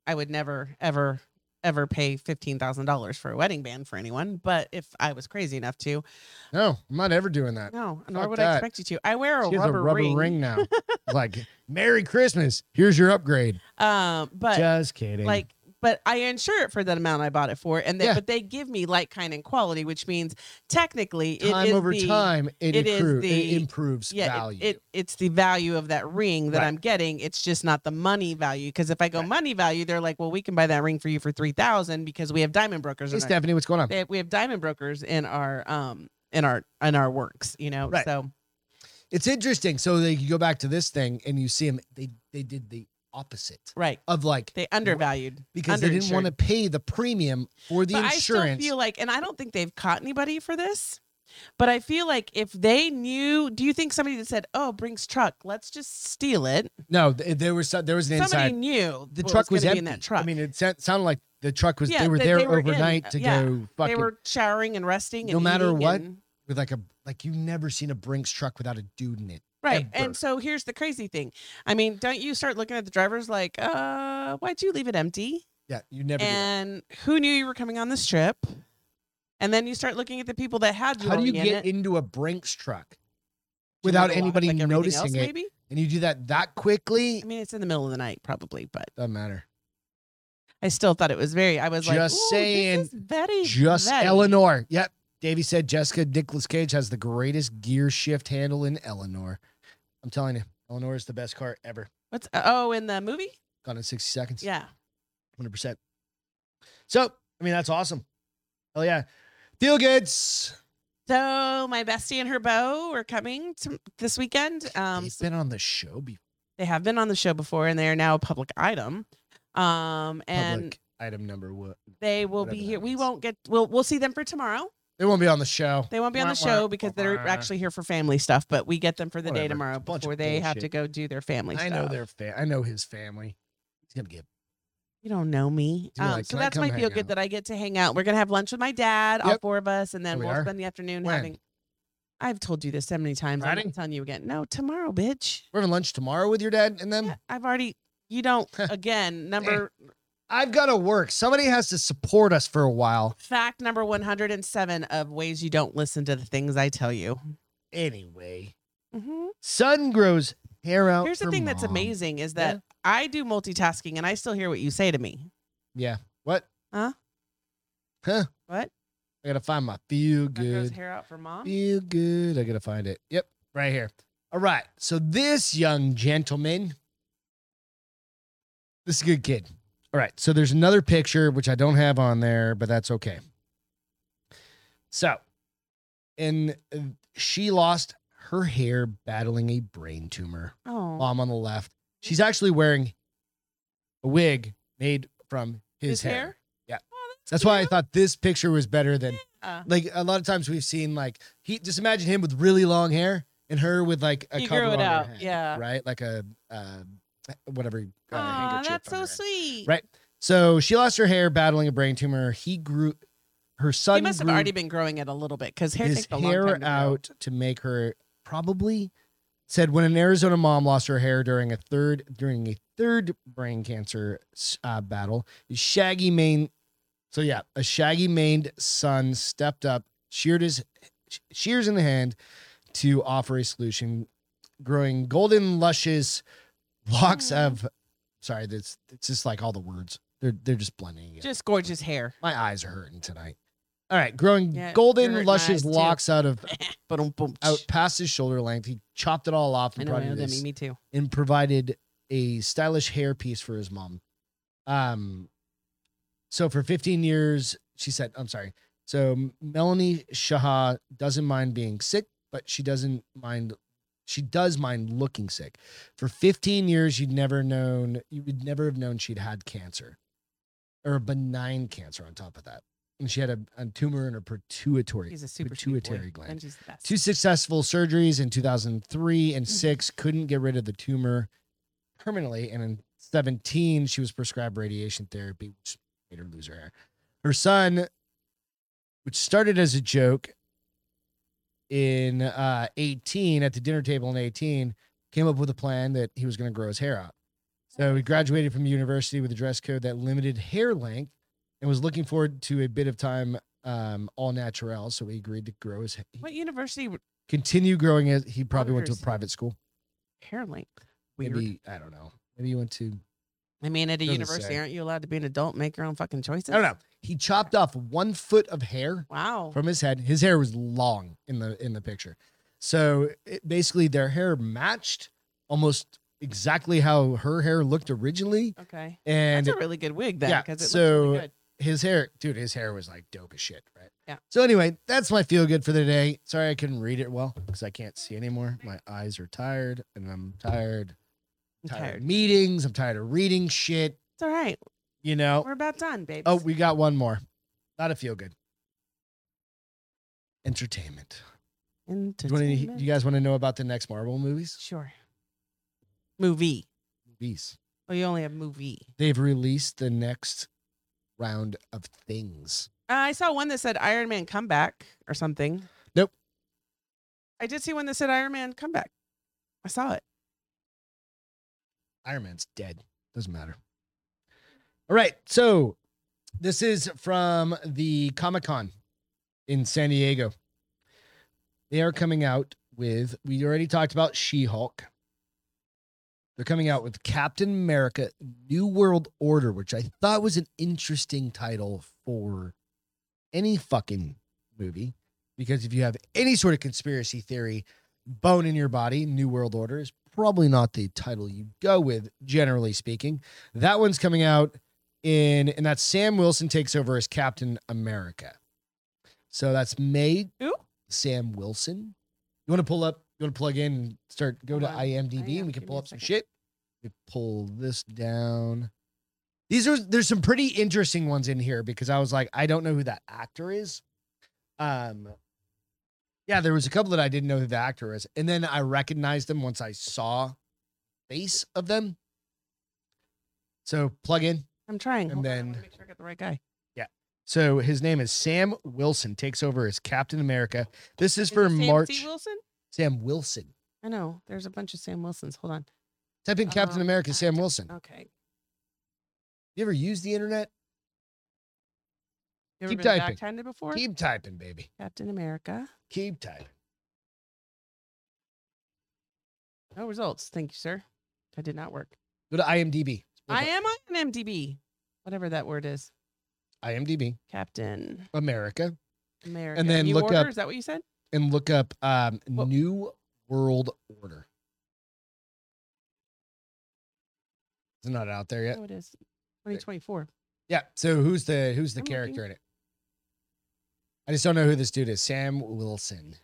Speaker 1: I would never, ever, ever pay fifteen thousand dollars for a wedding band for anyone. But if I was crazy enough to,
Speaker 2: No, I'm not ever doing that.
Speaker 1: no, nor
Speaker 2: Fuck
Speaker 1: would
Speaker 2: that.
Speaker 1: I expect you to. I wear a,
Speaker 2: She has
Speaker 1: rubber,
Speaker 2: a rubber ring, now. like, Merry Christmas. Here's your upgrade.
Speaker 1: Um, but
Speaker 2: Just kidding.
Speaker 1: like but i insure it for that amount i bought it for and they,
Speaker 2: Yeah.
Speaker 1: but they give me like kind and quality which means technically it
Speaker 2: time
Speaker 1: is
Speaker 2: over
Speaker 1: the-
Speaker 2: time, it,
Speaker 1: it is
Speaker 2: accru- it
Speaker 1: the-
Speaker 2: improves
Speaker 1: yeah it-
Speaker 2: value.
Speaker 1: It, it's the value of that ring that
Speaker 2: Right.
Speaker 1: i'm getting it's just not the money value because if i go
Speaker 2: Right.
Speaker 1: money value they're like well we can buy that ring for you for 3000 because we have diamond brokers
Speaker 2: hey,
Speaker 1: in our,
Speaker 2: Stephanie, what's going on?
Speaker 1: they- we have diamond brokers in our um in our in our works you know
Speaker 2: Right.
Speaker 1: so
Speaker 2: It's interesting. So they you go back to this thing and you see them, they, they did the opposite
Speaker 1: right
Speaker 2: of like,
Speaker 1: they undervalued
Speaker 2: because they didn't want
Speaker 1: underinsured.
Speaker 2: to pay the premium for the
Speaker 1: but I still
Speaker 2: insurance.
Speaker 1: feel like, and I don't think they've caught anybody for this. But I feel like if they knew, do you think somebody that said, "Oh, Brinks truck, let's just steal it"?
Speaker 2: No, th- there was so- there was an
Speaker 1: Somebody
Speaker 2: inside.
Speaker 1: knew
Speaker 2: The
Speaker 1: what
Speaker 2: truck was
Speaker 1: gonna
Speaker 2: empty.
Speaker 1: be in that truck.
Speaker 2: I mean, it sa- sounded like the truck was.
Speaker 1: Yeah,
Speaker 2: they were
Speaker 1: they-
Speaker 2: there
Speaker 1: they were in,
Speaker 2: overnight
Speaker 1: uh,
Speaker 2: to
Speaker 1: yeah.
Speaker 2: go
Speaker 1: they
Speaker 2: fucking
Speaker 1: were showering and resting.
Speaker 2: No
Speaker 1: and
Speaker 2: matter
Speaker 1: eating
Speaker 2: what,
Speaker 1: and-
Speaker 2: with like a like you've never seen a Brinks truck without a dude in it.
Speaker 1: right?
Speaker 2: ever.
Speaker 1: And so here's the crazy thing. I mean, don't you start looking at the drivers like, "Uh, why'd you leave it empty?"
Speaker 2: Yeah, you never. do that.
Speaker 1: and who knew you were coming on this trip? And then you start looking at the people that had you.
Speaker 2: How do you
Speaker 1: already in
Speaker 2: get
Speaker 1: it.
Speaker 2: into a Brinks truck
Speaker 1: Do you
Speaker 2: without
Speaker 1: wanna lock,
Speaker 2: anybody
Speaker 1: like, everything
Speaker 2: noticing
Speaker 1: else,
Speaker 2: it?
Speaker 1: Maybe.
Speaker 2: And you do that that quickly?
Speaker 1: I mean, it's in the middle of the night, probably, but
Speaker 2: Doesn't matter.
Speaker 1: I still thought it was very. I was like,
Speaker 2: Just
Speaker 1: "Ooh,
Speaker 2: saying,
Speaker 1: this is very,
Speaker 2: Just
Speaker 1: very-
Speaker 2: Eleanor. Yep. Davey said Jessica Nicholas Cage has the greatest gear shift handle in Eleanor. I'm telling you, Eleanor is the best car ever.
Speaker 1: What's oh in the movie?
Speaker 2: Gone in 60 seconds.
Speaker 1: Yeah,
Speaker 2: 100%. So, I mean, that's awesome. Hell yeah. Deal goods.
Speaker 1: So my bestie and her beau are coming to, this weekend. Um,
Speaker 2: He's been on the show before.
Speaker 1: they have been on the show before, and they are now a public item. Um, and
Speaker 2: Public item number what?
Speaker 1: they will
Speaker 2: whatever
Speaker 1: be
Speaker 2: that
Speaker 1: here. We
Speaker 2: means.
Speaker 1: won't get. We'll we'll see them for tomorrow.
Speaker 2: They won't be on the show.
Speaker 1: They won't be on
Speaker 2: Wah,
Speaker 1: the
Speaker 2: wah,
Speaker 1: show because they're
Speaker 2: wah.
Speaker 1: actually here for family stuff. But we get them for the
Speaker 2: Whatever.
Speaker 1: day tomorrow
Speaker 2: It's a bunch of
Speaker 1: before they have to
Speaker 2: bullshit.
Speaker 1: go do their family.
Speaker 2: I
Speaker 1: stuff.
Speaker 2: know their fa- I know his family. He's gonna get
Speaker 1: You don't know me.
Speaker 2: You're
Speaker 1: Um,
Speaker 2: like,
Speaker 1: so
Speaker 2: "Can I
Speaker 1: that's
Speaker 2: come
Speaker 1: my
Speaker 2: hang
Speaker 1: feel good
Speaker 2: out?"
Speaker 1: that I get to hang out. We're gonna have lunch with my dad, all
Speaker 2: Yep.
Speaker 1: four of us, and then
Speaker 2: we
Speaker 1: we'll
Speaker 2: are.
Speaker 1: spend the afternoon
Speaker 2: When?
Speaker 1: having. I've told you this so many times. I'm
Speaker 2: Friday?
Speaker 1: not telling you again. No, tomorrow, bitch.
Speaker 2: we're having lunch tomorrow with your dad and them.
Speaker 1: Yeah, I've already. You don't. Again, number
Speaker 2: I've gotta work. Somebody has to support us for a while.
Speaker 1: fact number one hundred and seven of ways you don't listen to the things I tell you.
Speaker 2: Anyway.
Speaker 1: Mhm.
Speaker 2: Son grows hair Mm-hmm. out.
Speaker 1: Here's the
Speaker 2: for
Speaker 1: thing that's
Speaker 2: mom.
Speaker 1: amazing is that I do multitasking and I still hear what you say to me.
Speaker 2: Yeah. What?
Speaker 1: Huh?
Speaker 2: Huh?
Speaker 1: What?
Speaker 2: I gotta find my feel
Speaker 1: That grows
Speaker 2: good.
Speaker 1: hair out for mom.
Speaker 2: Feel good. I gotta find it. Yep. Right here. All right. So this young gentleman. This is a good kid. All right. So there's another picture which I don't have on there, but that's okay. So, and uh, she lost her hair battling a brain tumor
Speaker 1: Oh,
Speaker 2: mom on the left. She's actually wearing a wig made from his,
Speaker 1: his
Speaker 2: hair.
Speaker 1: hair.
Speaker 2: Yeah.
Speaker 1: Oh,
Speaker 2: That's why I
Speaker 1: cute. Uh,
Speaker 2: thought this picture was better than
Speaker 1: Yeah.
Speaker 2: like a lot of times we've seen like he just imagine him with really long hair and her with like a
Speaker 1: You
Speaker 2: cover
Speaker 1: grew it
Speaker 2: on her
Speaker 1: out,
Speaker 2: head,
Speaker 1: yeah.
Speaker 2: right like a uh, whatever uh,
Speaker 1: Aw,
Speaker 2: handkerchief
Speaker 1: that's
Speaker 2: on
Speaker 1: so
Speaker 2: her head.
Speaker 1: sweet.
Speaker 2: Right. So she lost her hair battling a brain tumor. He grew her son
Speaker 1: He must have
Speaker 2: grew
Speaker 1: already been growing it a little bit because hair
Speaker 2: his
Speaker 1: takes a long
Speaker 2: hair
Speaker 1: time to grow.
Speaker 2: out to make her probably said when an Arizona mom lost her hair during a third during a third brain cancer uh, battle, his shaggy mane. So yeah, a shaggy maned son stepped up, sheared his shears in the hand to offer a solution, growing golden luscious locks
Speaker 1: Aw.
Speaker 2: of. Sorry, that's it's just like all the words. They're they're just blending. together.
Speaker 1: Just gorgeous hair.
Speaker 2: My eyes are hurting tonight. All right, growing
Speaker 1: Yeah, you're
Speaker 2: golden
Speaker 1: hurting my eyes,
Speaker 2: luscious
Speaker 1: too.
Speaker 2: locks out of
Speaker 1: But boom.
Speaker 2: out past his shoulder length. He chopped it all off
Speaker 1: I
Speaker 2: and,
Speaker 1: know, I
Speaker 2: provided,
Speaker 1: know,
Speaker 2: this-
Speaker 1: Demi. Me too.
Speaker 2: and provided a stylish hair piece for his mom. Um, so for 15 years, she said, I'm sorry. So Melanie Shaha doesn't mind being sick, but she doesn't mind. She does mind looking sick. For 15 years, you'd never known, you would never have known she'd had cancer or a benign cancer on top of that. And she had a, a tumor in her pituitary.
Speaker 1: He's a super
Speaker 2: pituitary
Speaker 1: pituitary
Speaker 2: gland.
Speaker 1: gland. And she's the best.
Speaker 2: Two successful surgeries in 2003 and 6 couldn't get rid of the tumor permanently. And in 17, she was prescribed radiation therapy, which made her lose her hair. Her son, which started as a joke in uh, 18 at the dinner table in 18, came up with a plan that he was going to grow his hair out. So he graduated from university with a dress code that limited hair length and was looking forward to a bit of time um, all natural. So he agreed to grow his hair
Speaker 1: What university? were-
Speaker 2: continue growing it. He probably went to a
Speaker 1: Wonders.
Speaker 2: private school.
Speaker 1: Apparently. Weird.
Speaker 2: Maybe I don't know. Maybe he went to
Speaker 1: I mean, at a
Speaker 2: doesn't
Speaker 1: university,
Speaker 2: say.
Speaker 1: aren't you allowed to be an adult, make your own fucking choices?
Speaker 2: I don't know. He chopped off one foot of hair
Speaker 1: Wow.
Speaker 2: from his head. His hair was long in the in the picture. So it, basically their hair matched almost exactly how her hair looked originally.
Speaker 1: okay.
Speaker 2: And
Speaker 1: That's a really good wig then.
Speaker 2: yeah,
Speaker 1: 'cause it looks
Speaker 2: so-
Speaker 1: really good.
Speaker 2: his hair, dude, his hair was like dope as shit, right?
Speaker 1: Yeah.
Speaker 2: So anyway, that's my feel good for the day. Sorry I couldn't read it well because I can't see anymore. My eyes are tired and I'm tired.
Speaker 1: I'm
Speaker 2: tired, tired of
Speaker 1: tired.
Speaker 2: meetings. I'm tired of reading shit.
Speaker 1: It's all right.
Speaker 2: You know,
Speaker 1: We're about done, baby.
Speaker 2: Oh, we got one more. Not a feel good. entertainment. Do you, wanna-
Speaker 1: Entertainment.
Speaker 2: you guys want to know about the next Marvel movies?
Speaker 1: Sure. Movie.
Speaker 2: Movies.
Speaker 1: Well, you only have movie.
Speaker 2: They've released the next round of things.
Speaker 1: Uh, I saw one that said Iron Man comeback or something.
Speaker 2: Nope.
Speaker 1: I did see one that said Iron Man comeback. I saw it.
Speaker 2: Iron Man's dead. Doesn't matter. All right. So this is from the Comic Con in San Diego. They are coming out with, we already talked about She Hulk. They're coming out with Captain America New World Order, which I thought was an interesting title for any fucking movie. Because if you have any sort of conspiracy theory, bone in your body new world order is probably not the title you go with generally speaking that one's coming out in and that's sam wilson takes over as captain america so that's may
Speaker 1: Who?
Speaker 2: sam wilson you want to pull up you want to plug in and start go
Speaker 1: Hold
Speaker 2: to
Speaker 1: on.
Speaker 2: imdb
Speaker 1: Hang
Speaker 2: and
Speaker 1: on,
Speaker 2: we can
Speaker 1: Oh, give
Speaker 2: pull
Speaker 1: me a
Speaker 2: up some
Speaker 1: second.
Speaker 2: shit we pull this down these are there's some pretty interesting ones in here because i was like i don't know who that actor is um yeah, there was a couple that I didn't know who the actor was, and then I recognized them once I saw face of them. So plug in.
Speaker 1: I'm trying.
Speaker 2: And
Speaker 1: Hold on, I
Speaker 2: then-
Speaker 1: wanna make sure I got the right guy.
Speaker 2: So his name is Sam Wilson. Takes over as Captain America. This is
Speaker 1: Is
Speaker 2: for
Speaker 1: it Sam C.
Speaker 2: March.
Speaker 1: Wilson.
Speaker 2: Sam Wilson.
Speaker 1: I know. There's a bunch of Sam Wilsons. Hold on.
Speaker 2: Type in Captain
Speaker 1: Um,
Speaker 2: America. Sam
Speaker 1: actor.
Speaker 2: Wilson.
Speaker 1: Okay.
Speaker 2: You ever use the internet?
Speaker 1: You ever
Speaker 2: Keep
Speaker 1: been
Speaker 2: typing.
Speaker 1: backhanded before?
Speaker 2: Keep typing, baby.
Speaker 1: Captain America.
Speaker 2: Keep typing.
Speaker 1: No results. Thank you, sir. That did not work.
Speaker 2: Go to IMDb.
Speaker 1: I am on MDB, whatever that word is.
Speaker 2: IMDb
Speaker 1: Captain
Speaker 2: America
Speaker 1: America.
Speaker 2: then
Speaker 1: New
Speaker 2: look
Speaker 1: Order,
Speaker 2: up-
Speaker 1: Is that what you said?
Speaker 2: and look up um,
Speaker 1: Well-
Speaker 2: New World Order. It's not out there yet.
Speaker 1: No, it is. 2024.
Speaker 2: Yeah. So who's the who's the
Speaker 1: I'm looking.
Speaker 2: character in it? I just don't know who this dude is. Sam Wilson.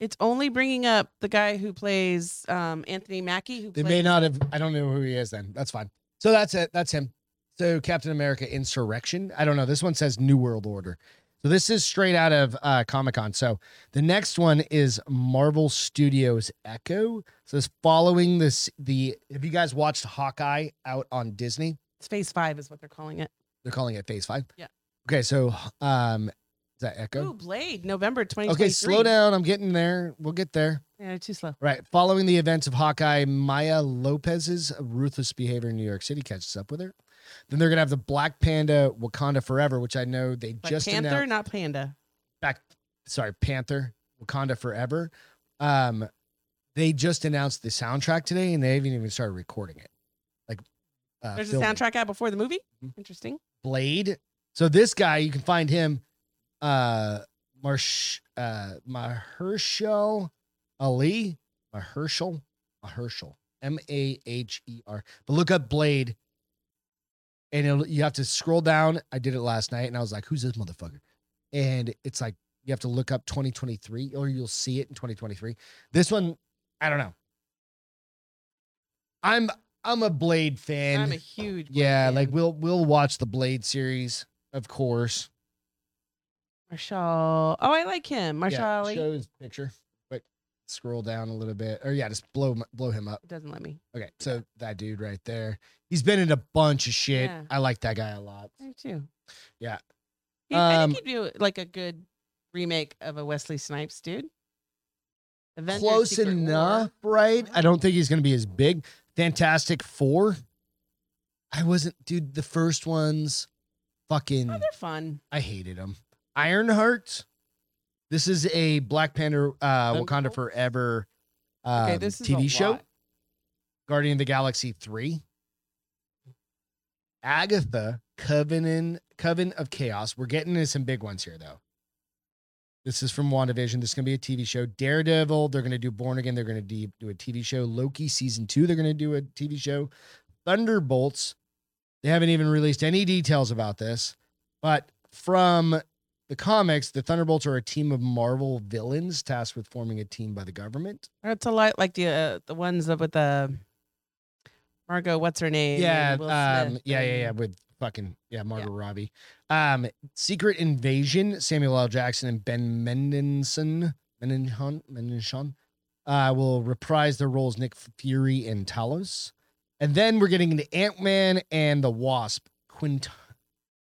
Speaker 1: It's only bringing up the guy who plays um, Anthony Mackie. Who
Speaker 2: They
Speaker 1: plays,
Speaker 2: may not have. I don't know who he is. Then that's fine. So that's it. That's him. So Captain America: Insurrection. I don't know. This one says New World Order. So this is straight out of uh, Comic Con. So the next one is Marvel Studios Echo. So it's following this. The have you guys watched Hawkeye out on Disney?
Speaker 1: Phase Five is what they're calling it.
Speaker 2: They're calling it Phase Five.
Speaker 1: Yeah.
Speaker 2: Okay. So um, is that
Speaker 1: Ooh,
Speaker 2: Echo?
Speaker 1: Blade, November 2023.
Speaker 2: Okay. Slow down. I'm getting there. We'll get there.
Speaker 1: Yeah, too slow.
Speaker 2: Right. Following the events of Hawkeye, Maya Lopez's ruthless behavior in New York City catches up with her. Then they're gonna have the Black Panda Wakanda Forever, which I know they
Speaker 1: Like
Speaker 2: just
Speaker 1: Panther,
Speaker 2: announced.
Speaker 1: not Panda.
Speaker 2: Back, sorry, Panther Wakanda Forever. Um, they just announced the soundtrack today, and they haven't even started recording it. Like, uh,
Speaker 1: There's a
Speaker 2: filming.
Speaker 1: soundtrack out before the movie.
Speaker 2: Mhm.
Speaker 1: Interesting.
Speaker 2: Blade. So this guy, you can find him, uh, Marsh, uh, Mahershal Ali, Mahershal, Mahershal, M A H E R. But look up Blade, and it'll, you have to scroll down. I did it last night, and I was like, "Who's this motherfucker?" And it's like you have to look up 2023, or you'll see it in 2023. This one, I don't know. I'm I'm a Blade fan.
Speaker 1: I'm a huge. Blade
Speaker 2: Yeah, like
Speaker 1: fan.
Speaker 2: we'll we'll watch the Blade series, of course.
Speaker 1: Marshall. Oh, I like him. Marshall
Speaker 2: yeah,
Speaker 1: Ali.
Speaker 2: show his picture, but scroll down a little bit, or yeah, just blow m- blow him up.
Speaker 1: Doesn't let me.
Speaker 2: Okay, so that dude right there, he's been in a bunch of shit.
Speaker 1: Yeah.
Speaker 2: I like that guy a lot.
Speaker 1: I do too.
Speaker 2: Yeah.
Speaker 1: He, I
Speaker 2: Um,
Speaker 1: think he'd do like a good remake of a Wesley Snipes dude. Avengers
Speaker 2: Close
Speaker 1: Secret War.
Speaker 2: enough, right? I don't think he's gonna be as big. Fantastic Four. I wasn't, dude. The first ones, fucking.
Speaker 1: Oh, they're fun.
Speaker 2: I hated him. Ironheart. This is a Black Panther uh,
Speaker 1: Um,
Speaker 2: Wakanda Forever um,
Speaker 1: Okay, this is a
Speaker 2: TV show.
Speaker 1: lot.
Speaker 2: Guardian of the Galaxy 3. Agatha Covenant Coven of Chaos. We're getting into some big ones here though. This is from WandaVision. This is going to be a TV show. Daredevil, they're going to do Born Again, they're going to de- do a TV show. Loki season 2, they're going to do a TV show. Thunderbolts. They haven't even released any details about this, but from the comics, the Thunderbolts are a team of Marvel villains tasked with forming a team by the government.
Speaker 1: It's a lot like the uh, the ones that with the Margot, what's her name? and
Speaker 2: Yeah,
Speaker 1: Will
Speaker 2: um,
Speaker 1: Smith
Speaker 2: yeah, yeah,
Speaker 1: and-
Speaker 2: yeah. With fucking yeah, Margot Robbie. Um, Secret Invasion, Samuel L. Jackson and Ben Mendenson, Mendenhon, Mendenhon, uh, will reprise their roles Nick Fury and Talos, and then we're getting into Ant Man and the Wasp. Quint-
Speaker 1: Well,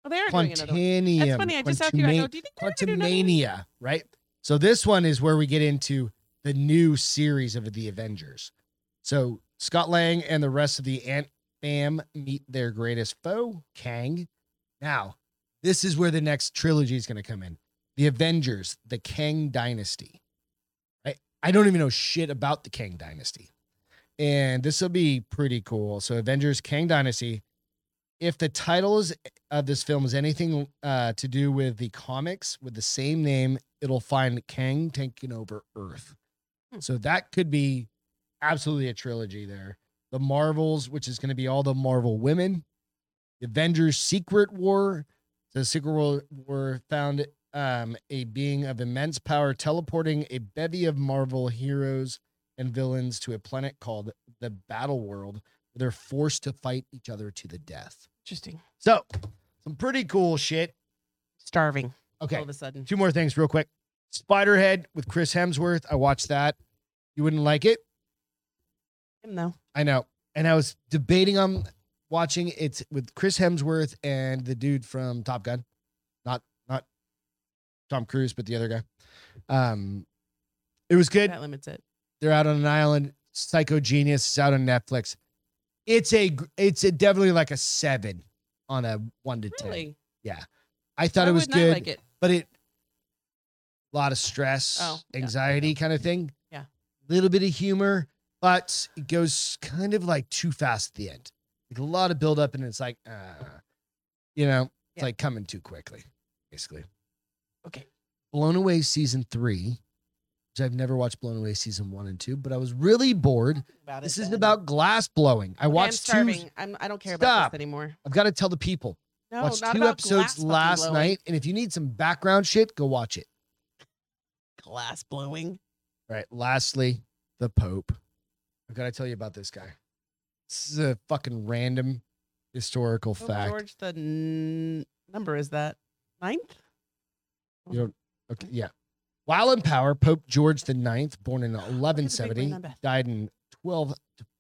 Speaker 1: Oh, they are doing another one.
Speaker 2: Quantium.
Speaker 1: That's funny. I just asked you. I go, do you think they're going to do another one?
Speaker 2: Quantumania, right? So this one is where we get into the new series of the Avengers. So Scott Lang and the rest of the Ant Fam meet their greatest foe, Kang. Now, this is where the next trilogy is going to come in. The Avengers, the Kang Dynasty. I, I don't even know shit about the Kang Dynasty. And this will be pretty cool. So Avengers Kang Dynasty. If the title is of this film is anything uh, to do with the comics with the same name, it'll find Kang taking over Earth.
Speaker 1: Hmm.
Speaker 2: So that could be absolutely a trilogy there. The Marvels, which is going to be all the Marvel women, The Avengers Secret War. The Secret War, War found um, a being of immense power teleporting a bevy of Marvel heroes and villains to a planet called the Battle World. They're forced to fight each other to the death.
Speaker 1: Interesting.
Speaker 2: So, some pretty cool shit.
Speaker 1: Starving all
Speaker 2: Okay,
Speaker 1: of a sudden.
Speaker 2: two more things real quick. Spiderhead with Chris Hemsworth. I watched that. You wouldn't like it.
Speaker 1: Him though.
Speaker 2: I know. And I was debating on watching it's with Chris Hemsworth and the dude from Top Gun. Not not Tom Cruise, but the other guy. Um it was good.
Speaker 1: That limits it.
Speaker 2: They're out on an island. Psycho Genius is out on Netflix. It's a gr- it's a definitely like a 7 on a 1 to 10.
Speaker 1: Really?
Speaker 2: I thought
Speaker 1: I
Speaker 2: it was
Speaker 1: would not
Speaker 2: good
Speaker 1: like it.
Speaker 2: but it a lot of stress,
Speaker 1: Oh, yeah,
Speaker 2: anxiety
Speaker 1: yeah.
Speaker 2: kind of thing.
Speaker 1: Yeah.
Speaker 2: Little bit of humor, but it goes kind of like too fast at the end. Like a lot of buildup and it's like, uh, you know, it's
Speaker 1: Yeah.
Speaker 2: like coming too quickly, basically.
Speaker 1: Okay.
Speaker 2: Blown Away season three, which I've never watched Blown Away season one and two, but I was really bored.
Speaker 1: About it
Speaker 2: This isn't
Speaker 1: then.
Speaker 2: about glass blowing. I
Speaker 1: Okay, I'm
Speaker 2: watched two.
Speaker 1: starving. I'm, I don't care about
Speaker 2: Stop.
Speaker 1: this anymore.
Speaker 2: I've got to tell the people.
Speaker 1: No,
Speaker 2: watched
Speaker 1: not
Speaker 2: two
Speaker 1: about glass
Speaker 2: episodes
Speaker 1: fucking
Speaker 2: last
Speaker 1: blowing.
Speaker 2: night, and if you need some background shit, go watch it.
Speaker 1: Glass blowing.
Speaker 2: All right. Lastly, the Pope. I've got to tell you about this guy. This is a fucking random historical
Speaker 1: Oh,
Speaker 2: fact.
Speaker 1: George, the n- number is that ninth?
Speaker 2: You don't- Okay, yeah. While in power, Pope George IX, born in
Speaker 1: brain
Speaker 2: 1170,
Speaker 1: on Beth.
Speaker 2: died in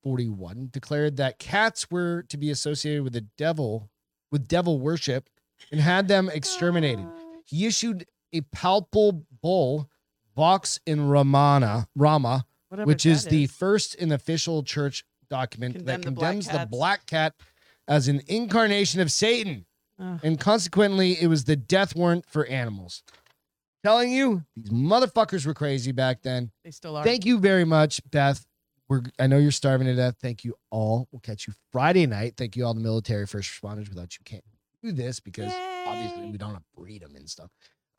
Speaker 2: 1241, declared that cats were to be associated with the devil, with devil worship, and had them exterminated.
Speaker 1: Ah,
Speaker 2: he issued a papal bull, Vox in Romana, Rama,
Speaker 1: whatever
Speaker 2: which is
Speaker 1: that
Speaker 2: the first and official church document
Speaker 1: Condemn
Speaker 2: that
Speaker 1: the black
Speaker 2: condemns the
Speaker 1: cats.
Speaker 2: black cat as an incarnation of Satan,
Speaker 1: Ugh.
Speaker 2: and consequently, it was the death warrant for animals. Telling you, these motherfuckers were crazy back then.
Speaker 1: They still are.
Speaker 2: Thank you very much, Beth. We're, I know you're starving to death. Thank you all. We'll catch you Friday night. Thank you all, the military first responders. Without you, can't do this because obviously
Speaker 1: Yay.
Speaker 2: we don't have freedom and stuff.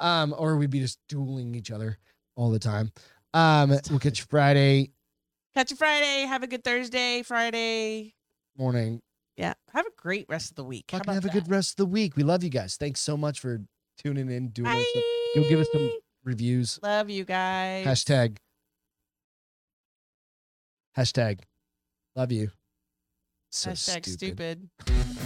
Speaker 2: Um, or we'd be just dueling each other all the time. Um, we'll catch you Friday
Speaker 1: Catch you Friday. Have a good Thursday, Friday.
Speaker 2: morning.
Speaker 1: Yeah. Have a great rest of the week. How
Speaker 2: Fucking
Speaker 1: about
Speaker 2: have a
Speaker 1: that?
Speaker 2: good rest of the week. We love you guys. Thanks so much for tuning in, doing our stuff. Go give us some
Speaker 1: Bye.
Speaker 2: reviews.
Speaker 1: Love you guys.
Speaker 2: Hashtag. Hashtag. Love you. So
Speaker 1: Hashtag stupid.
Speaker 2: stupid.